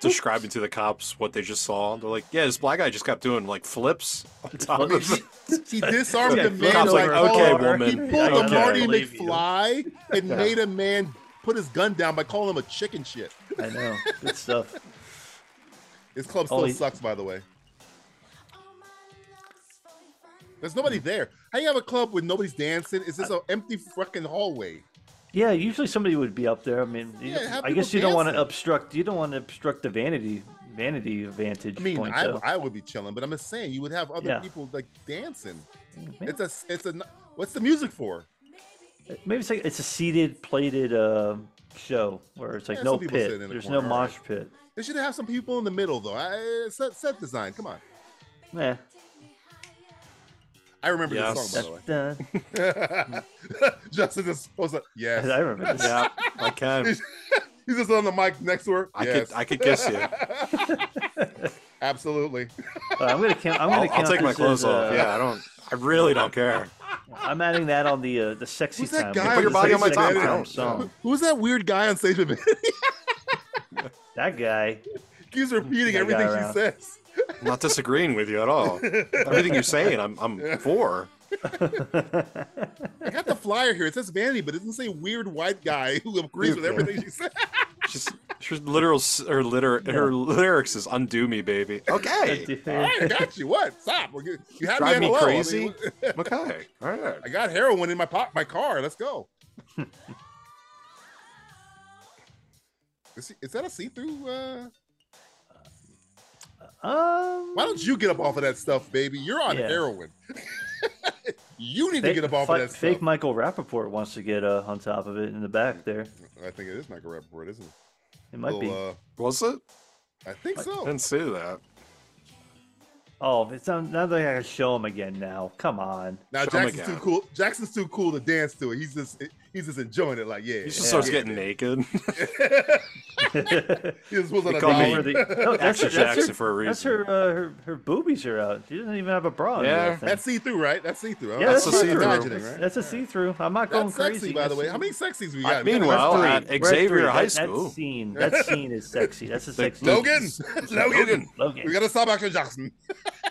Speaker 12: describing to the cops what they just saw. They're like, yeah, this black guy just kept doing like flips on top of
Speaker 11: flips.
Speaker 12: the
Speaker 10: He disarmed
Speaker 11: Yeah,
Speaker 10: the
Speaker 11: the
Speaker 10: man.
Speaker 12: cop's
Speaker 10: like,
Speaker 12: like, okay,
Speaker 10: oh,
Speaker 12: woman.
Speaker 10: He pulled
Speaker 12: I
Speaker 10: the
Speaker 12: don't
Speaker 10: Marty
Speaker 11: believe you.
Speaker 10: McFly and made a man put his gun down by calling him a chicken shit.
Speaker 11: I know. Good stuff.
Speaker 10: His club still
Speaker 11: Only-
Speaker 10: sucks, by the way. There's nobody there. How you have a club with nobody's dancing? Is this an empty fucking hallway?
Speaker 11: Yeah, usually somebody would be up there. I mean, you-
Speaker 10: Yeah, have
Speaker 11: I guess
Speaker 10: people
Speaker 11: you don't want to
Speaker 10: dancing.
Speaker 11: obstruct. You don't want to obstruct the vanity, vanity vantage
Speaker 10: I mean,
Speaker 11: point.
Speaker 10: I,
Speaker 11: though.
Speaker 10: I would be chilling, but I'm just saying you would have other
Speaker 11: Yeah.
Speaker 10: people like dancing.
Speaker 11: Yeah.
Speaker 10: It's a, it's a. What's the music for?
Speaker 11: Maybe it's like it's a seated, plated uh, show where it's like
Speaker 10: Yeah,
Speaker 11: no
Speaker 10: some people
Speaker 11: pit.
Speaker 10: sit in the
Speaker 11: There's no
Speaker 10: corner, all right.
Speaker 11: mosh pit.
Speaker 10: They should have some people in the middle though. I, set, set design. Come on.
Speaker 11: Nah.
Speaker 10: I remember this
Speaker 12: Yes.
Speaker 10: song by the way.
Speaker 11: Dun, dun.
Speaker 10: Justin just was like, yes.
Speaker 11: I remember this.
Speaker 12: Yeah, I can.
Speaker 10: He's just on the mic next to her.
Speaker 12: I
Speaker 10: yes.
Speaker 12: could I could guess you.
Speaker 10: Absolutely.
Speaker 11: Uh, I'm gonna count. I'm gonna
Speaker 12: I'll, I'll
Speaker 11: count
Speaker 12: take my
Speaker 11: this
Speaker 12: clothes
Speaker 11: as,
Speaker 12: off.
Speaker 11: uh,
Speaker 12: Yeah, I don't I really don't care.
Speaker 11: I'm adding that on the uh, the sexy
Speaker 10: Who's that
Speaker 11: time. We'll
Speaker 10: guy on
Speaker 11: put
Speaker 10: your
Speaker 11: the
Speaker 10: body on my
Speaker 11: sexy
Speaker 10: top?
Speaker 11: time
Speaker 10: I
Speaker 12: don't-
Speaker 11: song.
Speaker 10: Who's that weird guy on stage? with-
Speaker 11: That guy.
Speaker 10: Keeps
Speaker 11: That
Speaker 10: repeating
Speaker 11: guy
Speaker 10: everything she
Speaker 11: around.
Speaker 10: says.
Speaker 12: I'm not disagreeing with you at all. Everything you're saying, I'm I'm for.
Speaker 10: I got the flyer here. It says Vanity, but it doesn't say weird white guy who agrees with
Speaker 12: Yeah.
Speaker 10: everything she said.
Speaker 12: She's, her literal s- her liter her lyrics is undo me, baby. Okay,
Speaker 10: All right, I got you. What? Stop. We're good. You have
Speaker 12: drive
Speaker 10: me,
Speaker 12: me
Speaker 10: at hello. I mean,
Speaker 12: crazy.
Speaker 10: what-
Speaker 12: Okay, all right.
Speaker 10: I got heroin in my pop, my car. Let's go. is, he- is that a see-through? Uh...
Speaker 11: Um,
Speaker 10: Why don't you get up off of that stuff, baby? You're on
Speaker 11: Yeah.
Speaker 10: heroin. you need
Speaker 11: fake,
Speaker 10: to get up off
Speaker 11: fi-
Speaker 10: of that
Speaker 11: fake
Speaker 10: stuff.
Speaker 11: Michael Rappaport wants to get uh, on top of it in the back there.
Speaker 10: I think it is Michael Rappaport, isn't it?
Speaker 11: It might be.
Speaker 10: Little,
Speaker 12: Was it?
Speaker 10: Uh, I think
Speaker 12: I
Speaker 10: so.
Speaker 12: didn't see that.
Speaker 11: Oh, it's not, now that I gotta show him again. Now, come on.
Speaker 10: Now
Speaker 12: Show 'em
Speaker 10: Jackson's too
Speaker 12: again.
Speaker 10: cool. Jackson's too cool to dance to it. He's just he's just enjoying it. Like yeah,
Speaker 12: He just
Speaker 11: Yeah.
Speaker 12: starts getting naked.
Speaker 10: he just was on
Speaker 12: They
Speaker 10: a
Speaker 12: call me-
Speaker 10: dollar.
Speaker 11: Over the- no, that's, her,
Speaker 12: Action
Speaker 11: that's, her,
Speaker 12: Jackson for a reason.
Speaker 11: that's her, uh, her. Her boobies are out. She doesn't even have a bra.
Speaker 12: Yeah.
Speaker 11: Yeah,
Speaker 10: That's see through, right? That's see through.
Speaker 11: Yeah, that's
Speaker 12: that's see-through.
Speaker 10: imagining, right?
Speaker 11: That's a see-through. I'm not going
Speaker 10: That's sexy,
Speaker 11: crazy.
Speaker 10: by the
Speaker 11: That's-
Speaker 10: way. How many sexies we
Speaker 12: I-
Speaker 10: got?
Speaker 12: meanwhile,
Speaker 10: We got-
Speaker 12: at
Speaker 11: We're at
Speaker 12: Xavier
Speaker 11: three.
Speaker 12: High
Speaker 11: That-
Speaker 12: School,
Speaker 11: That scene, that scene is sexy. That's a sexy.
Speaker 10: Logan, Logan,
Speaker 12: Logan.
Speaker 11: Logan.
Speaker 10: we gotta stop Action Jackson.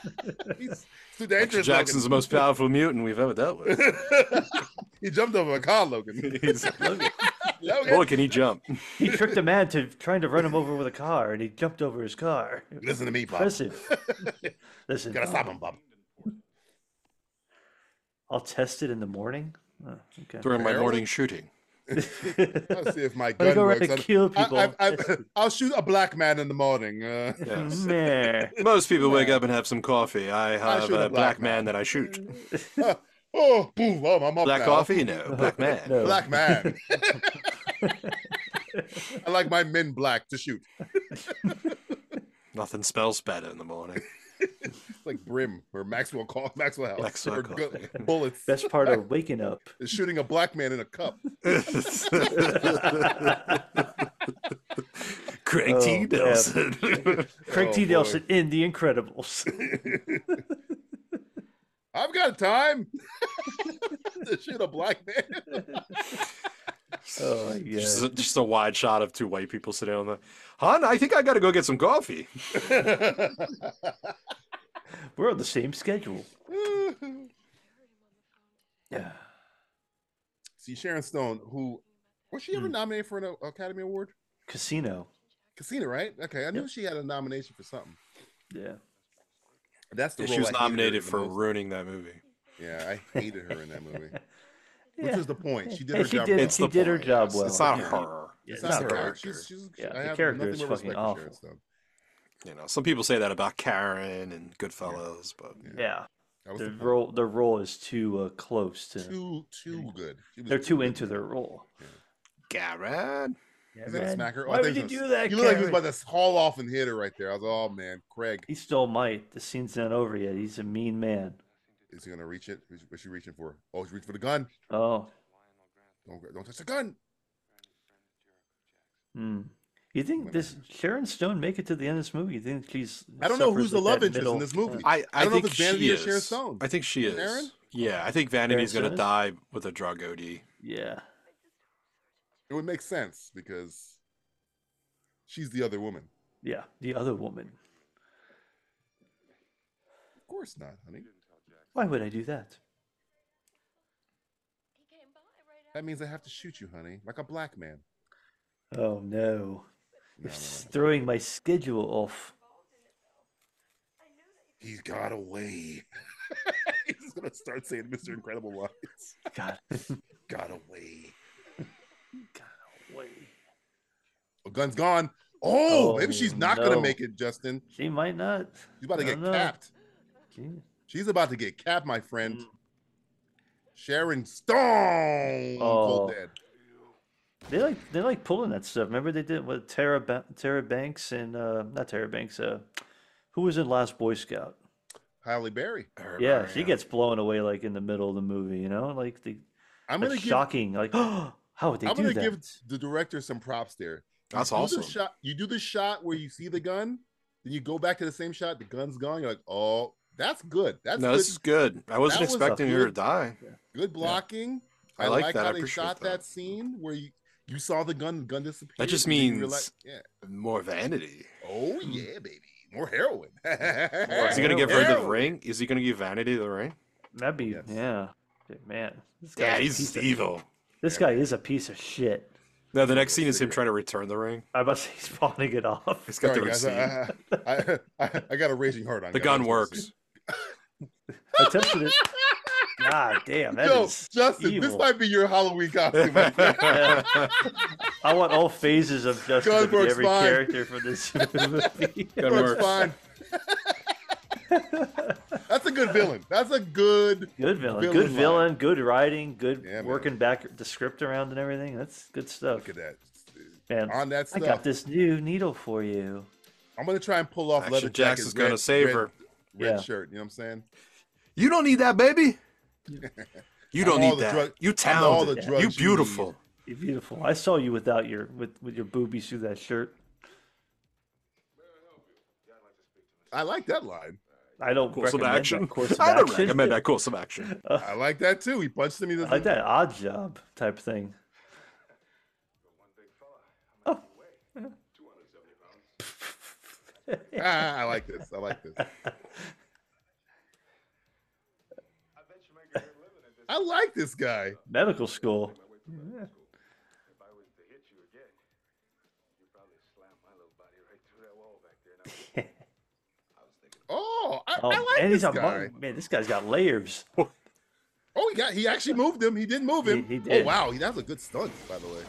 Speaker 10: He's too
Speaker 12: Action
Speaker 10: dangerous.
Speaker 12: Jackson's the
Speaker 10: Logan.
Speaker 12: most powerful mutant we've ever dealt with.
Speaker 10: he jumped over a car, Logan.
Speaker 12: He's-
Speaker 11: Logan.
Speaker 10: Logan,
Speaker 12: Boy, can he jump?
Speaker 11: He tricked a man to trying to run him over with a car, and he jumped over his car.
Speaker 10: listen to me, Bob.
Speaker 11: Impressive. Listen,
Speaker 10: gotta stop him, Bob.
Speaker 11: I'll test it in the morning. Oh, okay.
Speaker 12: During my
Speaker 10: Heroin?
Speaker 12: morning shooting.
Speaker 10: I'll see if my
Speaker 11: Gotta
Speaker 10: gun
Speaker 11: go around
Speaker 10: works.
Speaker 11: and
Speaker 10: I-
Speaker 11: kill people.
Speaker 10: I, I, I, I'll shoot a black man in the morning. Uh,
Speaker 11: Mm-hmm.
Speaker 12: Yes.
Speaker 11: Meh.
Speaker 12: Most people wake up and have some coffee. I have
Speaker 10: shoot
Speaker 12: a,
Speaker 10: a
Speaker 12: black,
Speaker 10: black
Speaker 12: man, that I shoot.
Speaker 10: oh, boom, oh, I'm up
Speaker 12: Black
Speaker 10: now.
Speaker 12: coffee? No. Black man.
Speaker 11: No.
Speaker 10: Black man. I like my men black to shoot.
Speaker 12: Nothing smells better in the morning.
Speaker 10: It's like Brim or Maxwell Call Maxwell House
Speaker 12: Maxwell
Speaker 10: or
Speaker 12: Coffee.
Speaker 10: gu- bullets.
Speaker 11: Best part of waking up.
Speaker 10: is shooting a black man in a cup.
Speaker 12: Craig
Speaker 11: Oh,
Speaker 12: T.
Speaker 11: man.
Speaker 12: Nelson.
Speaker 11: Craig
Speaker 10: Oh,
Speaker 11: T.
Speaker 10: boy.
Speaker 11: Nelson in The Incredibles.
Speaker 10: I've got time to shoot a black man.
Speaker 11: oh my god.
Speaker 12: just, a, just a wide shot of two white people sitting on the. Hon, I think I got to go get some coffee.
Speaker 11: We're on the same schedule. Yeah.
Speaker 10: See Sharon Stone, who was she ever
Speaker 11: Hmm.
Speaker 10: nominated for an O- Academy Award?
Speaker 11: Casino.
Speaker 10: Casino, right? Okay, I knew she had a nomination for something.
Speaker 11: Yeah.
Speaker 10: That's the
Speaker 12: Yeah,
Speaker 10: role
Speaker 12: she was
Speaker 10: I hated her
Speaker 12: nominated
Speaker 10: the
Speaker 12: for
Speaker 10: most.
Speaker 12: ruining that movie.
Speaker 10: Yeah, I hated her in that movie, which
Speaker 11: Yeah.
Speaker 10: was the point. She did
Speaker 11: And
Speaker 10: her
Speaker 11: she
Speaker 10: job.
Speaker 11: did-
Speaker 10: well.
Speaker 12: It's
Speaker 11: she
Speaker 12: the
Speaker 11: did her
Speaker 12: point,
Speaker 11: job
Speaker 12: yes.
Speaker 11: well.
Speaker 12: It's not
Speaker 11: Yeah.
Speaker 12: her.
Speaker 11: Yeah,
Speaker 10: It's
Speaker 11: it's
Speaker 10: not
Speaker 11: not
Speaker 10: her.
Speaker 12: the
Speaker 11: her.
Speaker 12: character.
Speaker 10: She's, she's,
Speaker 11: Yeah,
Speaker 10: I
Speaker 11: the
Speaker 10: have
Speaker 11: character
Speaker 10: nothing
Speaker 11: is
Speaker 10: but
Speaker 11: fucking
Speaker 10: respect for
Speaker 11: awful.
Speaker 10: Sharon Stone.
Speaker 12: You know, some people say that about Karen and Goodfellas, but
Speaker 11: Yeah.
Speaker 10: That was
Speaker 11: The
Speaker 10: the point.
Speaker 11: role the role is too uh, close to
Speaker 10: too too good. She was
Speaker 11: they're too
Speaker 10: good.
Speaker 11: into their role.
Speaker 12: Karen.
Speaker 11: Yeah,
Speaker 10: Is that a
Speaker 11: man.
Speaker 10: smacker? Oh, I
Speaker 11: Why
Speaker 10: thought
Speaker 11: would
Speaker 10: he
Speaker 11: you
Speaker 10: was
Speaker 11: do
Speaker 10: gonna-
Speaker 11: that?
Speaker 10: You look like he was
Speaker 11: Karen?
Speaker 10: about to haul off and hit her right there. I was, oh man, Craig
Speaker 11: He still might. The scene's not over yet. He's a mean man.
Speaker 10: is he gonna reach it? What's- What's she reaching for? Oh, she's reaching for the gun.
Speaker 11: Oh.
Speaker 10: Don't don't touch the gun.
Speaker 11: Hmm. You think this Sharon Stone make it to the end of this movie? You think she's
Speaker 10: I don't know
Speaker 11: suffers
Speaker 10: who's the
Speaker 11: like that
Speaker 10: love interest
Speaker 11: middle-
Speaker 10: in this movie.
Speaker 12: I, I,
Speaker 10: I don't know if
Speaker 12: think
Speaker 10: it's Vanity
Speaker 12: she
Speaker 10: or
Speaker 12: is.
Speaker 10: Sharon Stone.
Speaker 12: I think she is.
Speaker 10: Karen?
Speaker 12: Yeah, I think Vanity's
Speaker 11: Sharon
Speaker 12: gonna
Speaker 11: Stone
Speaker 12: die with a drug OD.
Speaker 11: Yeah.
Speaker 10: It would make sense because she's the other woman.
Speaker 11: Yeah. The other woman.
Speaker 10: Of course not, honey.
Speaker 11: Why would I do that?
Speaker 10: That means I have to shoot you, honey, like a black man.
Speaker 11: Oh no.
Speaker 10: No, no,
Speaker 11: It's
Speaker 10: no.
Speaker 11: throwing my schedule off.
Speaker 10: He's got away. He's gonna start saying Mr. Incredible lines.
Speaker 11: God.
Speaker 10: Got away.
Speaker 11: Wait.
Speaker 10: A gun's gone. Oh,
Speaker 11: Oh,
Speaker 10: maybe she's not gonna
Speaker 11: no.
Speaker 10: make it, Justin.
Speaker 11: She might not.
Speaker 10: She's about to
Speaker 11: I
Speaker 10: get
Speaker 11: don't know.
Speaker 10: capped.
Speaker 11: She-
Speaker 10: She's about to get capped, my friend.
Speaker 11: Mm.
Speaker 10: Sharon Stone. Cold
Speaker 11: Oh.
Speaker 10: dead.
Speaker 11: They like they like pulling that stuff. Remember they did with Tara ba- Tara Banks and uh not Tara Banks. Uh, who was in Last Boy Scout?
Speaker 10: Halle Berry.
Speaker 12: Her-
Speaker 11: Yeah,
Speaker 12: her,
Speaker 11: she gets blown away like in the middle of the movie. You know, like the
Speaker 10: I'm
Speaker 11: that's
Speaker 10: gonna give
Speaker 11: shocking. Like, oh, how would they
Speaker 10: I'm
Speaker 11: do
Speaker 10: gonna
Speaker 11: that?
Speaker 10: give the director some props there. You
Speaker 12: That's
Speaker 10: do the
Speaker 12: awesome.
Speaker 10: shot- you do the shot where you see the gun, then you go back to the same shot. The gun's gone. You're like, oh, that's good. That's
Speaker 12: No,
Speaker 10: good,
Speaker 12: this is good. I wasn't
Speaker 10: That was a
Speaker 12: expecting her to
Speaker 10: good-
Speaker 12: die.
Speaker 10: good blocking.
Speaker 12: I like that.
Speaker 10: how
Speaker 12: I
Speaker 10: they
Speaker 12: appreciate
Speaker 10: shot that.
Speaker 12: that.
Speaker 10: scene where you, you saw the gun, the gun disappeared.
Speaker 12: just
Speaker 10: and then you
Speaker 12: means-
Speaker 10: realize- yeah.
Speaker 12: More vanity.
Speaker 10: Oh
Speaker 11: Hmm.
Speaker 10: yeah, baby, more heroin.
Speaker 12: Is he gonna give
Speaker 10: Heroin.
Speaker 12: her the ring? Is he gonna give Vanity the ring?
Speaker 11: That'd be
Speaker 10: Yes.
Speaker 11: yeah, Shit, man. This
Speaker 12: Yeah,
Speaker 11: guy's a
Speaker 12: he's
Speaker 11: piece of-
Speaker 12: evil.
Speaker 11: this guy is a piece of shit.
Speaker 12: No, the next scene is him trying to return the ring.
Speaker 11: I must say he's pawning it off.
Speaker 12: He's got
Speaker 10: Sorry,
Speaker 12: the
Speaker 10: guys.
Speaker 12: receipt.
Speaker 10: I, I, I, I got a raging heart on
Speaker 12: the
Speaker 10: guys.
Speaker 12: gun
Speaker 10: I'm sorry.
Speaker 12: works.
Speaker 11: Attempted it. God damn, that is
Speaker 10: Yo, Justin,
Speaker 11: evil.
Speaker 10: this might be your Halloween costume. my friend.
Speaker 11: I want all phases of Justin
Speaker 10: Gun
Speaker 11: to be
Speaker 10: works
Speaker 11: every
Speaker 10: fine.
Speaker 11: character from this movie.
Speaker 12: Gun
Speaker 10: works
Speaker 12: works.
Speaker 10: fine. That's a good villain. That's a good.
Speaker 11: Good villain,
Speaker 10: Villain
Speaker 11: good
Speaker 10: line.
Speaker 11: villain, good writing, good
Speaker 10: Yeah, man.
Speaker 11: working back the script around and everything. That's good stuff,
Speaker 10: Look at that.
Speaker 11: man.
Speaker 10: On that
Speaker 11: I
Speaker 10: stuff,
Speaker 11: got this new needle for you.
Speaker 10: I'm gonna try and pull off leather
Speaker 12: Action Jax
Speaker 10: jacket's
Speaker 12: is gonna
Speaker 10: red-
Speaker 12: save
Speaker 10: red-
Speaker 12: her.
Speaker 10: Red
Speaker 11: Yeah.
Speaker 10: shirt. You know what I'm saying?
Speaker 12: You don't need that, baby. You
Speaker 10: I'm
Speaker 12: don't
Speaker 10: all
Speaker 12: need
Speaker 10: the
Speaker 12: that.
Speaker 10: drug-
Speaker 12: you
Speaker 10: I'm all the
Speaker 12: talented.
Speaker 10: drugs you
Speaker 12: you
Speaker 10: need.
Speaker 12: beautiful.
Speaker 11: You're beautiful. I saw you without your with, with your boobies through that shirt.
Speaker 10: I like that line.
Speaker 11: I don't
Speaker 12: Course of
Speaker 11: recommend
Speaker 12: action.
Speaker 11: That course of
Speaker 12: I don't
Speaker 11: action.
Speaker 12: recommend that course of action.
Speaker 10: I like that too. He punched him. He doesn't.
Speaker 11: like that odd job type thing.
Speaker 10: Ah, I like this. I like this. I like this guy.
Speaker 11: Medical school.
Speaker 10: Oh, I,
Speaker 11: Oh,
Speaker 10: I like
Speaker 11: and
Speaker 10: this
Speaker 11: he's a
Speaker 10: guy.
Speaker 11: monk. man. This guy's got layers.
Speaker 10: Oh, he got. He actually moved him. He didn't move
Speaker 11: He-
Speaker 10: him.
Speaker 11: he did.
Speaker 10: Oh wow, that's a good stunt, by the way.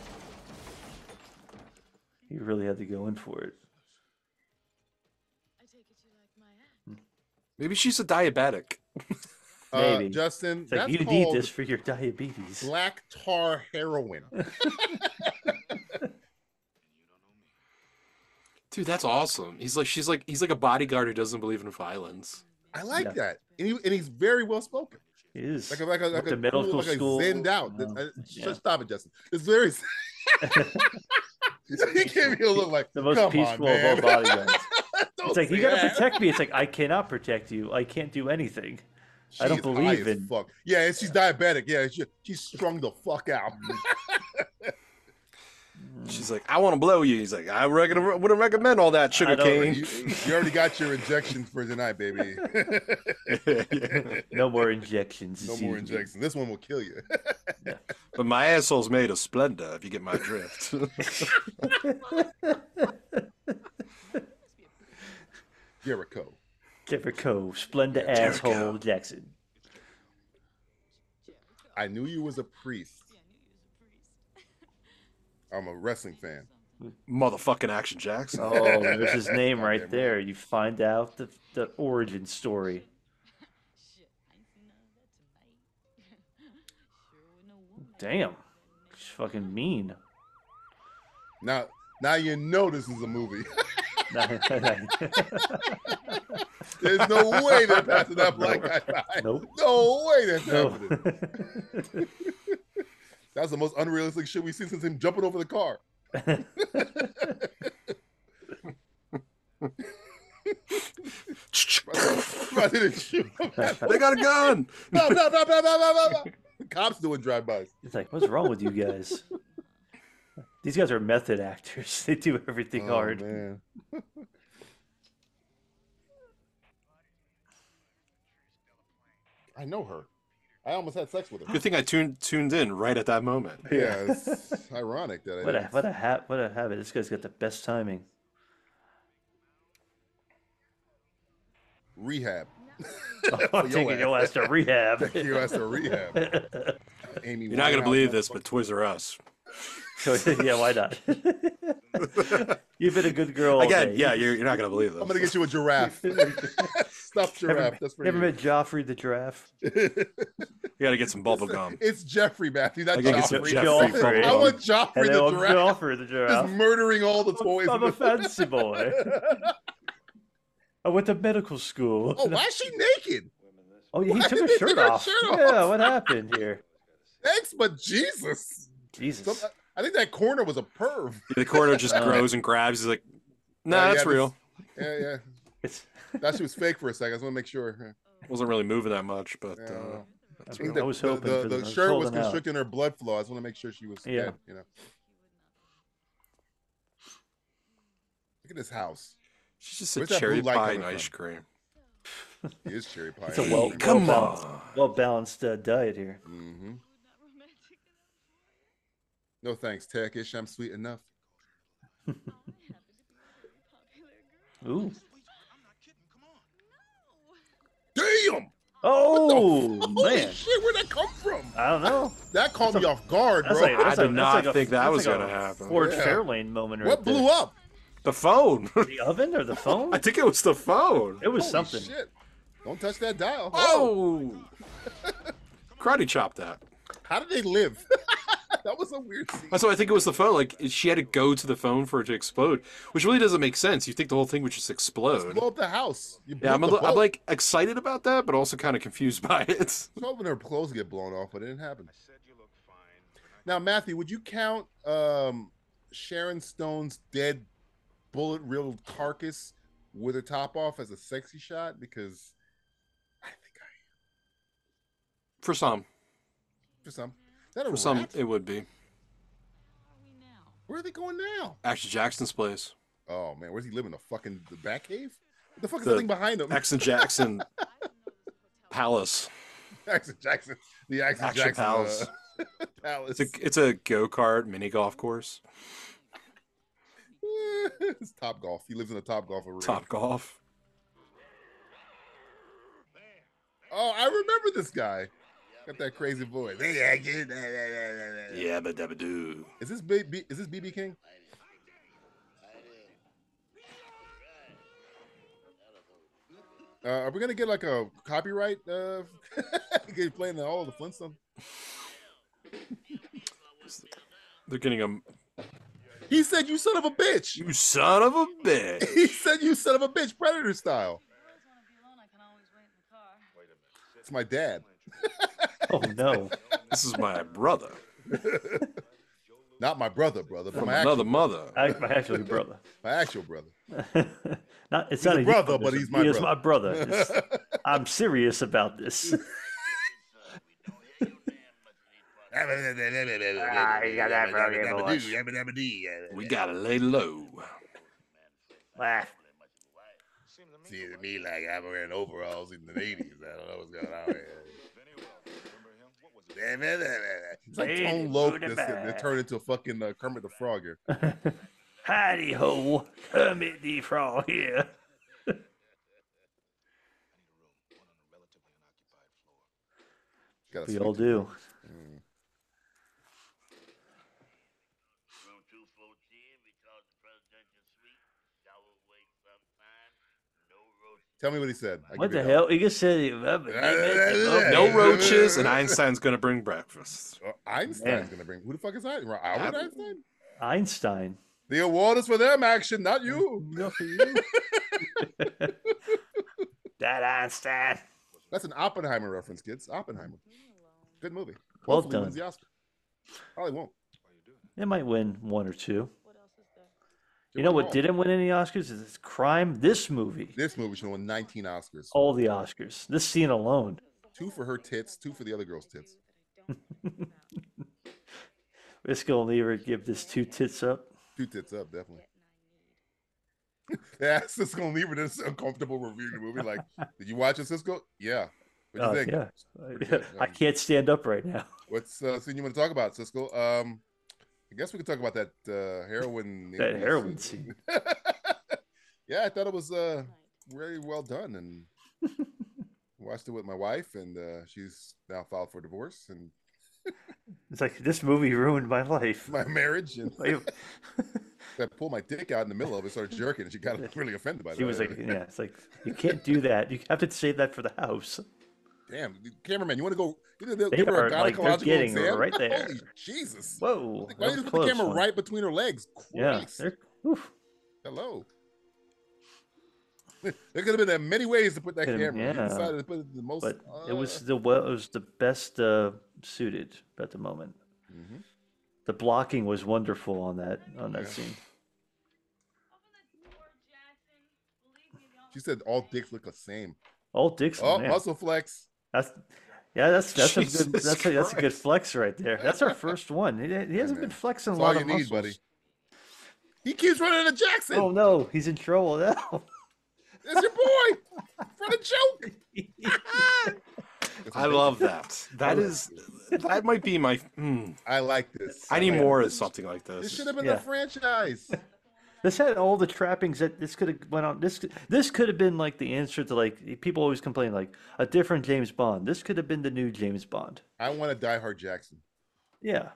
Speaker 11: He really had to go in for it.
Speaker 12: Maybe she's a diabetic.
Speaker 10: Uh,
Speaker 11: Maybe.
Speaker 10: Justin,
Speaker 11: It's like
Speaker 10: that's
Speaker 11: you need
Speaker 10: called
Speaker 11: this for your diabetes.
Speaker 10: black tar heroin.
Speaker 12: Dude, that's awesome. He's like she's like he's like a bodyguard who doesn't believe in violence.
Speaker 10: I like
Speaker 11: Yeah.
Speaker 10: that, and, he, and he's very well spoken.
Speaker 11: It is
Speaker 10: Like a like a
Speaker 11: Went
Speaker 10: like
Speaker 11: to
Speaker 10: a
Speaker 11: medical
Speaker 10: cool, like a
Speaker 11: school.
Speaker 10: zenned out.
Speaker 11: Wow.
Speaker 10: Uh, sh-
Speaker 11: Yeah.
Speaker 10: Stop it, Justin. It's very. he gave me a look like
Speaker 11: the most
Speaker 10: Come
Speaker 11: peaceful
Speaker 10: on,
Speaker 11: of all
Speaker 10: man."
Speaker 11: bodyguards.
Speaker 10: Don't
Speaker 11: It's like you
Speaker 10: say
Speaker 11: gotta
Speaker 10: that.
Speaker 11: protect me. It's like I cannot protect you. I can't do anything. I don't
Speaker 10: She's high
Speaker 11: believe
Speaker 10: as
Speaker 11: in-
Speaker 10: Fuck. Yeah, and she's diabetic. Yeah, she, she's strung the fuck out.
Speaker 12: She's like, I want to blow you. He's like, I reckon, wouldn't recommend all that sugar
Speaker 11: don't
Speaker 12: cane.
Speaker 10: you, you already got your injection for tonight, baby.
Speaker 11: No more injections.
Speaker 10: no
Speaker 11: this
Speaker 10: more
Speaker 11: evening.
Speaker 10: injections. This one will kill you.
Speaker 12: But my asshole's made of Splenda, if you get my drift.
Speaker 10: Jericho.
Speaker 11: Jericho, Splenda asshole Jackson.
Speaker 10: I knew you was a priest. I'm a wrestling fan.
Speaker 12: Motherfucking Action Jackson.
Speaker 11: Oh, there's his name right there. You find out the, the origin story. Damn. She's fucking mean.
Speaker 10: Now, now you know this is a movie. There's no way they're passing up like that.
Speaker 11: nope.
Speaker 10: No way that's
Speaker 11: No.
Speaker 10: happening. That's the most unrealistic shit we've seen since him jumping over the car. Right, they didn't shoot him.
Speaker 12: they got a gun.
Speaker 10: no, no, no, no, no, no, no. no. Cops doing drive-bys.
Speaker 11: It's like, what's wrong with you guys? These guys are method actors. They do everything
Speaker 10: Oh,
Speaker 11: hard.
Speaker 10: man. I know her. I almost had sex with her.
Speaker 12: Good thing I tuned tuned in right at that moment.
Speaker 10: Yeah, it's ironic that I
Speaker 11: What a
Speaker 10: didn't.
Speaker 11: what a ha- what a habit. This guy's got the best timing.
Speaker 10: rehab.
Speaker 11: I'm taking your ass to rehab.
Speaker 10: You asked her rehab. Amy
Speaker 12: You're not gonna
Speaker 10: Winehouse,
Speaker 12: believe this, but Toys R Us.
Speaker 11: So, yeah, why not? You've been a good girl. all
Speaker 12: Again,
Speaker 11: day.
Speaker 12: yeah, you're, you're not gonna believe this.
Speaker 10: I'm gonna get you a giraffe. Stuffed giraffe. That's for
Speaker 11: Never
Speaker 10: you.
Speaker 11: met Joffrey the giraffe.
Speaker 12: You gotta get some bubble gum.
Speaker 10: It's Jeffrey Matthew, not
Speaker 12: I think it's
Speaker 10: Joffrey.
Speaker 12: Jeffrey
Speaker 11: Joffrey.
Speaker 10: I want Joffrey
Speaker 11: Hello,
Speaker 10: the
Speaker 11: I'm
Speaker 10: giraffe.
Speaker 11: Joffrey the
Speaker 10: Just
Speaker 11: giraffe.
Speaker 10: murdering all the toys.
Speaker 11: I'm a fancy boy. I went to medical school.
Speaker 10: oh, why is she naked?
Speaker 11: Oh, yeah, he
Speaker 10: why
Speaker 11: took
Speaker 10: did
Speaker 11: her
Speaker 10: they
Speaker 11: shirt
Speaker 10: take her
Speaker 11: off.
Speaker 10: shirt off?
Speaker 11: Yeah, what happened here?
Speaker 10: Thanks, but Jesus. Some-
Speaker 11: Jesus.
Speaker 10: I think that corner was a perv.
Speaker 12: The corner just grows and grabs. He's like, Nah,
Speaker 10: yeah,
Speaker 12: that's
Speaker 10: this-
Speaker 12: real.
Speaker 10: Yeah, yeah.
Speaker 11: It's,
Speaker 10: That she was fake for a second. I just want to make sure.
Speaker 12: Wasn't really moving that much, but
Speaker 10: Yeah,
Speaker 12: uh,
Speaker 10: well,
Speaker 11: I,
Speaker 12: that's
Speaker 10: think
Speaker 12: real.
Speaker 10: the,
Speaker 11: was
Speaker 10: the-
Speaker 11: hoping
Speaker 10: the,
Speaker 11: for
Speaker 10: the
Speaker 11: the- I was
Speaker 10: shirt was
Speaker 11: holding out.
Speaker 10: constricting her blood flow. I just want to make sure she was
Speaker 11: Yeah.
Speaker 10: dead. You know. Look at this house.
Speaker 12: She's just a
Speaker 10: Where's that blue
Speaker 12: cherry
Speaker 10: light
Speaker 12: pie
Speaker 10: coming
Speaker 12: and ice
Speaker 10: from?
Speaker 12: cream.
Speaker 10: He is cherry pie.
Speaker 11: It's a well,
Speaker 12: Come
Speaker 11: well balanced,
Speaker 12: on.
Speaker 11: well balanced uh, diet here.
Speaker 10: Mm-hmm. No thanks, Turkish. I'm sweet enough.
Speaker 11: Ooh.
Speaker 10: Damn!
Speaker 11: Oh man,
Speaker 10: Shit, where'd that come from?
Speaker 11: I don't know.
Speaker 10: That caught me off guard, bro.
Speaker 11: That's like, that's
Speaker 12: I
Speaker 11: like, that's
Speaker 12: did not
Speaker 11: like a,
Speaker 12: think that
Speaker 11: that's
Speaker 12: was
Speaker 11: like a
Speaker 12: gonna happen.
Speaker 11: Ford
Speaker 10: Yeah.
Speaker 11: Fairlane moment.
Speaker 10: what
Speaker 11: right
Speaker 10: blew
Speaker 11: there.
Speaker 10: up?
Speaker 12: The phone.
Speaker 11: The oven or the phone?
Speaker 12: I think it was the phone.
Speaker 11: It was
Speaker 10: Holy
Speaker 11: something.
Speaker 10: Shit. Don't touch that dial. Oh,
Speaker 12: Oh! Karate chopped that.
Speaker 10: how did they live? that was a weird scene.
Speaker 12: That's why I think it was the phone. Like she had to go to the phone for it to explode, which really doesn't make sense. You think the whole thing would just explode?
Speaker 10: Blow up the house. You blew
Speaker 12: Yeah, I'm, a
Speaker 10: up
Speaker 12: li-
Speaker 10: the
Speaker 12: I'm
Speaker 10: boat.
Speaker 12: like excited about that, but also kind of confused by it.
Speaker 10: I was hoping her clothes get blown off, but it didn't happen. Now, Matthew, would you count um, Sharon Stone's dead bullet riddled carcass with her top off as a sexy shot? Because I think I
Speaker 12: For some,
Speaker 10: for some is that a
Speaker 12: for some,
Speaker 10: rat?
Speaker 12: it would be.
Speaker 10: Where are they going now?
Speaker 12: Action Jackson's place.
Speaker 10: Oh man, where's he living? The fucking the bat cave? What the fuck is
Speaker 12: The
Speaker 10: the thing behind him?
Speaker 12: Action Jackson Palace.
Speaker 10: Action Jackson. The Action,
Speaker 12: Action
Speaker 10: Jackson
Speaker 12: Palace.
Speaker 10: uh,
Speaker 12: It's
Speaker 10: palace.
Speaker 12: a it's a go kart mini golf course.
Speaker 10: it's Top Golf. He lives in a Top Golf arena.
Speaker 12: Top golf.
Speaker 10: Oh, I remember this guy. Got that crazy voice. Is
Speaker 12: Yeah, but doo.
Speaker 10: this BB? Is this BB King? Uh, are we gonna get like a copyright? Uh, you playing all the Flintstones?
Speaker 12: They're getting him.
Speaker 10: He said, "You son of a bitch."
Speaker 12: You son of a bitch.
Speaker 10: He said, "You son of a bitch," Predator style. It's my dad.
Speaker 11: Oh no.
Speaker 12: this is my brother
Speaker 10: Not my brother, brother, but
Speaker 12: from
Speaker 10: my actual,
Speaker 12: another mother.
Speaker 11: I, my actual brother.
Speaker 10: my actual brother.
Speaker 11: Not, it's
Speaker 10: He's
Speaker 11: not
Speaker 10: a
Speaker 11: a
Speaker 10: brother, but he's my
Speaker 11: he is
Speaker 10: brother.
Speaker 11: my brother. It's- I'm serious about this.
Speaker 12: We gotta lay low.
Speaker 10: See to me like I'm wearing overalls in the 80s. I don't know what's going on here. It's like
Speaker 11: Lady
Speaker 10: Tone Loc
Speaker 11: Buddha
Speaker 10: that's
Speaker 11: Bear.
Speaker 10: that turned into a fucking uh, Kermit the Frog here.
Speaker 11: Hidey ho, hermit the frog here.
Speaker 10: Gotta
Speaker 11: We
Speaker 10: sneak
Speaker 11: all
Speaker 10: it.
Speaker 11: do.
Speaker 10: Tell me what he said. I
Speaker 11: What
Speaker 10: give
Speaker 11: the
Speaker 10: you
Speaker 11: hell? He just said he rubbed it. He meant to rub it.
Speaker 12: No roaches, and Einstein's gonna bring breakfast.
Speaker 10: that. Uh, Einstein's gonna bring. Who the fuck is Einstein? Albert
Speaker 12: Ab-
Speaker 10: Einstein?
Speaker 11: Einstein.
Speaker 10: The award is for them action, not you.
Speaker 11: No for you. that Einstein.
Speaker 10: That's an Oppenheimer reference, kids. Oppenheimer. Good movie.
Speaker 11: Well
Speaker 10: Hopefully wins
Speaker 11: done.
Speaker 10: the Oscar. Probably won't.
Speaker 11: It might win one or two. You know what didn't win any Oscars? Is this crime? This movie.
Speaker 10: This movie should have won 19 Oscars.
Speaker 11: All the Oscars. This scene alone.
Speaker 10: Two for her tits, two for the other girl's tits.
Speaker 11: We're just gonna leave her give this two tits up.
Speaker 10: Two tits up, definitely. yeah, Cisco and Lieber is uncomfortable reviewing the movie. Like, did you watch it, Cisco? Yeah. What do you
Speaker 11: Oh,
Speaker 10: think?
Speaker 11: yeah.
Speaker 10: good,
Speaker 11: I
Speaker 10: um,
Speaker 11: can't stand up right now.
Speaker 10: What's uh, scene you want to talk about, Cisco? Um, I guess we could talk about that uh, heroin.
Speaker 11: That
Speaker 10: abuse
Speaker 11: heroin
Speaker 10: scene. yeah, I thought it was uh, very well done, and watched it with my wife, and uh, she's now filed for divorce and
Speaker 11: It's like this movie ruined my life.
Speaker 10: my marriage. And
Speaker 11: Like,
Speaker 10: I pulled my dick out in the middle of it, started jerking, and she got really offended by that.
Speaker 11: She was like, "Yeah, it's like you can't do that. You have to save that for the house."
Speaker 10: Damn, the cameraman, you want to go? You know, they'll
Speaker 11: They
Speaker 10: give her a
Speaker 11: are, like,
Speaker 10: gynecological
Speaker 11: they're getting
Speaker 10: exam.
Speaker 11: right there.
Speaker 10: Holy Jesus!
Speaker 11: Whoa!
Speaker 10: Why
Speaker 11: that
Speaker 10: did you
Speaker 11: was
Speaker 10: put the
Speaker 11: close
Speaker 10: camera
Speaker 11: one.
Speaker 10: right between her legs?
Speaker 11: Yeah,
Speaker 10: Christ.
Speaker 11: they're, oof.
Speaker 10: Hello. there could have been many ways to put that
Speaker 11: Could've-
Speaker 10: camera. You
Speaker 11: yeah.
Speaker 10: decided to put it the most.
Speaker 11: but it
Speaker 10: uh,
Speaker 11: was the well, it was the best uh, suited at the moment.
Speaker 10: mhm.
Speaker 11: The blocking was wonderful on that on that
Speaker 10: Yeah.
Speaker 11: scene.
Speaker 10: She said all dicks look the same.
Speaker 11: Oh, Dixon,
Speaker 10: Oh,
Speaker 11: man.
Speaker 10: muscle flex.
Speaker 11: That's yeah, that's that's a good
Speaker 12: Jesus
Speaker 11: that's a, that's a good
Speaker 12: Christ.
Speaker 11: flex right there. That's our first one. He, he hasn't been
Speaker 10: man.
Speaker 11: flexing
Speaker 10: That's
Speaker 11: a lot
Speaker 10: all you
Speaker 11: of
Speaker 10: need, buddy.
Speaker 11: muscles.
Speaker 10: He keeps running into Jackson.
Speaker 11: Oh no, he's in trouble now.
Speaker 10: That's your boy. From a joke.
Speaker 12: I love that. That is, that might be my. hmm.
Speaker 10: I like this.
Speaker 12: I need
Speaker 10: like
Speaker 12: more
Speaker 10: this.
Speaker 12: is something like
Speaker 10: This
Speaker 12: this.
Speaker 10: should have been
Speaker 11: Yeah.
Speaker 10: the franchise.
Speaker 11: This had all the trappings that this could have went on. This could- this could have been like the answer to like people always complain like a different James Bond. This could have been the new James Bond.
Speaker 10: I want a Die Hard Jackson.
Speaker 11: Yeah.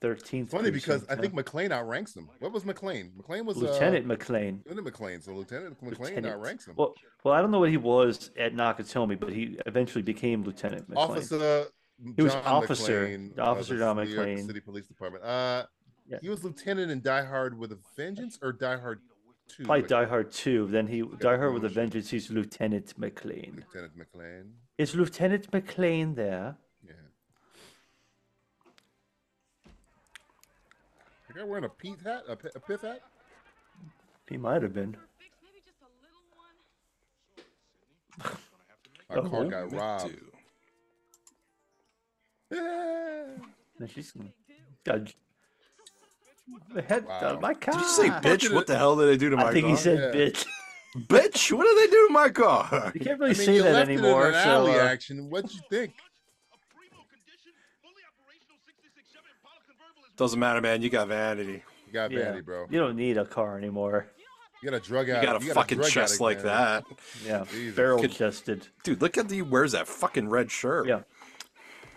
Speaker 11: Thirteenth.
Speaker 10: It's funny because I think McLean outranks him. What was McLean? McLean was
Speaker 11: Lieutenant
Speaker 10: Uh,
Speaker 11: McLean.
Speaker 10: Lieutenant McLean. So Lieutenant McLean
Speaker 11: Lieutenant.
Speaker 10: outranks him.
Speaker 11: Well, well, I don't know what he was at Nakatomi, but he eventually became Lieutenant McLean.
Speaker 10: Officer.
Speaker 11: He was
Speaker 10: John
Speaker 11: officer-
Speaker 10: McClane of
Speaker 11: officer
Speaker 10: the
Speaker 11: John
Speaker 10: New York
Speaker 11: McClane.
Speaker 10: City Police Department. Uh,
Speaker 11: Yeah.
Speaker 10: he was lieutenant in Die Hard with a Vengeance or Die Hard Two.
Speaker 11: Probably
Speaker 10: I
Speaker 11: Die Hard Two. Then he Die Hard with a
Speaker 10: promotion.
Speaker 11: Vengeance. He's Lieutenant McLean.
Speaker 10: think. Lieutenant McLean.
Speaker 11: Is Lieutenant McLean there?
Speaker 10: Yeah. The guy wearing a peat hat, a, pi- a pith hat.
Speaker 11: He might have been.
Speaker 10: My car
Speaker 11: Oh.
Speaker 10: got robbed.
Speaker 12: Dude.
Speaker 11: No, she's God, the head. uh,
Speaker 10: Wow.
Speaker 11: my car.
Speaker 12: Did you say bitch? What the hell did I do to my
Speaker 11: I think
Speaker 12: car?
Speaker 11: he said
Speaker 10: Yeah.
Speaker 11: bitch.
Speaker 12: bitch. What did they do to my car?
Speaker 11: You can't really
Speaker 10: I mean,
Speaker 11: say
Speaker 10: you
Speaker 11: that
Speaker 10: left
Speaker 11: anymore.
Speaker 10: it in an
Speaker 11: so,
Speaker 10: alley
Speaker 11: uh,
Speaker 10: action. What'd you think?
Speaker 12: Doesn't matter, man. You got vanity.
Speaker 10: You got
Speaker 11: yeah,
Speaker 10: vanity, bro.
Speaker 11: You don't need a car anymore.
Speaker 10: You got a drug
Speaker 12: You
Speaker 10: addict.
Speaker 12: got a fucking
Speaker 10: drug
Speaker 12: chest
Speaker 10: addict,
Speaker 12: like
Speaker 10: man.
Speaker 12: that,
Speaker 11: Yeah,
Speaker 10: Jesus.
Speaker 11: barrel
Speaker 12: Could-
Speaker 11: chested.
Speaker 12: dude. Look at the wears that fucking red shirt.
Speaker 11: Yeah,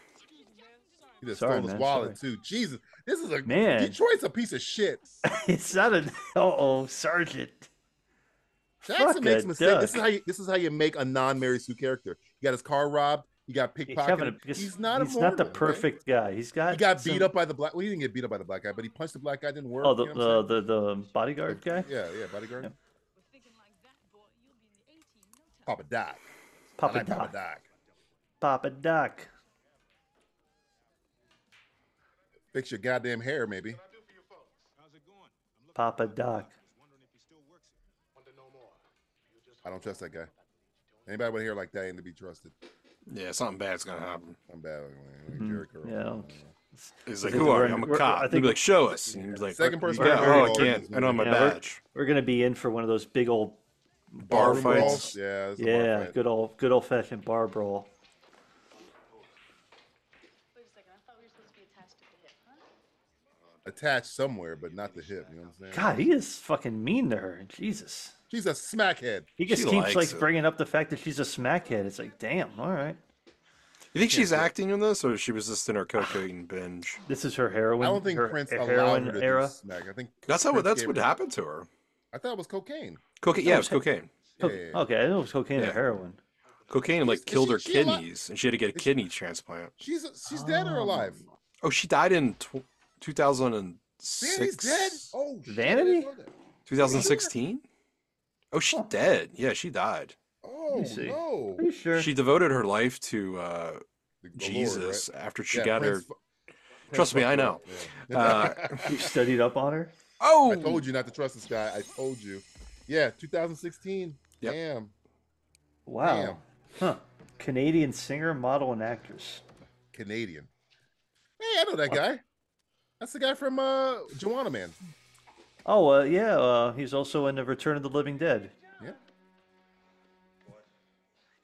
Speaker 10: He just
Speaker 11: Sorry,
Speaker 10: stole his
Speaker 11: man,
Speaker 10: wallet too. Jesus, this is a
Speaker 11: Man.
Speaker 10: Detroit's a piece of shit.
Speaker 11: it's not an. Uh oh, sergeant.
Speaker 10: Jackson makes
Speaker 11: a
Speaker 10: mistakes. This
Speaker 11: duck.
Speaker 10: is how you. This is how you make a non-Mary Sue character. He got his car robbed. He got
Speaker 11: He's, having
Speaker 10: pickpocketed.
Speaker 11: a,
Speaker 10: He's,
Speaker 11: he's,
Speaker 10: not.
Speaker 11: he's
Speaker 10: a
Speaker 11: not the
Speaker 10: murderer, okay?
Speaker 11: perfect guy. He's got.
Speaker 10: He got beat
Speaker 11: some-
Speaker 10: up by the black. Well, he didn't get beat up by the black guy, but he punched the black guy. Didn't work.
Speaker 11: Oh, the
Speaker 10: you know what I'm
Speaker 11: the, the the bodyguard guy.
Speaker 10: saying? yeah, yeah, bodyguard. Papa Doc. I
Speaker 11: Papa
Speaker 10: like Papa
Speaker 11: Doc.
Speaker 10: Doc.
Speaker 11: Papa Doc.
Speaker 10: Fix your goddamn hair, maybe.
Speaker 11: Papa Doc.
Speaker 10: I don't trust that guy. Anybody with hair like that ain't to be trusted.
Speaker 12: Yeah, something bad's gonna happen.
Speaker 10: I'm bad. with- with Jerry Curl.
Speaker 11: Mm-hmm. Yeah. I don't-
Speaker 10: Mm-hmm.
Speaker 12: He's like,
Speaker 11: think
Speaker 12: who
Speaker 11: we're
Speaker 12: are
Speaker 11: in-
Speaker 12: you? I'm
Speaker 11: we're-
Speaker 12: a cop.
Speaker 11: I
Speaker 12: I
Speaker 11: think-
Speaker 12: think like, show us. And he's like,
Speaker 10: Second person
Speaker 12: Yeah,
Speaker 10: I've heard
Speaker 12: oh, I
Speaker 10: of
Speaker 12: can't.
Speaker 10: this
Speaker 12: I don't have my
Speaker 11: Yeah, we're-
Speaker 12: badge.
Speaker 11: We're gonna be in for one of those big old
Speaker 12: Bar
Speaker 10: Barroom
Speaker 12: fights.
Speaker 10: brawls? Yeah. it's a bar
Speaker 11: Yeah,
Speaker 10: fight.
Speaker 11: good old good old fashioned bar brawl.
Speaker 10: Attached somewhere, but not the hip. You know what I'm saying?
Speaker 11: God, he is fucking mean to her. Jesus.
Speaker 10: She's a smackhead.
Speaker 11: He just
Speaker 12: She
Speaker 11: keeps
Speaker 12: likes
Speaker 11: like
Speaker 12: it.
Speaker 11: bringing up the fact that she's a smackhead. It's like, damn, all right.
Speaker 12: You think she's acting in this, or she was just in her cocaine binge?
Speaker 11: This is her heroin.
Speaker 10: I don't think
Speaker 11: her,
Speaker 10: Prince
Speaker 11: her
Speaker 10: allowed her
Speaker 11: heroin
Speaker 10: to
Speaker 11: era.
Speaker 10: do smack. I think
Speaker 12: That's how.
Speaker 10: Prince
Speaker 12: That's
Speaker 10: gave
Speaker 12: what
Speaker 10: her-
Speaker 12: happened to her.
Speaker 10: I thought it was cocaine.
Speaker 12: Cocaine. Yeah, it was cocaine.
Speaker 10: Yeah,
Speaker 11: Coke-
Speaker 10: yeah, yeah.
Speaker 11: Okay, I know it was cocaine or
Speaker 12: Yeah.
Speaker 11: heroin.
Speaker 12: Cocaine
Speaker 10: Is-
Speaker 12: like
Speaker 10: is
Speaker 12: killed
Speaker 10: she-
Speaker 12: her
Speaker 10: she alive?
Speaker 12: kidneys, and she had to get a kidney transplant.
Speaker 10: She's she's dead or alive?
Speaker 12: Oh, she died in tw-
Speaker 10: Vanity's
Speaker 12: 2006.
Speaker 10: dead. Oh, shit, I didn't
Speaker 11: Vanity?
Speaker 10: know that.
Speaker 12: 2016. Oh, she dead. Yeah, she died.
Speaker 10: Oh
Speaker 11: see.
Speaker 10: no.
Speaker 11: Are you sure?
Speaker 12: She devoted her life to uh,
Speaker 10: The- the Lord,
Speaker 12: Jesus
Speaker 10: right?
Speaker 12: after she
Speaker 10: Yeah,
Speaker 12: got
Speaker 10: Prince
Speaker 12: her.
Speaker 10: fu-
Speaker 12: Trust me, I know.
Speaker 10: Yeah.
Speaker 12: Uh,
Speaker 11: you studied up on her?
Speaker 12: oh,
Speaker 10: I told you not to trust this guy. I told you. Yeah, 2016.
Speaker 12: Yep.
Speaker 10: Damn.
Speaker 11: Wow.
Speaker 10: Damn.
Speaker 11: Huh. Canadian singer, model, and actress.
Speaker 10: Canadian. Hey, I know that guy. That's the guy from uh Joanna Man.
Speaker 11: Oh, uh, yeah, uh, he's also in the Return of the Living Dead.
Speaker 10: Yeah.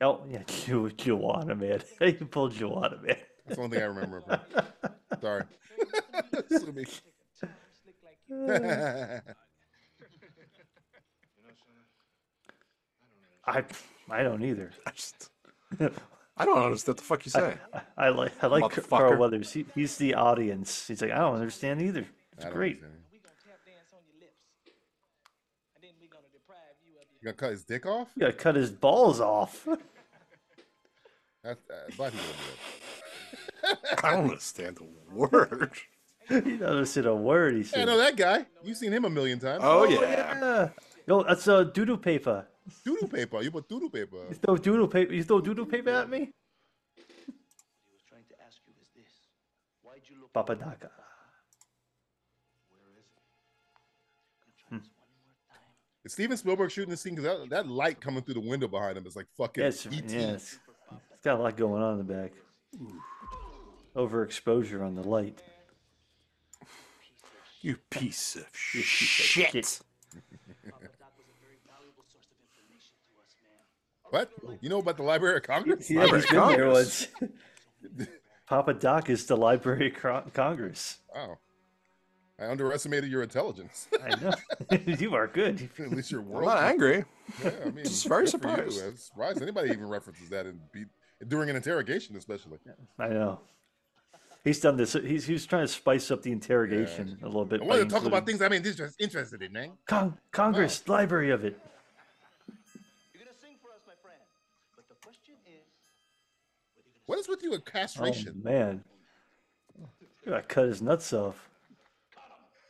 Speaker 11: Oh, yeah, Ju- Juana, man. you pulled Juana, man.
Speaker 10: That's the only thing I remember. From. Sorry. Sue me.
Speaker 11: I I don't either.
Speaker 12: I just. I don't understand what the fuck you say.
Speaker 11: I, I like I like Car- Carl
Speaker 12: Motherfucker.
Speaker 11: Weathers. He, he's the audience. He's like I don't understand either.
Speaker 10: I
Speaker 11: It's
Speaker 10: don't
Speaker 11: great.
Speaker 10: understand.
Speaker 8: We gonna tap dance on your lips. And then we gonna deprive you of your
Speaker 10: You gonna cut his dick off?
Speaker 11: You gotta cut his balls off.
Speaker 10: That's, uh, black people don't do that.
Speaker 12: I don't understand the word.
Speaker 11: he doesn't say a word. He
Speaker 10: Yeah, I
Speaker 11: said.
Speaker 10: know that guy. You've seen him a million times.
Speaker 12: Oh, yeah.
Speaker 11: yeah. Yo, that's a uh, doodle paper.
Speaker 10: Doodle paper. You put doodle paper.
Speaker 11: You throw doodle paper. You throw doodle paper at me. Papa Daka.
Speaker 10: Is Steven Spielberg shooting this scene? Because that, that light coming through the window behind him is like fucking E
Speaker 11: Yes,
Speaker 10: ET.
Speaker 11: yes. It's got a lot going on in the back. Overexposure on the light.
Speaker 12: You piece of
Speaker 11: piece of
Speaker 12: shit.
Speaker 11: shit.
Speaker 10: What? You know about the Library of Congress?
Speaker 11: Yeah, he's been there once. Papa Doc is the Library of Cro- Congress.
Speaker 10: Wow. I underestimated your intelligence.
Speaker 11: I know. you are good.
Speaker 10: At least you're
Speaker 12: I'm
Speaker 10: world.
Speaker 12: not angry.
Speaker 10: Yeah, I mean,
Speaker 12: Just very
Speaker 10: good for you.
Speaker 12: surprised.
Speaker 10: I'm surprised anybody even references that in be during an interrogation, especially.
Speaker 11: I know. He's done this. He's he was trying to spice up the interrogation a little bit.
Speaker 10: I
Speaker 11: by
Speaker 10: want to talk about
Speaker 11: including-
Speaker 10: things I'm interest- interested in, man.
Speaker 11: Con- Congress, Library of it.
Speaker 10: What is with you with
Speaker 11: Oh
Speaker 10: castration?
Speaker 11: man, you gotta cut his nuts off.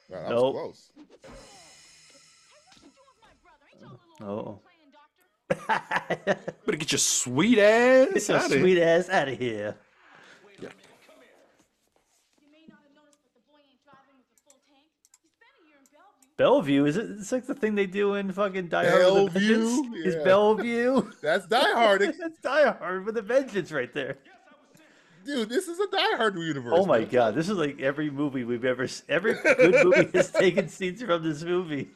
Speaker 10: wow, that
Speaker 11: Nope.
Speaker 10: was close.
Speaker 11: Oh,
Speaker 12: Better get your sweet ass
Speaker 11: get your
Speaker 12: out of
Speaker 11: sweet ass out of here. Bellevue is it? It's like the thing they do in fucking Die Hard with a Vengeance.
Speaker 10: Bellevue?
Speaker 11: Is
Speaker 10: Yeah.
Speaker 11: Bellevue?
Speaker 10: That's Die Hard,
Speaker 11: That's Die Hard with a Vengeance right there.
Speaker 10: dude. This is a Die Hard universe.
Speaker 11: Oh my
Speaker 10: man.
Speaker 11: god, this is like every movie we've ever s- every good movie has taken scenes from this movie.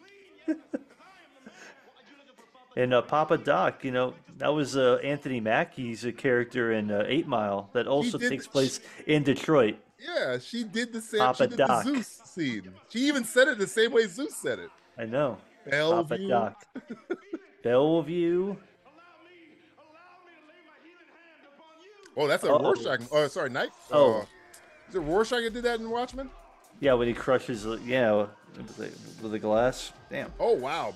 Speaker 11: and uh, Papa Doc, you know, that was uh, Anthony Mackie's a character in uh, Eight Mile that also
Speaker 10: did-
Speaker 11: takes place in Detroit.
Speaker 10: Yeah, she did the same.
Speaker 11: Papa
Speaker 10: she did
Speaker 11: Doc.
Speaker 10: the Zeus scene. She even said it the same way Zeus said it.
Speaker 11: I know.
Speaker 10: Bellevue.
Speaker 11: Papa Doc. Bellevue.
Speaker 10: Oh, that's a
Speaker 11: Uh-oh.
Speaker 10: Rorschach. Oh, sorry, Knight.
Speaker 11: Oh.
Speaker 10: Uh, is it Rorschach that did that in Watchmen?
Speaker 11: Yeah, when he crushes, uh, yeah, with the, with the glass. Damn.
Speaker 10: Oh wow,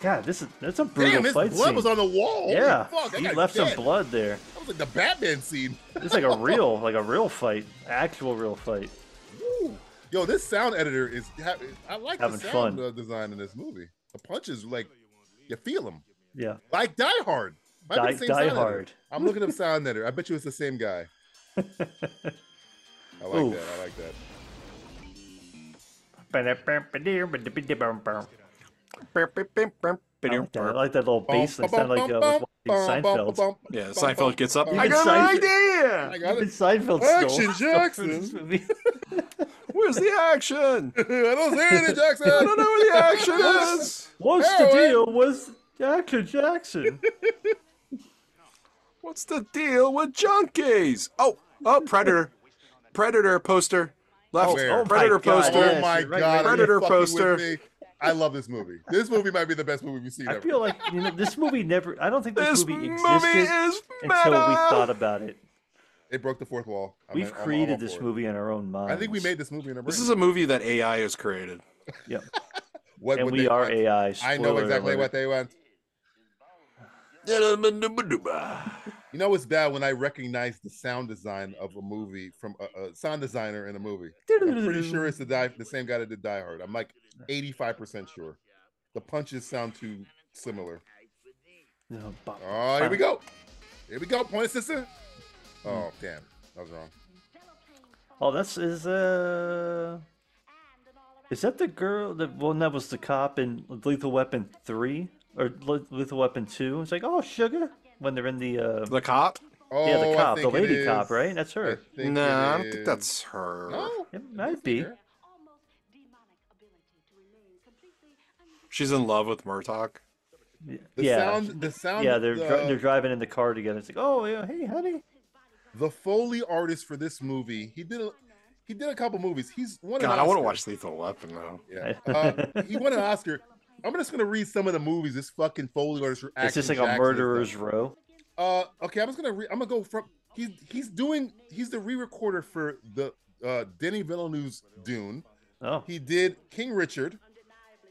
Speaker 11: God, this is that's a brutal
Speaker 10: damn, his
Speaker 11: fight
Speaker 10: blood
Speaker 11: scene.
Speaker 10: was on the wall. Holy
Speaker 11: yeah,
Speaker 10: fuck, that
Speaker 11: he
Speaker 10: guy's
Speaker 11: left
Speaker 10: dead.
Speaker 11: some blood there.
Speaker 10: That was like the Batman scene.
Speaker 11: It's like a real, like a real fight, actual real fight.
Speaker 10: Woo. Yo, this sound editor is. ha- I like
Speaker 11: Having
Speaker 10: the sound
Speaker 11: fun.
Speaker 10: uh, design in this movie. The punches, like, you feel them.
Speaker 11: Yeah.
Speaker 10: Like Die Hard. Might be
Speaker 11: Die-
Speaker 10: the same
Speaker 11: Die
Speaker 10: sound editor.
Speaker 11: Hard.
Speaker 10: I'm looking up sound editor. I bet you it's the same guy. I like
Speaker 11: Oof.
Speaker 10: that. I like that.
Speaker 11: I like that, I
Speaker 12: here.
Speaker 11: like that little bass. It sounded like uh, I was watching Seinfeld.
Speaker 12: Yeah, Seinfeld gets up.
Speaker 11: Even
Speaker 12: I got an
Speaker 11: Seinfeld-
Speaker 12: idea.
Speaker 10: I got
Speaker 11: Even
Speaker 10: it.
Speaker 11: Seinfeld stole
Speaker 12: Action
Speaker 11: stuff from this movie.
Speaker 12: Where's the action?
Speaker 10: I don't hear any Jackson.
Speaker 12: I don't know where the action is.
Speaker 11: What's the
Speaker 10: Heroin.
Speaker 11: deal with Action Jackson?
Speaker 12: What's the deal with junkies? Oh, oh, Predator. Predator poster. Left.
Speaker 10: Oh, where?
Speaker 12: Predator
Speaker 11: Oh my God,
Speaker 12: poster.
Speaker 11: yes.
Speaker 10: Oh my
Speaker 11: you're right,
Speaker 10: god,
Speaker 11: right.
Speaker 10: are you
Speaker 12: Predator
Speaker 10: fucking with
Speaker 12: poster.
Speaker 10: me? I love this movie. This movie might be the best movie we've seen
Speaker 11: I
Speaker 10: ever.
Speaker 11: feel like you know, this movie never. I don't think this,
Speaker 12: This
Speaker 11: movie
Speaker 12: movie
Speaker 11: existed
Speaker 12: is
Speaker 11: until we
Speaker 12: meta.
Speaker 11: thought about it.
Speaker 10: it broke the fourth wall. I'm
Speaker 11: We've
Speaker 10: in- I'm- I'm
Speaker 11: created
Speaker 10: all
Speaker 11: this
Speaker 10: for it.
Speaker 11: movie in our own mind.
Speaker 10: I think we made this movie in a
Speaker 12: This is a movie that AI has created.
Speaker 11: Yep.
Speaker 10: what
Speaker 11: and
Speaker 10: would
Speaker 11: we
Speaker 10: they
Speaker 11: are
Speaker 10: want?
Speaker 11: AI.
Speaker 10: I know
Speaker 11: spoiler
Speaker 10: exactly
Speaker 11: alert.
Speaker 10: what they want.
Speaker 12: It's
Speaker 10: You know it's bad when I recognize the sound design of a movie from a, a sound designer in a movie. I'm pretty sure it's the die, the same guy that did Die Hard. I'm like 85% sure. The punches sound too similar.
Speaker 11: No, bop.
Speaker 10: Oh, here we go. Here we go. Point sister.
Speaker 11: Hmm.
Speaker 10: Oh, damn. That was wrong.
Speaker 11: Oh, that's is uh, is that the girl that well that was the cop in Lethal Weapon three or Le- Lethal Weapon two? It's like oh sugar when they're in the uh,
Speaker 12: The cop?
Speaker 10: Oh,
Speaker 11: yeah
Speaker 10: I
Speaker 11: the cop the
Speaker 10: think it
Speaker 11: lady cop
Speaker 10: is.
Speaker 11: right? That's
Speaker 10: I
Speaker 11: her.
Speaker 10: think
Speaker 12: no,
Speaker 10: it
Speaker 12: I don't think
Speaker 10: is.
Speaker 12: that's her.
Speaker 10: No?
Speaker 11: It might be.
Speaker 10: her.
Speaker 12: She's in love with Murtok.
Speaker 10: The
Speaker 11: yeah,
Speaker 10: sound, the sound, uh,
Speaker 11: yeah, they're dri-
Speaker 10: the-
Speaker 11: they're driving in the car together. It's like oh yeah, hey honey,
Speaker 10: the Foley artist for this movie. He did a, he did a couple movies. He's one.
Speaker 12: God, I want to watch Lethal Weapon though.
Speaker 10: Yeah. Uh, he won an Oscar. I'm just gonna read some of the movies this fucking Foley artist for
Speaker 11: it's just like
Speaker 10: Action
Speaker 11: a
Speaker 10: Jackson has
Speaker 11: murderer's
Speaker 10: done.
Speaker 11: row.
Speaker 10: Uh, okay, I'm just gonna re- I'm gonna go from he's he's doing he's the re-recorder for the uh Denny Villeneuve's Dune.
Speaker 11: Oh,
Speaker 10: He did King Richard,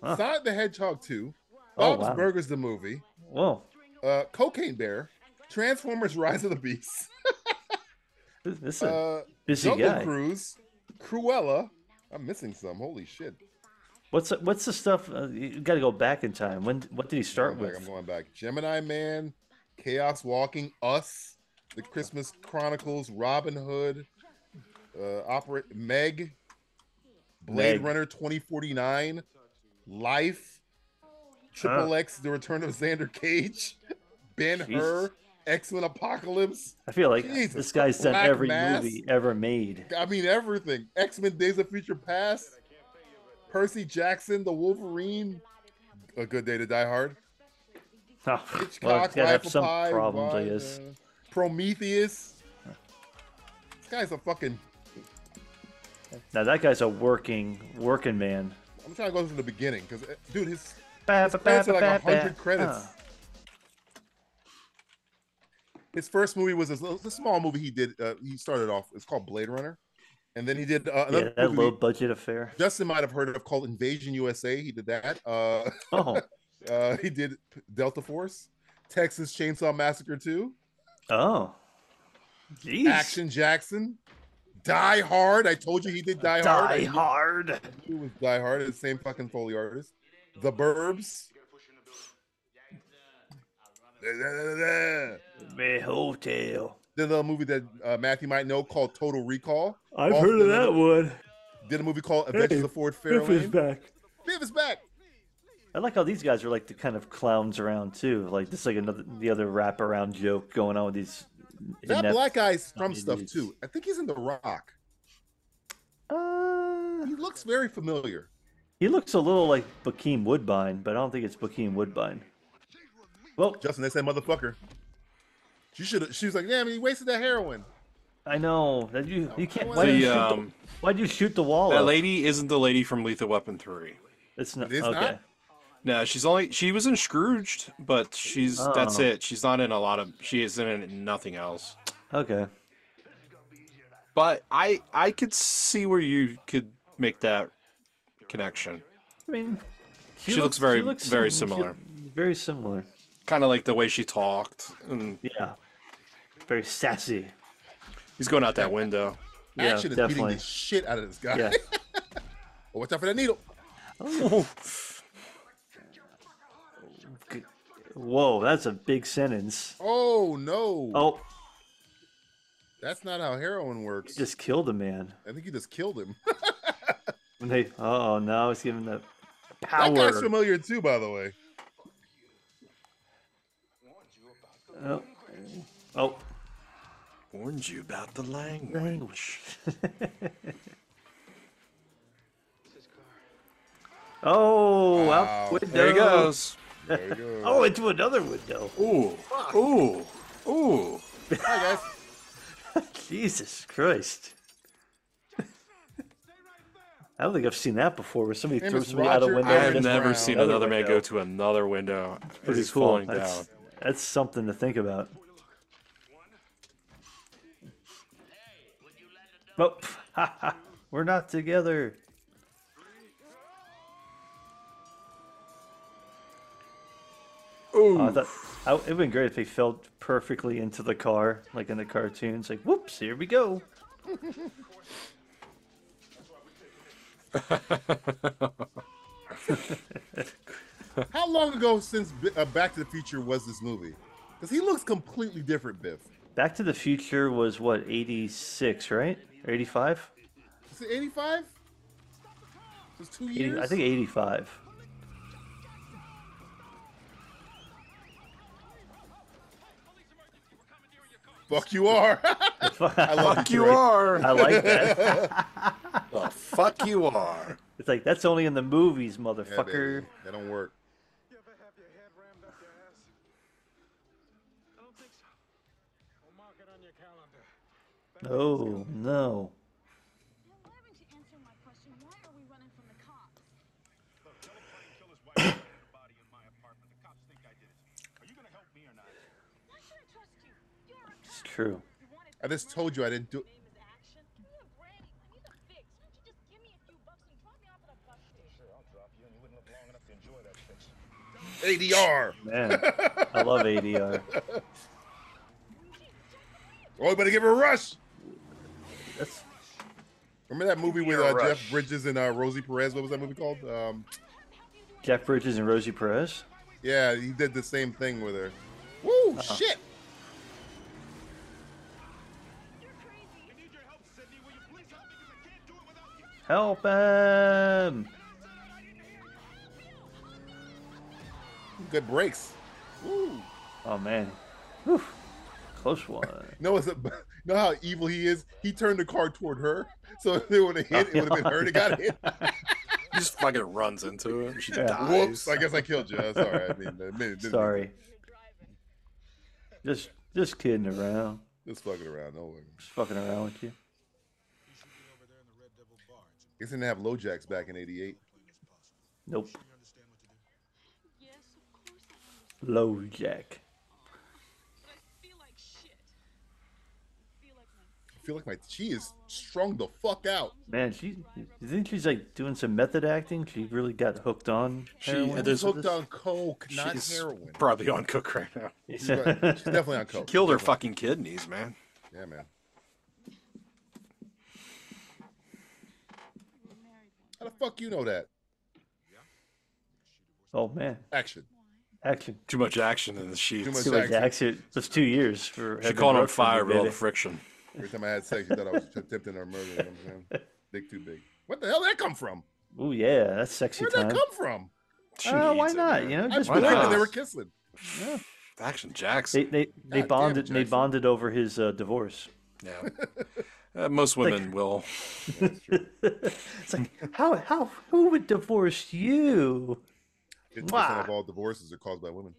Speaker 11: Huh.
Speaker 10: Sonic the Hedgehog 2,
Speaker 11: Oh,
Speaker 10: Bob's
Speaker 11: wow.
Speaker 10: Burgers the movie,
Speaker 11: whoa,
Speaker 10: uh, Cocaine Bear, Transformers: Rise of the Beast.
Speaker 11: this, this is a
Speaker 10: Uh,
Speaker 11: busy
Speaker 10: Jungle
Speaker 11: guy.
Speaker 10: Cruise, Cruella. I'm missing some. Holy shit!
Speaker 11: What's the- what's the stuff? Uh, you got to go back in time. When what did he start
Speaker 10: I'm going, back, I'm
Speaker 11: with?
Speaker 10: going back. Gemini Man, Chaos Walking, Us, The Christmas Chronicles, Robin Hood, uh, Opera Meg, Blade
Speaker 11: Meg.
Speaker 10: Runner 2049, Life, Triple X: The Return of Xander Cage, Ben Hur, X Men Apocalypse.
Speaker 11: I feel like
Speaker 10: Jesus,
Speaker 11: this guy's done
Speaker 10: Black
Speaker 11: every
Speaker 10: Mass.
Speaker 11: movie ever made.
Speaker 10: I mean everything. X Men: Days of Future Past, Percy Jackson, The Wolverine, A Good Day to Die Hard,
Speaker 11: Oh, well,
Speaker 10: Hitchcock,
Speaker 11: gotta have
Speaker 10: Rifle
Speaker 11: some
Speaker 10: Pie,
Speaker 11: problems, I
Speaker 10: Wanda,
Speaker 11: guess.
Speaker 10: Prometheus. This guy's a fucking.
Speaker 11: Now that guy's a working working man.
Speaker 10: I'm trying to go from the beginning because, dude, his,
Speaker 11: Ba,
Speaker 10: his
Speaker 11: ba, ba,
Speaker 10: credits are
Speaker 11: ba,
Speaker 10: like
Speaker 11: ba, ba.
Speaker 10: 100 credits.
Speaker 11: Huh.
Speaker 10: His first movie was this little, this small movie he did. Uh, he started off. It's called Blade Runner, and then he did uh,
Speaker 11: Yeah,
Speaker 10: another
Speaker 11: that
Speaker 10: movie
Speaker 11: low budget affair.
Speaker 10: Justin might have heard of called Invasion USA. He did that. Uh,
Speaker 11: Oh,
Speaker 10: uh, he did Delta Force, Texas Chainsaw Massacre 2,
Speaker 11: oh, jeez.
Speaker 10: Action Jackson, Die Hard. I told you he did Die, Hard.
Speaker 11: Die
Speaker 10: I knew-
Speaker 11: hard.
Speaker 10: I knew It was Die Hard. It's the same fucking Foley artist. The Burbs.
Speaker 11: Me hotel.
Speaker 10: Did another movie that uh, Matthew might know called Total Recall.
Speaker 11: I've
Speaker 10: Also
Speaker 11: heard of
Speaker 10: did
Speaker 11: that
Speaker 10: another-
Speaker 11: one.
Speaker 10: Did a movie called Adventures
Speaker 11: Hey,
Speaker 10: of Ford
Speaker 11: Biff is
Speaker 10: Fairlane.
Speaker 11: back.
Speaker 10: Biff is back.
Speaker 11: I like how these guys are like the kind of clowns around too. Like this, is like another the other wraparound joke going on with these.
Speaker 10: That
Speaker 11: inept-
Speaker 10: black guy's from
Speaker 11: It
Speaker 10: stuff
Speaker 11: is.
Speaker 10: too. I think he's in The Rock.
Speaker 11: Uh,
Speaker 10: He looks very familiar.
Speaker 11: he looks a little like Bakeem Woodbine, but I don't think it's Bakeem Woodbine. Well,
Speaker 10: Justin, that's that motherfucker. She should. have. She was like, "Damn, he wasted that heroin."
Speaker 11: I know that you you can't. Why do you shoot
Speaker 12: The,
Speaker 11: the,
Speaker 12: um,
Speaker 11: why'd you shoot the wall?
Speaker 12: that
Speaker 11: up?
Speaker 12: lady isn't the lady from Lethal Weapon 3.
Speaker 11: It's not
Speaker 10: It is
Speaker 11: okay.
Speaker 10: not?
Speaker 12: No, she's only she was in Scrooged, but she's that's
Speaker 11: Oh.
Speaker 12: it. She's not in a lot of she isn't in nothing else.
Speaker 11: Okay.
Speaker 12: But I I could see where you could make that connection.
Speaker 11: I mean,
Speaker 12: She looks very- very
Speaker 11: sim-
Speaker 12: similar.
Speaker 11: she- very similar.
Speaker 12: Kind of like the way she talked, and
Speaker 11: Yeah. Very sassy.
Speaker 12: he's going out that window.
Speaker 11: Yeah,
Speaker 10: Action is beating
Speaker 11: definitely.
Speaker 10: the shit out of this guy.
Speaker 11: Yeah.
Speaker 10: Oh, watch out for that needle.
Speaker 11: G- Whoa, that's a big sentence.
Speaker 10: Oh no,
Speaker 11: Oh,
Speaker 10: that's not how heroin works.
Speaker 11: just killed a man.
Speaker 10: I think you just killed him.
Speaker 11: When they, oh, now it's giving that
Speaker 10: that
Speaker 11: power.
Speaker 10: guy's familiar too, by the way.
Speaker 11: oh. oh,
Speaker 12: Warned you about the language.
Speaker 11: language. oh,
Speaker 10: Wow.
Speaker 11: out window.
Speaker 12: There he goes.
Speaker 10: There you go.
Speaker 11: Oh, into another window.
Speaker 12: Ooh, ooh, ooh.
Speaker 10: Hi guys.
Speaker 11: Jesus Christ. I don't think I've seen that before where somebody
Speaker 10: Name
Speaker 11: throws
Speaker 10: is
Speaker 11: somebody out a
Speaker 10: Roger
Speaker 11: window.
Speaker 12: I
Speaker 10: There's
Speaker 12: have
Speaker 11: and
Speaker 10: this
Speaker 12: never
Speaker 10: round.
Speaker 12: seen
Speaker 11: Another
Speaker 12: another man
Speaker 11: window.
Speaker 12: go to another window as
Speaker 11: Pretty
Speaker 12: he's
Speaker 11: cool.
Speaker 12: falling
Speaker 11: That's,
Speaker 12: down.
Speaker 11: that's something to think about. Oh, we're not together.
Speaker 12: Ooh,
Speaker 11: Oh, I thought, I, it'd been great if they fell perfectly into the car, like in the cartoons. Like, whoops, here we go.
Speaker 10: How long ago since B- uh, Back to the Future was this movie? Because he looks completely different, Biff.
Speaker 11: Back to the Future was what, 86, right? Or 85?
Speaker 10: Is it 85? It's two years.
Speaker 11: I think 85.
Speaker 10: Fuck you are. I love
Speaker 12: fuck you
Speaker 10: Detroit.
Speaker 12: are.
Speaker 11: I like that.
Speaker 12: The fuck you are.
Speaker 11: it's like, that's only in the movies,
Speaker 10: Yeah,
Speaker 11: motherfucker.
Speaker 10: baby, That don't work.
Speaker 11: oh, no. It's true.
Speaker 10: I just told you I didn't do. ADR.
Speaker 11: Man, I love ADR.
Speaker 10: Oh, you better give her a rush.
Speaker 11: That's
Speaker 10: Remember that movie with uh, Jeff Bridges and uh, Rosie Perez? What was that movie called? Um,
Speaker 11: Jack Bridges and Rosie Perez.
Speaker 10: yeah, he did the same thing with her. Uh-huh. Woo, shit.
Speaker 11: Help him!
Speaker 10: Good breaks. Woo.
Speaker 11: Oh man, Whew. close one.
Speaker 10: No, it's a, know how evil he is. He turned the car toward her, so if it would have hit, it would have been her that got hit.
Speaker 12: He just fucking runs into it. and She
Speaker 11: Yeah.
Speaker 12: dies.
Speaker 10: Whoops! I guess I killed you. That's all right. I mean, I mean, it didn't-
Speaker 11: Sorry, Just just kidding around.
Speaker 10: Just fucking around. No way.
Speaker 11: Just fucking around with you.
Speaker 10: Guess they didn't have LoJack's back in '88.
Speaker 11: Nope. Low Jack.
Speaker 10: I feel like my she is strung the fuck out.
Speaker 11: Man, she you think she's like doing some method acting? She really got hooked on.
Speaker 10: She
Speaker 11: heroin
Speaker 10: is
Speaker 11: for
Speaker 10: hooked
Speaker 11: this?
Speaker 10: on coke, not
Speaker 12: She's
Speaker 10: heroin.
Speaker 12: probably on cook right now.
Speaker 10: She's right. She's definitely on
Speaker 12: She
Speaker 10: coke.
Speaker 12: killed her
Speaker 10: Definitely.
Speaker 12: fucking kidneys, man.
Speaker 10: Yeah, man. How the fuck you know that?
Speaker 11: Oh man,
Speaker 10: Action.
Speaker 11: action.
Speaker 12: Too much action in the sheets.
Speaker 10: much
Speaker 11: Too much
Speaker 10: action.
Speaker 11: action. That's two years for.
Speaker 12: She
Speaker 11: having
Speaker 12: caught on
Speaker 11: Rutgers,
Speaker 12: fire
Speaker 11: you
Speaker 12: with all the
Speaker 11: bitch.
Speaker 12: friction.
Speaker 10: Every time I had sex, you thought I was attempting her murder. You know what I'm saying? Dick too big. What the hell did that come from?
Speaker 11: Ooh yeah, that's sexy
Speaker 10: Where'd
Speaker 11: time.
Speaker 10: that come from?
Speaker 12: She
Speaker 11: Uh, why
Speaker 12: needs it,
Speaker 11: not?
Speaker 12: man.
Speaker 11: You know,
Speaker 10: I
Speaker 11: just
Speaker 12: why
Speaker 10: pretended
Speaker 12: not?
Speaker 10: they were kissing.
Speaker 12: Action
Speaker 11: They
Speaker 12: Jackson.
Speaker 11: they, they
Speaker 10: damn,
Speaker 11: bonded they
Speaker 10: Jackson.
Speaker 11: bonded over his uh, divorce.
Speaker 12: Yeah. Uh, most women will.
Speaker 11: It's like how how who would divorce you?
Speaker 10: Fifty
Speaker 11: Mwah.
Speaker 10: percent of all divorces are caused by women.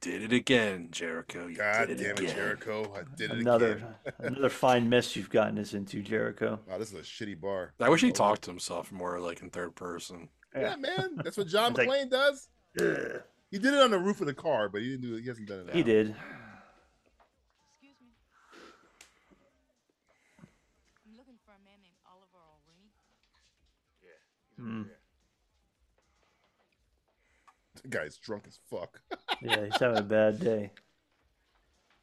Speaker 12: Did it again, Jericho. You
Speaker 10: God
Speaker 12: did it
Speaker 10: damn it,
Speaker 12: again.
Speaker 10: Jericho! I did it
Speaker 11: Another
Speaker 10: again.
Speaker 11: another fine mess you've gotten us into, Jericho.
Speaker 10: Wow, this is a shitty bar.
Speaker 12: I wish he talked to himself more like in third person.
Speaker 10: Yeah, man, that's what John
Speaker 11: It's like-
Speaker 10: McClane does. He did it on the roof of the car, but he didn't do it. He hasn't done it.
Speaker 11: He
Speaker 10: now.
Speaker 11: did.
Speaker 13: I'm looking for a man named Oliver O'Reilly.
Speaker 11: Mm,
Speaker 10: That guy's drunk as fuck.
Speaker 11: yeah, he's having a bad day.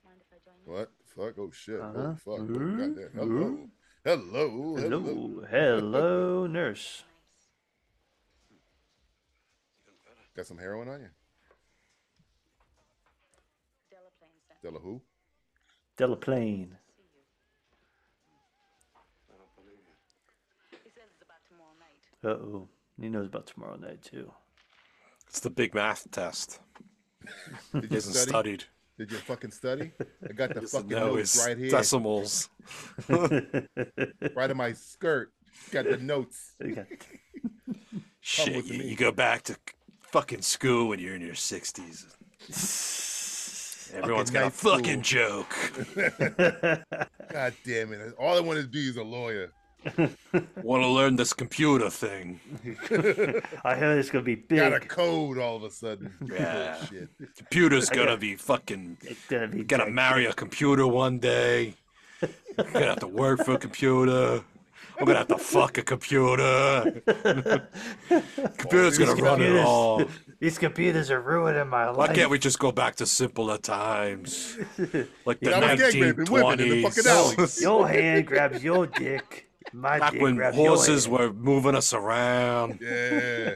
Speaker 13: Mind if I join you?
Speaker 10: What? Fuck? Oh shit!
Speaker 11: Uh-huh.
Speaker 10: Oh fuck! Oh,
Speaker 11: Ooh,
Speaker 10: goddamn.
Speaker 11: ooh.
Speaker 10: Hello. Hello. Hello.
Speaker 11: Hello, hello, nurse.
Speaker 10: Got some heroin on you?
Speaker 13: Delaplane's that
Speaker 10: Della who?
Speaker 11: Delaplane.
Speaker 13: He says it's about tomorrow night.
Speaker 11: Uh oh, he knows about tomorrow night too.
Speaker 12: It's the big math test.
Speaker 10: Did
Speaker 12: He
Speaker 10: you
Speaker 12: hasn't
Speaker 10: study?
Speaker 12: studied.
Speaker 10: Did you fucking study? I got the
Speaker 12: He doesn't
Speaker 10: fucking
Speaker 12: know
Speaker 10: notes
Speaker 12: his
Speaker 10: right here,
Speaker 12: decimals.
Speaker 10: right in my skirt. Got the notes.
Speaker 11: They got-
Speaker 12: Shit,
Speaker 10: with
Speaker 12: you,
Speaker 10: me.
Speaker 12: you go back to fucking school when you're in your 60s. Everyone's got a
Speaker 10: night school.
Speaker 12: fucking joke.
Speaker 10: God damn it! All I want to be is a lawyer.
Speaker 12: Want to learn this computer thing?
Speaker 11: I heard it's gonna be
Speaker 10: Got a
Speaker 11: big.
Speaker 10: code all of a sudden.
Speaker 12: Yeah.
Speaker 10: Oh, Shit.
Speaker 12: Computer's gonna be fucking.
Speaker 11: It's gonna be
Speaker 12: Gonna
Speaker 11: big.
Speaker 12: marry a computer one day. gonna have to work for a computer. I'm gonna have to fuck a computer. Computer's gonna run it
Speaker 11: computers.
Speaker 12: all.
Speaker 11: These computers are ruining my
Speaker 12: Why
Speaker 11: life.
Speaker 12: can't we just go back to simpler times? Like the
Speaker 10: Yeah, I was gang raping women in the fucking alley.
Speaker 12: 1920s.
Speaker 11: Your hand grabs your dick. My
Speaker 12: Back
Speaker 11: dick
Speaker 12: when
Speaker 11: grabs
Speaker 12: horses
Speaker 11: your hand.
Speaker 12: were moving us around.
Speaker 10: Yeah.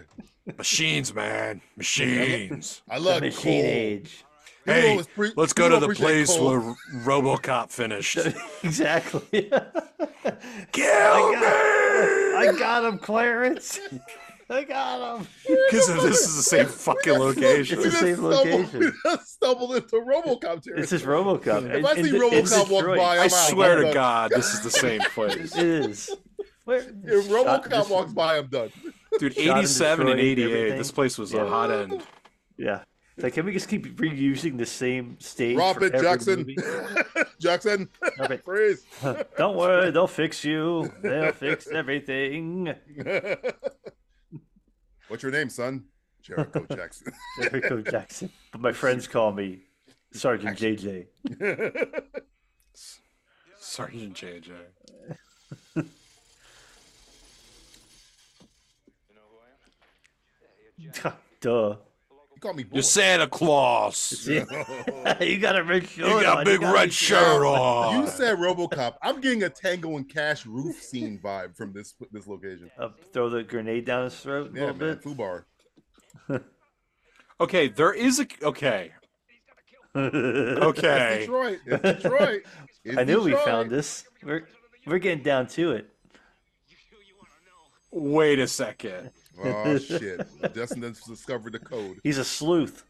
Speaker 12: Machines, man. Machines.
Speaker 10: I love
Speaker 11: The
Speaker 10: coal.
Speaker 11: machine age.
Speaker 10: You know what
Speaker 12: Hey,
Speaker 10: was pre-
Speaker 12: let's
Speaker 10: you
Speaker 12: go
Speaker 10: know
Speaker 12: to
Speaker 10: what
Speaker 12: the
Speaker 10: appreciate
Speaker 12: place
Speaker 10: coal?
Speaker 12: where Robocop finished.
Speaker 11: Exactly.
Speaker 12: Kill me!
Speaker 11: I got him, Clarence. I got him.
Speaker 12: Because this is the same fucking location.
Speaker 11: It's the same
Speaker 10: We just stumbled-
Speaker 11: location.
Speaker 10: We just stumbled into RoboCop territory.
Speaker 11: This is RoboCop.
Speaker 10: if I
Speaker 11: And- and
Speaker 10: see
Speaker 11: th- it's
Speaker 10: RoboCop walk
Speaker 11: Detroit.
Speaker 10: by, I'm
Speaker 12: I
Speaker 10: out. I'm
Speaker 12: swear to
Speaker 10: done.
Speaker 12: God, this is the same place.
Speaker 11: It is. Where?
Speaker 10: If
Speaker 11: Shot-
Speaker 10: RoboCop
Speaker 11: this-
Speaker 10: walks by, I'm done.
Speaker 12: Dude,
Speaker 11: in
Speaker 12: 87 and
Speaker 11: Detroit,
Speaker 12: 88, this
Speaker 11: everything.
Speaker 12: place was a hot end.
Speaker 11: Yeah. It's Like, can we just keep reusing the same stage?
Speaker 10: Drop
Speaker 11: for
Speaker 10: it,
Speaker 11: every
Speaker 10: Jackson.
Speaker 11: movie?
Speaker 10: Jackson,
Speaker 11: Drop it.
Speaker 10: freeze.
Speaker 11: Don't worry, they'll fix you. They'll fix everything.
Speaker 10: What's your name, son? Jericho Jackson.
Speaker 11: Jericho Jackson. But my friends call me Sergeant JJ.
Speaker 12: Sergeant JJ.
Speaker 11: Duh.
Speaker 10: You call me boy.
Speaker 12: You're Santa Claus.
Speaker 11: See? you got a red shirt.
Speaker 12: You got
Speaker 11: on,
Speaker 12: a big
Speaker 11: gotta
Speaker 12: red
Speaker 11: be-
Speaker 12: shirt on.
Speaker 11: Uh,
Speaker 10: You said RoboCop. I'm getting a Tango and Cash roof scene vibe from this this location.
Speaker 11: Uh, throw the grenade down his throat a
Speaker 10: Yeah,
Speaker 11: little
Speaker 10: man.
Speaker 11: bit.
Speaker 10: Fubar.
Speaker 12: Okay, there is a. Okay. Okay.
Speaker 10: Detroit. It's Detroit. It's
Speaker 11: I knew we
Speaker 10: Detroit.
Speaker 11: found this. We're we're getting down to it.
Speaker 12: Wait a second.
Speaker 10: Oh shit! Justin has discovered the code.
Speaker 11: He's a sleuth.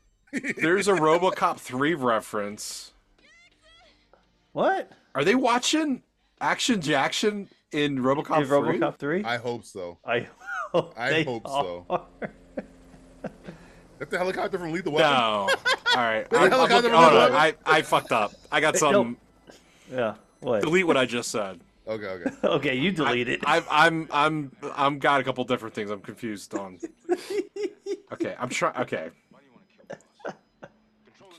Speaker 12: There's a Robocop 3 reference.
Speaker 11: What?
Speaker 12: Are they watching Action Jackson in Robocop
Speaker 11: In
Speaker 12: 3?
Speaker 11: RoboCop three?
Speaker 10: I hope so.
Speaker 11: I hope
Speaker 10: I
Speaker 11: they
Speaker 10: hope so.
Speaker 11: are.
Speaker 10: That's the helicopter from Lethal Weapon.
Speaker 12: No. All right. I'm-
Speaker 10: That's the
Speaker 12: I'm
Speaker 10: helicopter
Speaker 12: looking-
Speaker 10: from
Speaker 12: hold
Speaker 10: Lethal
Speaker 12: on.
Speaker 10: Weapon.
Speaker 12: I, I fucked up. I got
Speaker 10: Hey,
Speaker 12: something.
Speaker 11: Yeah. What?
Speaker 12: Delete what I just said.
Speaker 10: Okay. Okay.
Speaker 11: okay, you delete it.
Speaker 12: I, I'm I'm I'm got a couple different things I'm confused on. okay, I'm trying. Okay,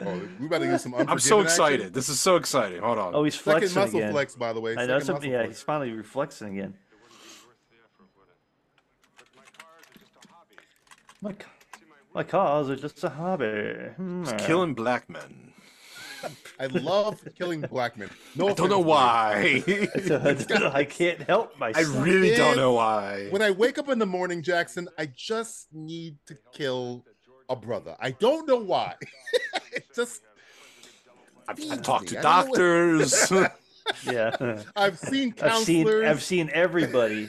Speaker 10: Oh, we about to get some.
Speaker 12: I'm so
Speaker 10: Unforgiven action.
Speaker 12: excited. This is so exciting. Hold on.
Speaker 11: Oh, he's
Speaker 10: Second
Speaker 11: flexing
Speaker 10: muscle
Speaker 11: again.
Speaker 10: flex, by the way.
Speaker 11: I know
Speaker 10: Second
Speaker 11: something.
Speaker 10: muscle
Speaker 11: Yeah,
Speaker 10: flex.
Speaker 11: he's finally reflexing again. My, ca- my cars are just a hobby. Hmm.
Speaker 12: It's killing black men.
Speaker 10: I love killing black men. No,
Speaker 12: I don't know
Speaker 10: offense,
Speaker 12: why.
Speaker 10: dude.
Speaker 11: I can't help
Speaker 12: I
Speaker 11: myself.
Speaker 12: really don't
Speaker 10: If-
Speaker 12: know why.
Speaker 10: When I wake up in the morning, Jackson, I just need to kill a brother. I don't know why. it just
Speaker 12: I've,
Speaker 10: feeds
Speaker 12: I've talked
Speaker 10: me.
Speaker 12: to
Speaker 10: I don't know what-
Speaker 12: doctors.
Speaker 11: yeah.
Speaker 10: I've seen counselors.
Speaker 11: I've seen I've seen everybody,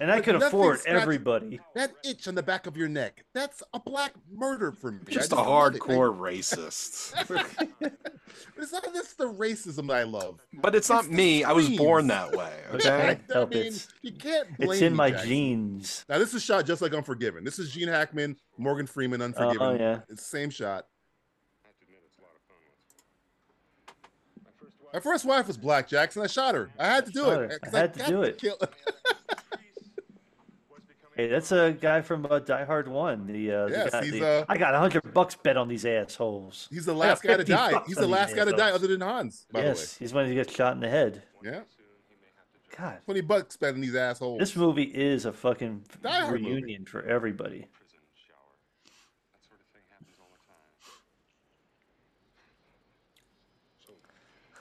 Speaker 11: and I
Speaker 10: But
Speaker 11: could
Speaker 10: nothing
Speaker 11: afford
Speaker 10: scratches-
Speaker 11: everybody.
Speaker 10: That itch on the back of your neck. That's a black murder for me. I
Speaker 12: just a
Speaker 10: love it.
Speaker 12: hardcore racist.
Speaker 10: I, it's not just the racism that I love.
Speaker 12: But it's not
Speaker 10: It's the
Speaker 12: me. I was born
Speaker 10: screams.
Speaker 12: that way.
Speaker 10: I
Speaker 12: Okay.
Speaker 11: Help
Speaker 10: mean,
Speaker 11: it.
Speaker 10: you can't blame
Speaker 11: It's in
Speaker 10: me,
Speaker 11: my
Speaker 10: Jackson.
Speaker 11: genes.
Speaker 10: Now this is shot just like Unforgiven. This is Gene Hackman, Morgan Freeman, Unforgiven.
Speaker 11: Oh, yeah.
Speaker 10: It's the same shot. My first wife was black, Jackson. I shot her. I had to do
Speaker 11: Shot her.
Speaker 10: it. 'cause
Speaker 11: I had to
Speaker 10: got
Speaker 11: do it.
Speaker 10: kill-
Speaker 11: Hey, that's a guy from uh, Die Hard One. The, uh, the
Speaker 10: Yes,
Speaker 11: guy-
Speaker 10: he's,
Speaker 11: the-
Speaker 10: uh,
Speaker 11: I got hundred bucks bet on these assholes.
Speaker 10: He's the
Speaker 11: I got
Speaker 10: last guy to
Speaker 11: 50
Speaker 10: die.
Speaker 11: bucks
Speaker 10: He's
Speaker 11: on
Speaker 10: the
Speaker 11: these
Speaker 10: last guy to die,
Speaker 11: assholes.
Speaker 10: other than Hans, by
Speaker 11: yes, he's when he gets shot in the head.
Speaker 10: the way. Yeah.
Speaker 11: God,
Speaker 10: Twenty bucks spending these assholes.
Speaker 11: this movie is a fucking
Speaker 10: Die Hard movie.
Speaker 11: reunion for everybody.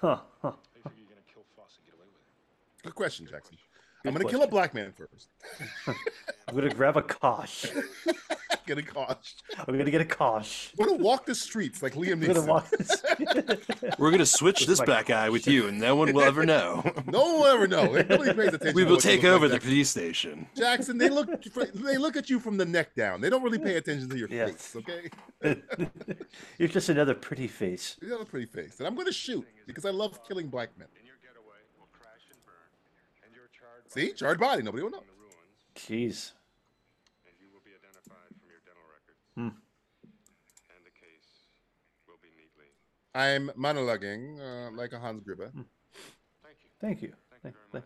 Speaker 11: Huh, huh.
Speaker 10: Good question, Jackson. I'm
Speaker 11: Good
Speaker 10: gonna kill a black man first.
Speaker 11: I'm gonna grab a kosh.
Speaker 10: Get a cosh.
Speaker 11: I'm gonna get a kosh.
Speaker 10: I'm gonna walk the streets like Liam
Speaker 11: I'm gonna
Speaker 10: Neeson.
Speaker 11: walk this.
Speaker 12: We're gonna switch this
Speaker 11: my
Speaker 12: back eye with you, and no one will ever know.
Speaker 10: No one will ever know. Nobody pays attention.
Speaker 12: We
Speaker 10: to
Speaker 12: will
Speaker 10: what you
Speaker 12: take
Speaker 10: look like,
Speaker 12: over the
Speaker 10: Jackson.
Speaker 12: police station.
Speaker 10: Jackson, they look they look at you from the neck down. They don't really pay attention to your
Speaker 11: Yeah.
Speaker 10: face, okay?
Speaker 11: You're just another pretty face.
Speaker 10: You have a pretty face, and I'm gonna shoot because I love killing black men. See, charred body, nobody will know.
Speaker 11: Jeez.
Speaker 10: I'm monologuing uh, like a Hans Gruber.
Speaker 11: Thank you. Thank, thank-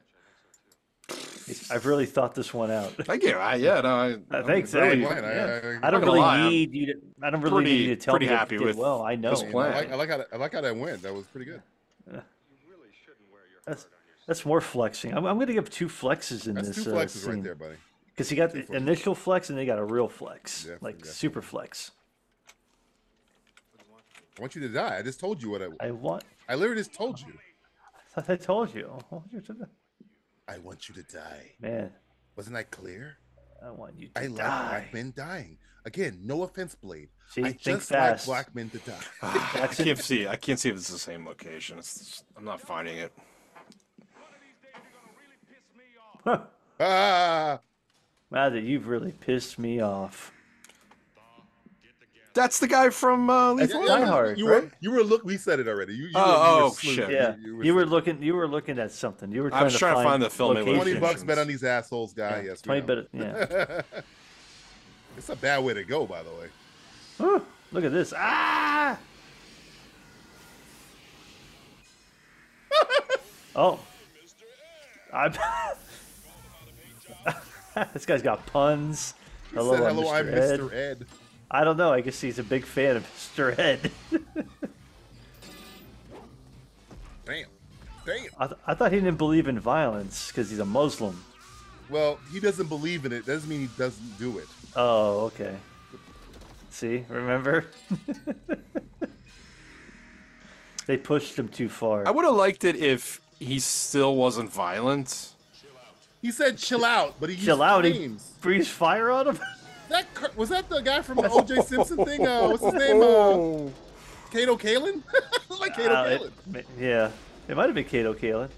Speaker 11: I've really thought this one out.
Speaker 12: Thank you. I, yeah, no, I,
Speaker 11: Uh,
Speaker 12: I'm
Speaker 11: thanks,
Speaker 12: really-
Speaker 11: I,
Speaker 10: fine. I-
Speaker 11: yeah.
Speaker 10: I-
Speaker 11: I don't
Speaker 12: not gonna
Speaker 11: really
Speaker 12: lie, I'm
Speaker 11: need you to. I don't really need
Speaker 12: pretty-
Speaker 11: you to tell
Speaker 12: pretty
Speaker 11: me that
Speaker 12: happy
Speaker 11: you did
Speaker 12: with
Speaker 11: well. I know.
Speaker 12: this
Speaker 10: You know, I
Speaker 12: plan.
Speaker 10: like, I like how I like how that went. That was pretty good.
Speaker 11: That's, that's more flexing. I'm, I'm going to give two flexes in
Speaker 10: That's
Speaker 11: this.
Speaker 10: two
Speaker 11: uh,
Speaker 10: flexes right
Speaker 11: scene.
Speaker 10: there, buddy.
Speaker 11: Because he got the initial flex and they got a real flex,
Speaker 10: Definitely,
Speaker 11: like
Speaker 10: definitely.
Speaker 11: super flex.
Speaker 10: I want you to die. I just told you what I.
Speaker 11: I want.
Speaker 10: I literally just told you.
Speaker 11: I thought I told you. I want you to-
Speaker 10: I want you to die.
Speaker 11: Man,
Speaker 10: Wasn't I clear?
Speaker 11: I want you to
Speaker 10: I like
Speaker 11: die.
Speaker 10: black men dying. Again, no offense, Blade.
Speaker 11: See,
Speaker 10: I
Speaker 11: think
Speaker 10: just
Speaker 11: fast.
Speaker 10: like black men to die.
Speaker 12: I can't see. I can't see if it's the same location. It's just- I'm not finding it.
Speaker 10: ah,
Speaker 11: Wow, that you've really pissed me off.
Speaker 12: That's the guy from uh, Lethal
Speaker 10: Yeah,
Speaker 11: Die
Speaker 10: you-
Speaker 12: Weapon.
Speaker 11: Hard,
Speaker 10: You
Speaker 11: right?
Speaker 10: were you were look. We said it already. You, you
Speaker 12: Oh,
Speaker 10: were- you were
Speaker 12: oh,
Speaker 10: sleuth.
Speaker 12: shit.
Speaker 11: Yeah, you,
Speaker 10: you,
Speaker 11: were looking. You were looking at something. You were
Speaker 12: I
Speaker 11: trying
Speaker 12: was
Speaker 11: to
Speaker 12: trying to
Speaker 11: find
Speaker 12: find the film it was.
Speaker 10: twenty
Speaker 11: locations.
Speaker 10: bucks bet on these assholes, guy.
Speaker 11: Yeah,
Speaker 10: yes, we
Speaker 11: twenty
Speaker 10: know.
Speaker 11: bet. Yeah.
Speaker 10: It's a bad way to go, by the way.
Speaker 11: Huh, look at this. Ah! oh. I'm this guy's got puns.
Speaker 10: He
Speaker 11: Hello,
Speaker 10: said,
Speaker 11: I'm
Speaker 10: "Hello,
Speaker 11: Mr.
Speaker 10: I'm
Speaker 11: Ed.
Speaker 10: Mr. Ed."
Speaker 11: I don't know. I guess he's a big fan of Mr. Ed.
Speaker 10: Damn, damn.
Speaker 11: I, th- I thought he didn't believe in violence because he's a Muslim.
Speaker 10: Well, he doesn't believe in it. Doesn't mean he doesn't do it.
Speaker 11: Oh, okay. See, remember? they pushed him too far.
Speaker 12: I would have liked it if he still wasn't violent.
Speaker 10: He said, "Chill out," but he used
Speaker 11: Chill out. He
Speaker 10: names.
Speaker 11: breathes fire on him.
Speaker 10: That cur- was that the guy from the O.J. Simpson thing. Uh, what's his name? Uh, Kato Kalin. like Kato
Speaker 11: Uh, it-
Speaker 10: Kalin.
Speaker 11: ma- yeah, it might have been Kato Kalin,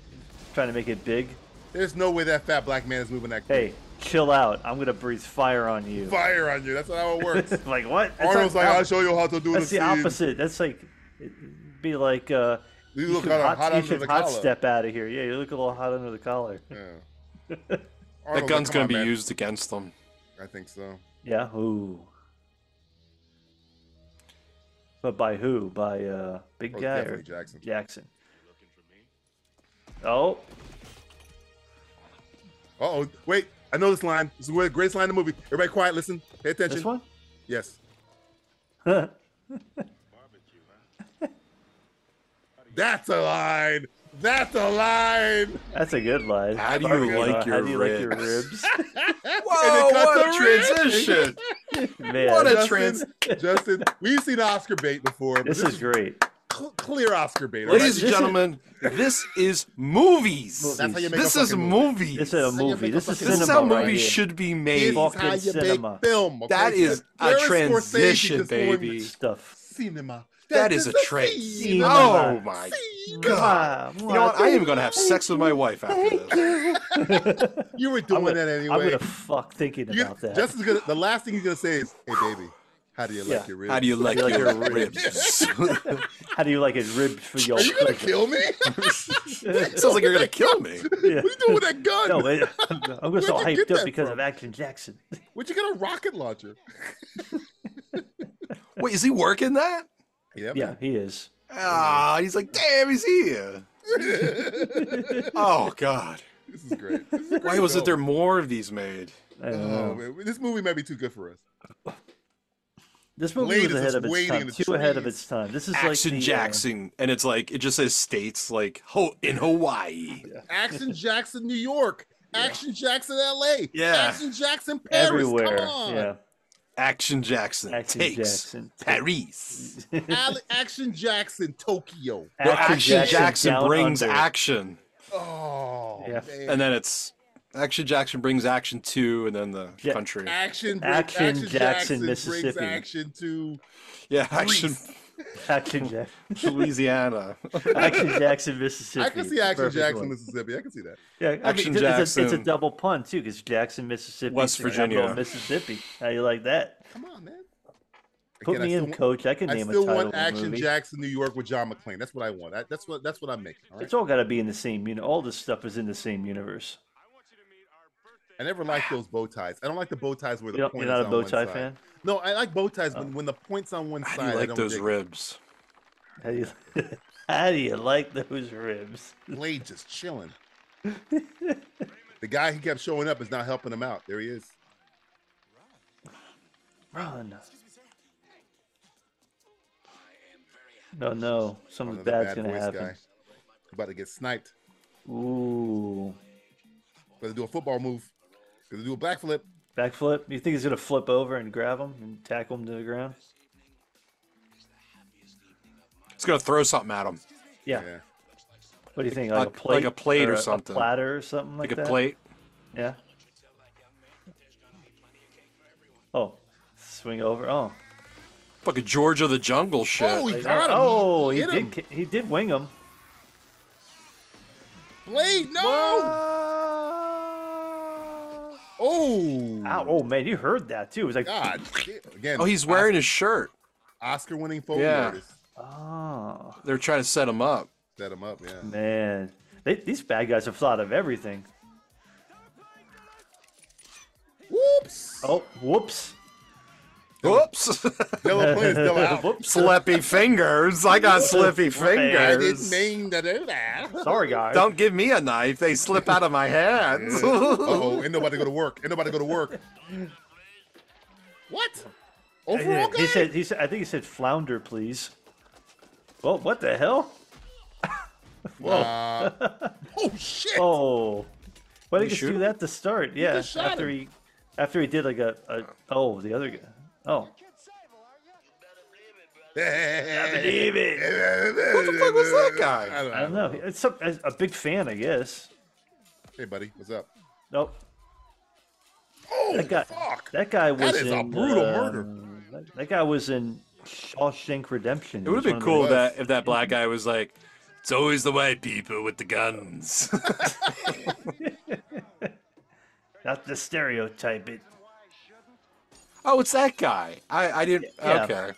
Speaker 11: trying to make it big.
Speaker 10: There's no way that fat black man is moving that.
Speaker 11: Hey, chill out. I'm gonna breathe fire on you.
Speaker 10: fire on you. That's not how it works.
Speaker 11: like what? That's
Speaker 10: Arnold's
Speaker 11: not-
Speaker 10: like,
Speaker 11: that-
Speaker 10: "I'll show you how to do
Speaker 11: That's
Speaker 10: the
Speaker 11: the
Speaker 10: scene."
Speaker 11: opposite. That's like, it'd be like, uh,
Speaker 10: You
Speaker 11: you,
Speaker 10: look
Speaker 11: should
Speaker 10: kinda
Speaker 11: hot,
Speaker 10: hot
Speaker 11: you
Speaker 10: under
Speaker 11: should
Speaker 10: the
Speaker 11: hot
Speaker 10: collar.
Speaker 11: step out of here. Yeah, you look a little hot under the collar.
Speaker 10: Yeah.
Speaker 12: That gun's
Speaker 10: Arnold's like, "Come
Speaker 12: gonna
Speaker 10: on,
Speaker 12: be
Speaker 10: man."
Speaker 12: used against him.
Speaker 10: I think so.
Speaker 11: Yeah. Ooh. But by who? By uh, big
Speaker 10: Oh,
Speaker 11: guy or
Speaker 10: definitely Jackson.
Speaker 11: Jackson. Oh,
Speaker 10: oh, wait. I know this line. This is the greatest line in the movie. Everybody quiet, listen, pay attention.
Speaker 11: This one?
Speaker 10: Yes.
Speaker 11: Barbecue,
Speaker 10: That's a line. That's a line.
Speaker 11: that's a good line.
Speaker 12: How do you
Speaker 11: Barbecue,
Speaker 12: like
Speaker 11: uh,
Speaker 12: your
Speaker 11: how do you like your ribs?
Speaker 12: ribs?
Speaker 10: And
Speaker 12: Whoa,
Speaker 10: it cut
Speaker 12: what
Speaker 10: the
Speaker 12: a
Speaker 10: ring.
Speaker 12: transition!
Speaker 11: Man,
Speaker 12: What a
Speaker 10: Justin,
Speaker 12: trans-
Speaker 10: Justin, we've seen Oscar bait before. But
Speaker 11: this is great.
Speaker 10: cl- clear Oscar bait. all
Speaker 12: Ladies
Speaker 10: right?
Speaker 12: and gentlemen, this is movies.
Speaker 10: Well, that's how you make
Speaker 12: this
Speaker 10: a
Speaker 12: is
Speaker 10: fucking
Speaker 12: movies.
Speaker 11: This is a movie. This is
Speaker 12: This is how
Speaker 11: cinema right
Speaker 12: movies
Speaker 11: here.
Speaker 12: should be
Speaker 10: This
Speaker 12: made.
Speaker 10: is how you
Speaker 11: cinema.
Speaker 10: make film. okay?
Speaker 12: That is a
Speaker 10: Clarence Scorsese
Speaker 12: transition,
Speaker 10: just going
Speaker 12: baby.
Speaker 11: Stuff.
Speaker 10: Cinema.
Speaker 12: That is a
Speaker 10: transition.
Speaker 12: transition. Oh my
Speaker 11: God.
Speaker 12: You know what? I am gonna have sex with my wife after this.
Speaker 10: You were doing that anyway.
Speaker 11: I'm gonna fuck thinking
Speaker 10: You-
Speaker 11: about that.
Speaker 10: Justin's gonna. The last thing he's gonna say is, "Hey, baby, how do you like
Speaker 11: Yeah.
Speaker 10: your ribs?
Speaker 12: How do you like
Speaker 11: You like
Speaker 12: your
Speaker 11: your
Speaker 12: ribs?
Speaker 11: How do you like it ribbed for your
Speaker 10: Are you gonna
Speaker 11: pleasure?
Speaker 10: kill me?
Speaker 12: Sounds like you're gonna kill me.
Speaker 11: Yeah.
Speaker 10: what are you doing with that gun?
Speaker 11: No, it, I'm
Speaker 10: Where'd
Speaker 11: just all
Speaker 10: you
Speaker 11: hyped
Speaker 10: get
Speaker 11: up
Speaker 10: that
Speaker 11: because
Speaker 10: from?
Speaker 11: of Action Jackson.
Speaker 10: Where'd you get a rocket launcher?
Speaker 12: Wait, is he working that?
Speaker 11: Yeah, he is.
Speaker 12: Ah, he's like, damn, he's here. oh God.
Speaker 10: This is great. This is a
Speaker 12: Why
Speaker 10: great
Speaker 12: wasn't there
Speaker 10: film.
Speaker 12: more of these made?
Speaker 11: I don't
Speaker 10: Oh,
Speaker 11: know.
Speaker 10: man, this movie might be too good for us.
Speaker 11: This movie
Speaker 10: Blade
Speaker 11: was
Speaker 10: is
Speaker 11: ahead
Speaker 10: just
Speaker 11: of its
Speaker 10: waiting
Speaker 11: time.
Speaker 10: in the
Speaker 11: Too ahead of
Speaker 10: trees.
Speaker 11: its time. This is
Speaker 12: Action
Speaker 11: like the, uh,
Speaker 12: Jackson, and it's like it just says states like Ho- in Hawaii.
Speaker 10: Action Jackson, New York. Action Jackson, L.A.
Speaker 12: Yeah.
Speaker 10: Action Jackson, Paris.
Speaker 11: everywhere.
Speaker 10: Come on.
Speaker 11: Yeah.
Speaker 12: Action Jackson
Speaker 11: Action
Speaker 12: takes
Speaker 11: Jackson
Speaker 12: Paris.
Speaker 10: Ale- Action Jackson, Tokyo.
Speaker 12: Well, Action Jackson,
Speaker 11: down
Speaker 12: brings
Speaker 11: under.
Speaker 12: action,
Speaker 10: Oh,
Speaker 11: Yeah.
Speaker 10: man.
Speaker 12: and then it's Action Jackson brings action to, and then the
Speaker 11: Ja-
Speaker 12: country.
Speaker 10: Action, bring-
Speaker 11: Action
Speaker 10: action
Speaker 11: Jackson, Mississippi.
Speaker 10: brings action to
Speaker 12: yeah, action
Speaker 11: Action, Jack-
Speaker 12: Louisiana.
Speaker 11: Action Jackson, Mississippi.
Speaker 10: I can see Action
Speaker 11: Perfect
Speaker 10: Jackson,
Speaker 11: one.
Speaker 10: Mississippi. I can see that.
Speaker 11: Yeah, I
Speaker 12: Action
Speaker 11: mean, it's a- It's a,
Speaker 12: Jackson.
Speaker 11: double pun too, because Jackson, Mississippi,
Speaker 12: West
Speaker 11: so I'm going
Speaker 12: Virginia.
Speaker 11: Mississippi. How you like that?
Speaker 10: Come on, man.
Speaker 11: Put
Speaker 10: Again, I
Speaker 11: me
Speaker 10: still
Speaker 11: in,
Speaker 10: want-
Speaker 11: coach. I can
Speaker 10: I
Speaker 11: name
Speaker 10: still
Speaker 11: a title
Speaker 10: want
Speaker 11: of a
Speaker 10: Action
Speaker 11: movie.
Speaker 10: Jackson, New York with John McClane. That's what I want. I, that's what that's what I'm making. All right?
Speaker 11: It's all got to be in the same. You know, all this stuff is in the same universe.
Speaker 10: I never liked those bow ties. I don't like the bow ties where the
Speaker 11: You don't-
Speaker 10: point
Speaker 11: you're not
Speaker 10: is
Speaker 11: a
Speaker 10: on
Speaker 11: bow
Speaker 10: one
Speaker 11: tie
Speaker 10: side.
Speaker 11: fan? Oh.
Speaker 10: No, I like bow ties when, when the point's on one
Speaker 12: How
Speaker 10: side.
Speaker 12: do you
Speaker 10: I
Speaker 12: like
Speaker 10: don't
Speaker 12: those
Speaker 10: dig it.
Speaker 12: ribs?
Speaker 11: How do you? How do you like those ribs?
Speaker 10: Blade just chilling. the guy he kept showing up is not helping him out. There he is.
Speaker 11: Run. No, no, something
Speaker 10: Another
Speaker 11: bad's
Speaker 10: bad
Speaker 11: gonna
Speaker 10: voice
Speaker 11: happen.
Speaker 10: guy. About to get sniped.
Speaker 11: Ooh,
Speaker 10: About to do a football move. Gonna do a backflip.
Speaker 11: backflip. You think he's gonna flip over and grab him and tackle him to the ground?
Speaker 12: It's gonna throw something at him,
Speaker 11: Yeah.
Speaker 10: Yeah.
Speaker 11: What do you think? Like, a
Speaker 12: Like- like
Speaker 11: plate,
Speaker 12: a plate or
Speaker 11: a-
Speaker 12: something.
Speaker 11: a platter or something like,
Speaker 12: like a
Speaker 11: that?
Speaker 12: plate.
Speaker 11: Yeah. Oh, swing over. Oh,
Speaker 12: Fucking George of the Jungle shit.
Speaker 10: Oh, he got him.
Speaker 11: oh,
Speaker 10: he
Speaker 11: he
Speaker 10: hit him.
Speaker 11: did. ki- He did wing him.
Speaker 10: Blade, no! Oh!
Speaker 11: Ow, oh man, you heard that too. It was like,
Speaker 10: God. Again.
Speaker 12: oh, he's wearing his shirt.
Speaker 10: Oscar winning Foley
Speaker 12: Yeah.
Speaker 10: artist.
Speaker 11: oh
Speaker 12: They're trying to set him up.
Speaker 10: Set him up, yeah.
Speaker 11: man, they, these bad guys have thought of everything.
Speaker 10: Whoops!
Speaker 11: Oh, whoops.
Speaker 12: Whoops.
Speaker 10: Yellow plate is still out.
Speaker 11: Whoops.
Speaker 12: slippy fingers. I got slippy
Speaker 10: I
Speaker 11: I
Speaker 10: didn't
Speaker 12: fingers.
Speaker 10: mean to do that.
Speaker 11: Sorry, guys.
Speaker 12: Don't give me a knife. They slip out of my hands.
Speaker 10: Uh-oh, ain't nobody go to work. Ain't nobody go to work. What? Overall
Speaker 11: Yeah,
Speaker 10: guy?
Speaker 11: he said. He said. I think he said flounder, please. Well, what the hell?
Speaker 10: Wow. oh, shit!
Speaker 11: Oh, why did he
Speaker 12: He
Speaker 11: just do
Speaker 12: shoot
Speaker 11: that to start? Yeah,
Speaker 10: just shot
Speaker 11: after he, after he did like a, a oh the other guy. Oh, believe it.
Speaker 10: what
Speaker 12: the fuck was that guy?
Speaker 10: I don't,
Speaker 11: I don't know. It's a, it's a big fan, I guess.
Speaker 10: Hey, buddy, what's up?
Speaker 11: Nope.
Speaker 10: Oh,
Speaker 11: That guy.
Speaker 10: fuck!
Speaker 11: That guy was
Speaker 10: is
Speaker 11: in,
Speaker 10: a brutal
Speaker 11: uh,
Speaker 10: murder.
Speaker 11: That, that guy was in Shawshank Redemption.
Speaker 12: It would have
Speaker 11: He
Speaker 12: been
Speaker 11: was
Speaker 12: cool
Speaker 11: one of
Speaker 12: that if that black guy was like, "It's always the white people with the guns."
Speaker 11: the- Not the stereotype. It.
Speaker 12: oh, it's that guy. I I didn't.
Speaker 11: Yeah.
Speaker 12: Okay.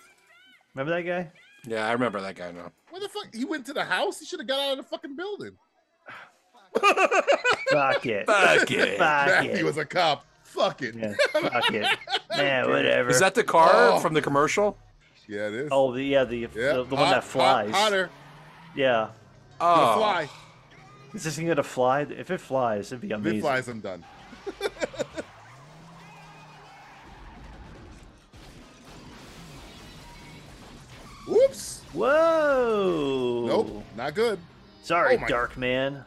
Speaker 11: Remember that guy?
Speaker 12: Yeah, I remember that guy now.
Speaker 10: Where the fuck? He went to the house? He should have got out of the fucking building.
Speaker 11: Fuck it.
Speaker 12: Fuck it.
Speaker 11: Fuck
Speaker 10: Matthew
Speaker 11: it.
Speaker 10: was a cop. Fuck it.
Speaker 11: Yeah, fuck it. Man, whatever.
Speaker 12: Is that the car
Speaker 10: Oh.
Speaker 12: from the commercial?
Speaker 10: Yeah, it is.
Speaker 11: Oh, the, yeah, the the, the one
Speaker 10: hot-
Speaker 11: that flies.
Speaker 10: hot- hotter.
Speaker 11: Yeah.
Speaker 10: gonna Oh. fly.
Speaker 11: Is this thing gonna fly? If it flies, it'd be
Speaker 10: If
Speaker 11: amazing.
Speaker 10: it flies, I'm done. Whoops.
Speaker 11: Whoa.
Speaker 10: Nope, not good.
Speaker 11: Sorry,
Speaker 10: Oh my-
Speaker 11: Dark Man.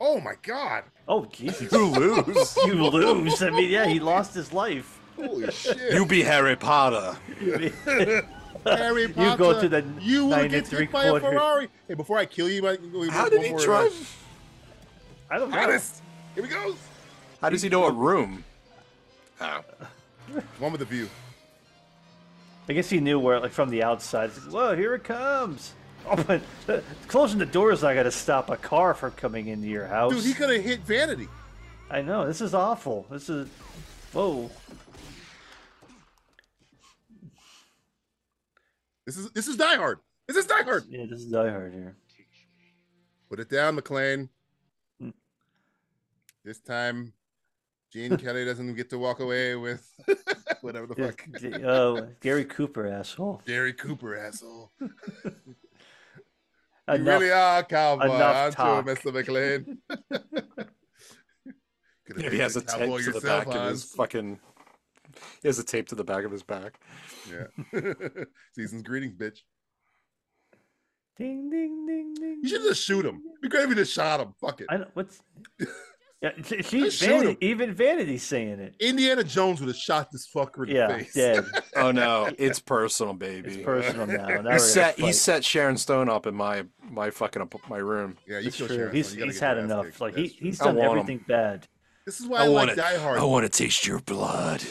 Speaker 10: Oh my god.
Speaker 11: Oh Jesus.
Speaker 12: You lose.
Speaker 11: you lose. I mean, yeah, he lost his life.
Speaker 10: Holy shit.
Speaker 12: You be Harry Potter.
Speaker 10: Harry
Speaker 11: You
Speaker 10: Potter,
Speaker 11: go to the
Speaker 10: you will
Speaker 11: nine
Speaker 10: get
Speaker 11: and
Speaker 10: hit
Speaker 11: three
Speaker 10: by a
Speaker 11: quarter.
Speaker 10: Ferrari. Hey, before I kill you, I can go
Speaker 12: How
Speaker 10: one
Speaker 12: did he
Speaker 10: more-
Speaker 12: drive?
Speaker 11: I don't know.
Speaker 10: Honest. Here we go.
Speaker 12: How does he know a room? Oh.
Speaker 10: One with the view.
Speaker 11: I guess he knew where, like, from the outside. It's like, Whoa, here it comes. Oh, but uh, closing the door is not going to stop a car from coming into your house.
Speaker 10: Dude, he could have hit Vanity.
Speaker 11: I know. This is awful. This is. Whoa.
Speaker 10: This is this is Die Hard. This is Die Hard.
Speaker 11: Yeah, this is Die Hard here.
Speaker 10: Put it down, McLean.
Speaker 11: Hmm.
Speaker 10: This time, Gene Kelly doesn't get to walk away with whatever the fuck.
Speaker 11: G- Oh, Gary Cooper, asshole.
Speaker 10: Gary Cooper, asshole. you
Speaker 11: Enough.
Speaker 10: really are a cowboy,
Speaker 11: enough
Speaker 10: aren't
Speaker 11: talk.
Speaker 10: you, Mr. McLean? Could
Speaker 12: Yeah, he has a tape to the back of his fucking. He has a tape to the back of his back.
Speaker 10: Yeah. Season's greetings, bitch.
Speaker 11: Ding, ding, ding, ding.
Speaker 10: You should just shoot him. It'd be great if you just shot him. Fuck it.
Speaker 11: I don't, what's. Yeah, she, she,
Speaker 10: Just shoot
Speaker 11: Vanity-
Speaker 10: him.
Speaker 11: even Vanity's saying it.
Speaker 10: Indiana Jones would have shot this fucker in the
Speaker 11: Yeah,
Speaker 10: face.
Speaker 11: dead.
Speaker 12: Oh no, it's personal, baby.
Speaker 11: It's personal now. Now we're
Speaker 12: he
Speaker 11: gonna
Speaker 12: set he
Speaker 11: fight.
Speaker 12: set Sharon Stone up in my my fucking ap- my room.
Speaker 10: Yeah, you
Speaker 11: It's
Speaker 10: kill
Speaker 11: true.
Speaker 10: Sharon.
Speaker 11: He's,
Speaker 10: Stone. You gotta
Speaker 11: he's
Speaker 10: get your
Speaker 11: had
Speaker 10: ass
Speaker 11: enough.
Speaker 10: kicked.
Speaker 11: Like,
Speaker 10: Yeah,
Speaker 11: he,
Speaker 10: it's
Speaker 11: he's
Speaker 12: I
Speaker 11: done
Speaker 12: want him.
Speaker 11: everything bad.
Speaker 10: This is why I,
Speaker 12: want
Speaker 10: like
Speaker 12: to
Speaker 10: Die Hard.
Speaker 12: I want to taste your blood.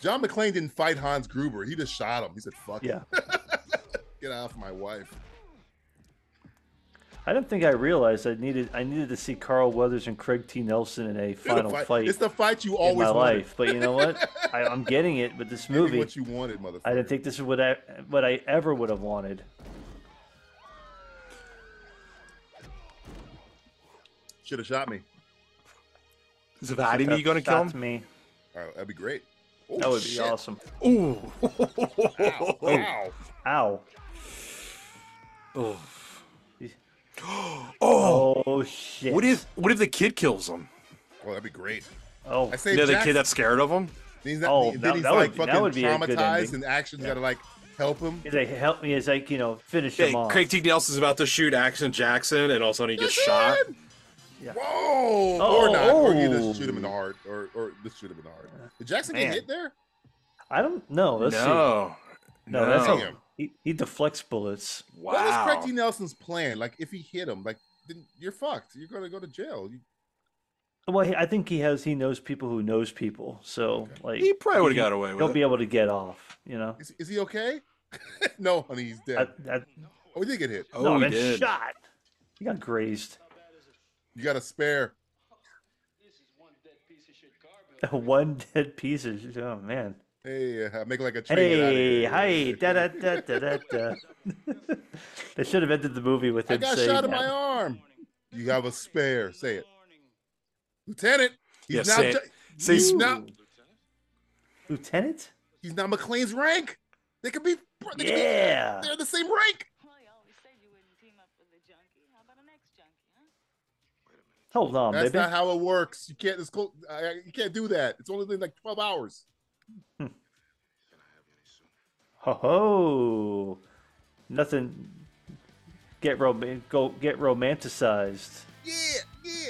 Speaker 10: John McClane didn't fight Hans Gruber. He just shot him. He said, "Fuck it.
Speaker 11: Yeah.
Speaker 10: get off my wife."
Speaker 11: I don't think I realized I needed I needed to see Carl Weathers and Craig T. Nelson in a
Speaker 10: Dude,
Speaker 11: final
Speaker 10: fight-
Speaker 11: fight
Speaker 10: It's the fight you
Speaker 11: in
Speaker 10: always
Speaker 11: my
Speaker 10: wanted.
Speaker 11: life. But you know what? I, I'm getting it with this
Speaker 10: Give me
Speaker 11: movie.
Speaker 10: what you wanted, motherfucker.
Speaker 11: I didn't think this is what I what I ever would have wanted.
Speaker 10: Should have shot me.
Speaker 12: Is Vladimir gonna kill
Speaker 11: Shocked
Speaker 12: him?
Speaker 11: me.
Speaker 10: All right, that'd be great. Oh,
Speaker 11: That would be
Speaker 10: shit.
Speaker 11: awesome.
Speaker 12: Ooh.
Speaker 10: Ow, ow.
Speaker 11: Ow.
Speaker 12: Oh.
Speaker 11: Oh shit.
Speaker 12: What if what if the kid kills him?
Speaker 10: Well, that'd be great.
Speaker 11: Oh
Speaker 10: I say
Speaker 12: You know, the
Speaker 10: Jack-
Speaker 12: kid that's scared of him.
Speaker 10: He's not,
Speaker 11: Oh,
Speaker 10: then
Speaker 11: that-
Speaker 10: he's
Speaker 11: that
Speaker 10: like
Speaker 11: would be- that
Speaker 10: fucking
Speaker 11: would be a good
Speaker 10: traumatized,
Speaker 11: ending.
Speaker 10: and action's gotta like help him.
Speaker 11: He's like, help me as like, you know, finish him
Speaker 12: Yeah,
Speaker 11: off.
Speaker 12: Craig T. Nelson's about to shoot Action Jackson, and all of a sudden he gets shot.
Speaker 10: Whoa!
Speaker 11: Oh,
Speaker 10: or not, or you
Speaker 11: oh.
Speaker 10: just shoot him in the heart, or or just shoot him in the heart. Did Jackson
Speaker 11: Man.
Speaker 10: get hit there?
Speaker 11: I don't know. Let's see.
Speaker 12: no,
Speaker 11: No, that's
Speaker 12: no.
Speaker 11: how he, he deflects bullets.
Speaker 12: wow.
Speaker 10: What was Craig T. Nelson's plan? Like, if he hit him, like, then you're fucked. You're gonna go to jail. You,
Speaker 11: Well, he, I think he has. He knows people who knows people. So like,
Speaker 12: He probably would've got away with
Speaker 11: He'll
Speaker 12: it.
Speaker 11: be able to get off. You know.
Speaker 10: is, is he okay? no, honey, he's dead.
Speaker 11: I, I,
Speaker 10: oh, he did get hit.
Speaker 12: Oh,
Speaker 11: no,
Speaker 12: he
Speaker 11: I've been
Speaker 12: did.
Speaker 11: shot. He got grazed.
Speaker 10: You got a spare.
Speaker 11: One dead piece of shit. Oh man.
Speaker 10: Hey, uh, make like a train. get outta
Speaker 11: Hey,
Speaker 10: here.
Speaker 11: hi, da da da da da. da. they should have ended the movie with
Speaker 10: I
Speaker 11: him
Speaker 10: got
Speaker 11: saying
Speaker 10: shot in my
Speaker 11: that.
Speaker 10: arm. You have a spare. Say it, Lieutenant. He's
Speaker 12: Yeah,
Speaker 10: now.
Speaker 12: say it.
Speaker 10: ju-
Speaker 12: Say
Speaker 10: he's
Speaker 12: it.
Speaker 10: now.
Speaker 11: Lieutenant.
Speaker 10: He's now McLean's rank. They could be. They could be
Speaker 11: Yeah.
Speaker 10: they're the same rank.
Speaker 13: Well, you always said you wouldn't team up with a junkie. How about an ex-junkie, huh?
Speaker 11: Hold on,
Speaker 10: That's
Speaker 11: baby.
Speaker 10: not how it works. You can't. It's clo- uh, you can't do that. It's only been like twelve hours.
Speaker 11: Ho ho. Nothing. Get rom- go get romanticized.
Speaker 10: Yeah, yeah.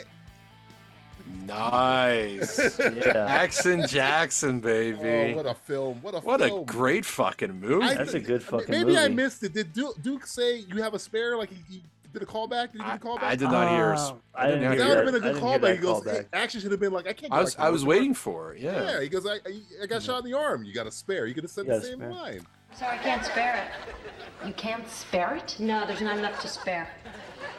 Speaker 12: Nice.
Speaker 11: Yeah,
Speaker 12: Action Jackson,
Speaker 10: Oh,
Speaker 12: baby.
Speaker 10: what a film! What a
Speaker 12: what
Speaker 10: film!
Speaker 12: a great fucking movie.
Speaker 10: I-
Speaker 11: that's a good fucking
Speaker 10: Maybe
Speaker 11: movie.
Speaker 10: I missed it. Did Duke, Duke say you have a spare? Like he, he did a callback? Did he
Speaker 12: I,
Speaker 10: give a callback?
Speaker 12: I did not hear. a s-
Speaker 11: Oh, I didn't
Speaker 12: hear
Speaker 10: that
Speaker 11: hear
Speaker 10: would
Speaker 12: it.
Speaker 10: have been a
Speaker 11: I didn't
Speaker 10: good
Speaker 11: hear
Speaker 10: callback.
Speaker 11: that
Speaker 10: He goes,
Speaker 11: callback.
Speaker 10: "It actually should have been like, I can't.
Speaker 12: I
Speaker 10: go
Speaker 12: was
Speaker 10: back to
Speaker 12: I was
Speaker 10: work."
Speaker 12: waiting for it. Yeah.
Speaker 10: Yeah, he goes, I, I, I got shot in the arm. You got a spare. You could have said
Speaker 11: You
Speaker 10: the
Speaker 11: got a
Speaker 10: same
Speaker 11: spare.
Speaker 10: line.
Speaker 7: So I can't spare it. You can't spare it?
Speaker 14: No, there's not enough to spare.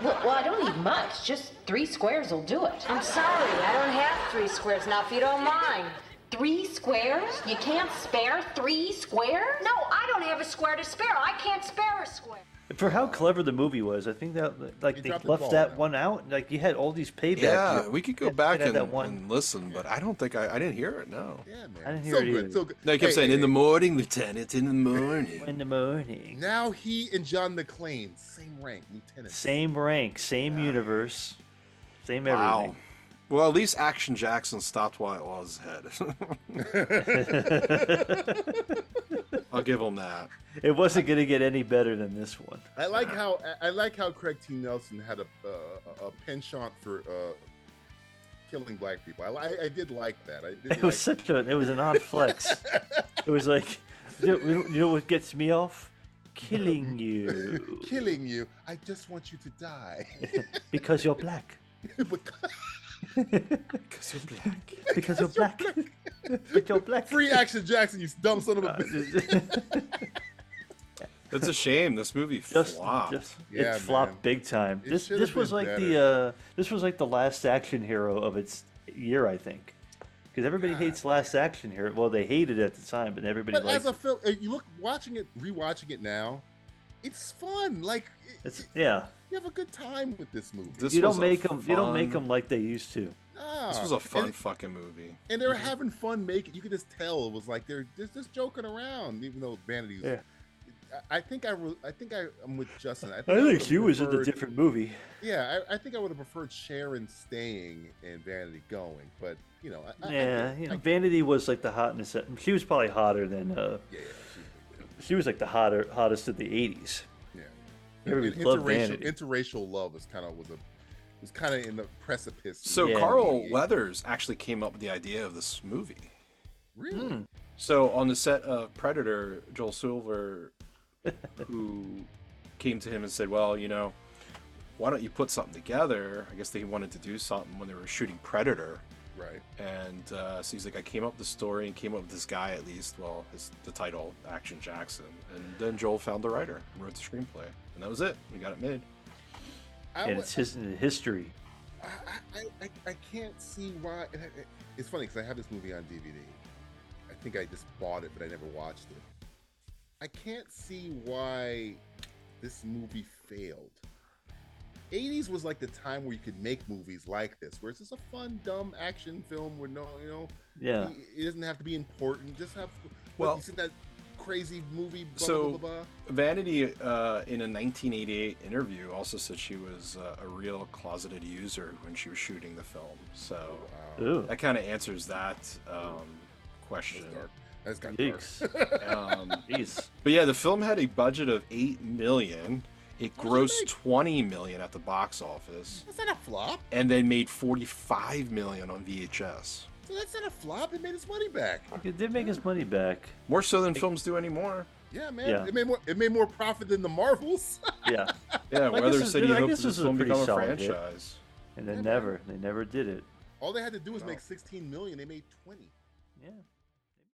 Speaker 7: Well, well, I don't need much. Just three squares will do it.
Speaker 14: I'm sorry, I don't have three squares now, if you don't mind.
Speaker 7: Three squares?
Speaker 14: You can't spare three squares? No, I don't have a square to spare. I can't spare a square.
Speaker 11: For how clever the movie was, I think that like
Speaker 12: You
Speaker 11: they
Speaker 12: dropped
Speaker 11: left
Speaker 12: the ball on
Speaker 11: that
Speaker 12: that
Speaker 11: one out. Like you had all these paybacks.
Speaker 12: Yeah, we could go back and,
Speaker 11: that one.
Speaker 12: and listen, but I don't think I, I didn't hear it. No,
Speaker 10: yeah, man.
Speaker 11: I didn't hear
Speaker 10: So
Speaker 11: it
Speaker 10: good,
Speaker 11: either.
Speaker 10: so good.
Speaker 12: No, I kept
Speaker 10: Hey,
Speaker 12: saying
Speaker 10: hey,
Speaker 12: in the morning, Lieutenant. In the morning.
Speaker 11: In the morning.
Speaker 10: Now he and John McClane, same rank, lieutenant.
Speaker 11: Same rank, same universe, same everything.
Speaker 12: Well, at least Action Jackson stopped while it was ahead. I'll give him that.
Speaker 11: It wasn't going to get any better than this one.
Speaker 10: I like how I I like how Craig T. Nelson had a uh, a penchant for uh, killing black people. I, li- I did like that. I did
Speaker 11: It was
Speaker 10: like,
Speaker 11: such a. It was an odd flex. it was like, you know, you know what gets me off? Killing you
Speaker 10: killing you. I just want you to die.
Speaker 11: because you're black.
Speaker 12: because you're black.
Speaker 11: Because you're black. But you're black. Uh,
Speaker 10: Free Action Jackson, you dumb son of a bitch.
Speaker 12: That's a shame. This movie
Speaker 11: Just,
Speaker 12: flopped.
Speaker 11: just
Speaker 12: Yeah,
Speaker 11: it flopped
Speaker 12: man.
Speaker 11: big time.
Speaker 12: It
Speaker 11: this
Speaker 12: should
Speaker 11: this
Speaker 12: have
Speaker 11: was
Speaker 12: been
Speaker 11: like the uh, this was like the last action hero of its year, I think. Because everybody hates Last Action Hero. Well, they hated it at the time, but everybody
Speaker 10: But
Speaker 11: likes
Speaker 10: as a film, uh, you look watching it, rewatching it now, it's fun. Like it-
Speaker 11: It's yeah.
Speaker 10: you have a good time with this movie.
Speaker 11: you don't make them. You don't make them like they used to.
Speaker 10: No.
Speaker 12: This was a fun
Speaker 10: Ah, And-
Speaker 12: fucking movie.
Speaker 10: and they were having fun making. You could just tell it was like they're just, just joking around, even though Vanity. Was,
Speaker 11: Yeah.
Speaker 10: I, I think I, re- I think I, I'm with Justin. I
Speaker 11: I
Speaker 10: would've
Speaker 11: think you was in a
Speaker 10: preferred-
Speaker 11: different movie.
Speaker 10: Yeah, I, I think I would have preferred Sharon staying and Vanity going, but you know, Uh, I, I-
Speaker 11: Yeah,
Speaker 10: I,
Speaker 11: you know, Vanity was like the hotness. At, she was probably hotter than. Uh, she was like the hotter, hottest of the '80s.
Speaker 10: Yeah.
Speaker 11: everybody
Speaker 10: And
Speaker 11: loved
Speaker 10: interracial,
Speaker 11: Vanity.
Speaker 10: interracial love was kind of was a was kind of in the precipice.
Speaker 12: So Carl Weathers actually came up with the idea of this movie.
Speaker 10: Really?
Speaker 11: Hmm.
Speaker 12: So on the set of Predator, Joel Silver, who came to him and said, "Well, you know, why don't you put something together?" I guess they wanted to do something when they were shooting Predator,
Speaker 10: right?
Speaker 12: And uh, so he's like, "I came up with the story and came up with this guy at least. Well, his, the title Action Jackson." And then Joel found the writer, and wrote the screenplay, and that was it. We got it made.
Speaker 10: I
Speaker 11: and
Speaker 10: would-
Speaker 11: it's his history.
Speaker 10: I, I, I can't see why. and I- I- It's funny because I have this movie on DVD. I think I just bought it, but I never watched it. I can't see why this movie failed. 80s was like the time where you could make movies like this, where it's just a fun, dumb action film where no, you know,
Speaker 11: Yeah.
Speaker 10: it- it doesn't have to be important. Just have, well,
Speaker 12: Well-
Speaker 10: you see that crazy movie, blah,
Speaker 12: so
Speaker 10: blah, blah, blah.
Speaker 12: vanity uh, in a 1988 interview also said she was uh, a real closeted user when she was shooting the film
Speaker 10: Oh,
Speaker 12: so uh,
Speaker 11: Ooh.
Speaker 12: that kind of answers that um, question
Speaker 10: that's got
Speaker 11: Yikes.
Speaker 12: um,
Speaker 11: Jeez.
Speaker 12: but yeah the film had a budget of 8 million it grossed 20 million at the box office
Speaker 10: That's not a flop.
Speaker 12: and then made 45 million on vhs
Speaker 10: So that's not a flop. It made its money back.
Speaker 11: It did make his money back.
Speaker 12: more so than films do anymore
Speaker 10: Yeah, man.
Speaker 11: Yeah.
Speaker 10: It made more. It made more profit than the Marvels.
Speaker 11: Yeah.
Speaker 12: yeah
Speaker 11: I guess
Speaker 12: weather
Speaker 11: this-
Speaker 12: said he
Speaker 11: I
Speaker 12: hoped
Speaker 11: guess this
Speaker 12: that this
Speaker 11: is a
Speaker 12: film
Speaker 11: pretty
Speaker 12: become a
Speaker 11: solid hit.
Speaker 12: franchise
Speaker 11: And they never, they never did it.
Speaker 10: All they had to do was make 16 million. They made 20.
Speaker 11: Yeah.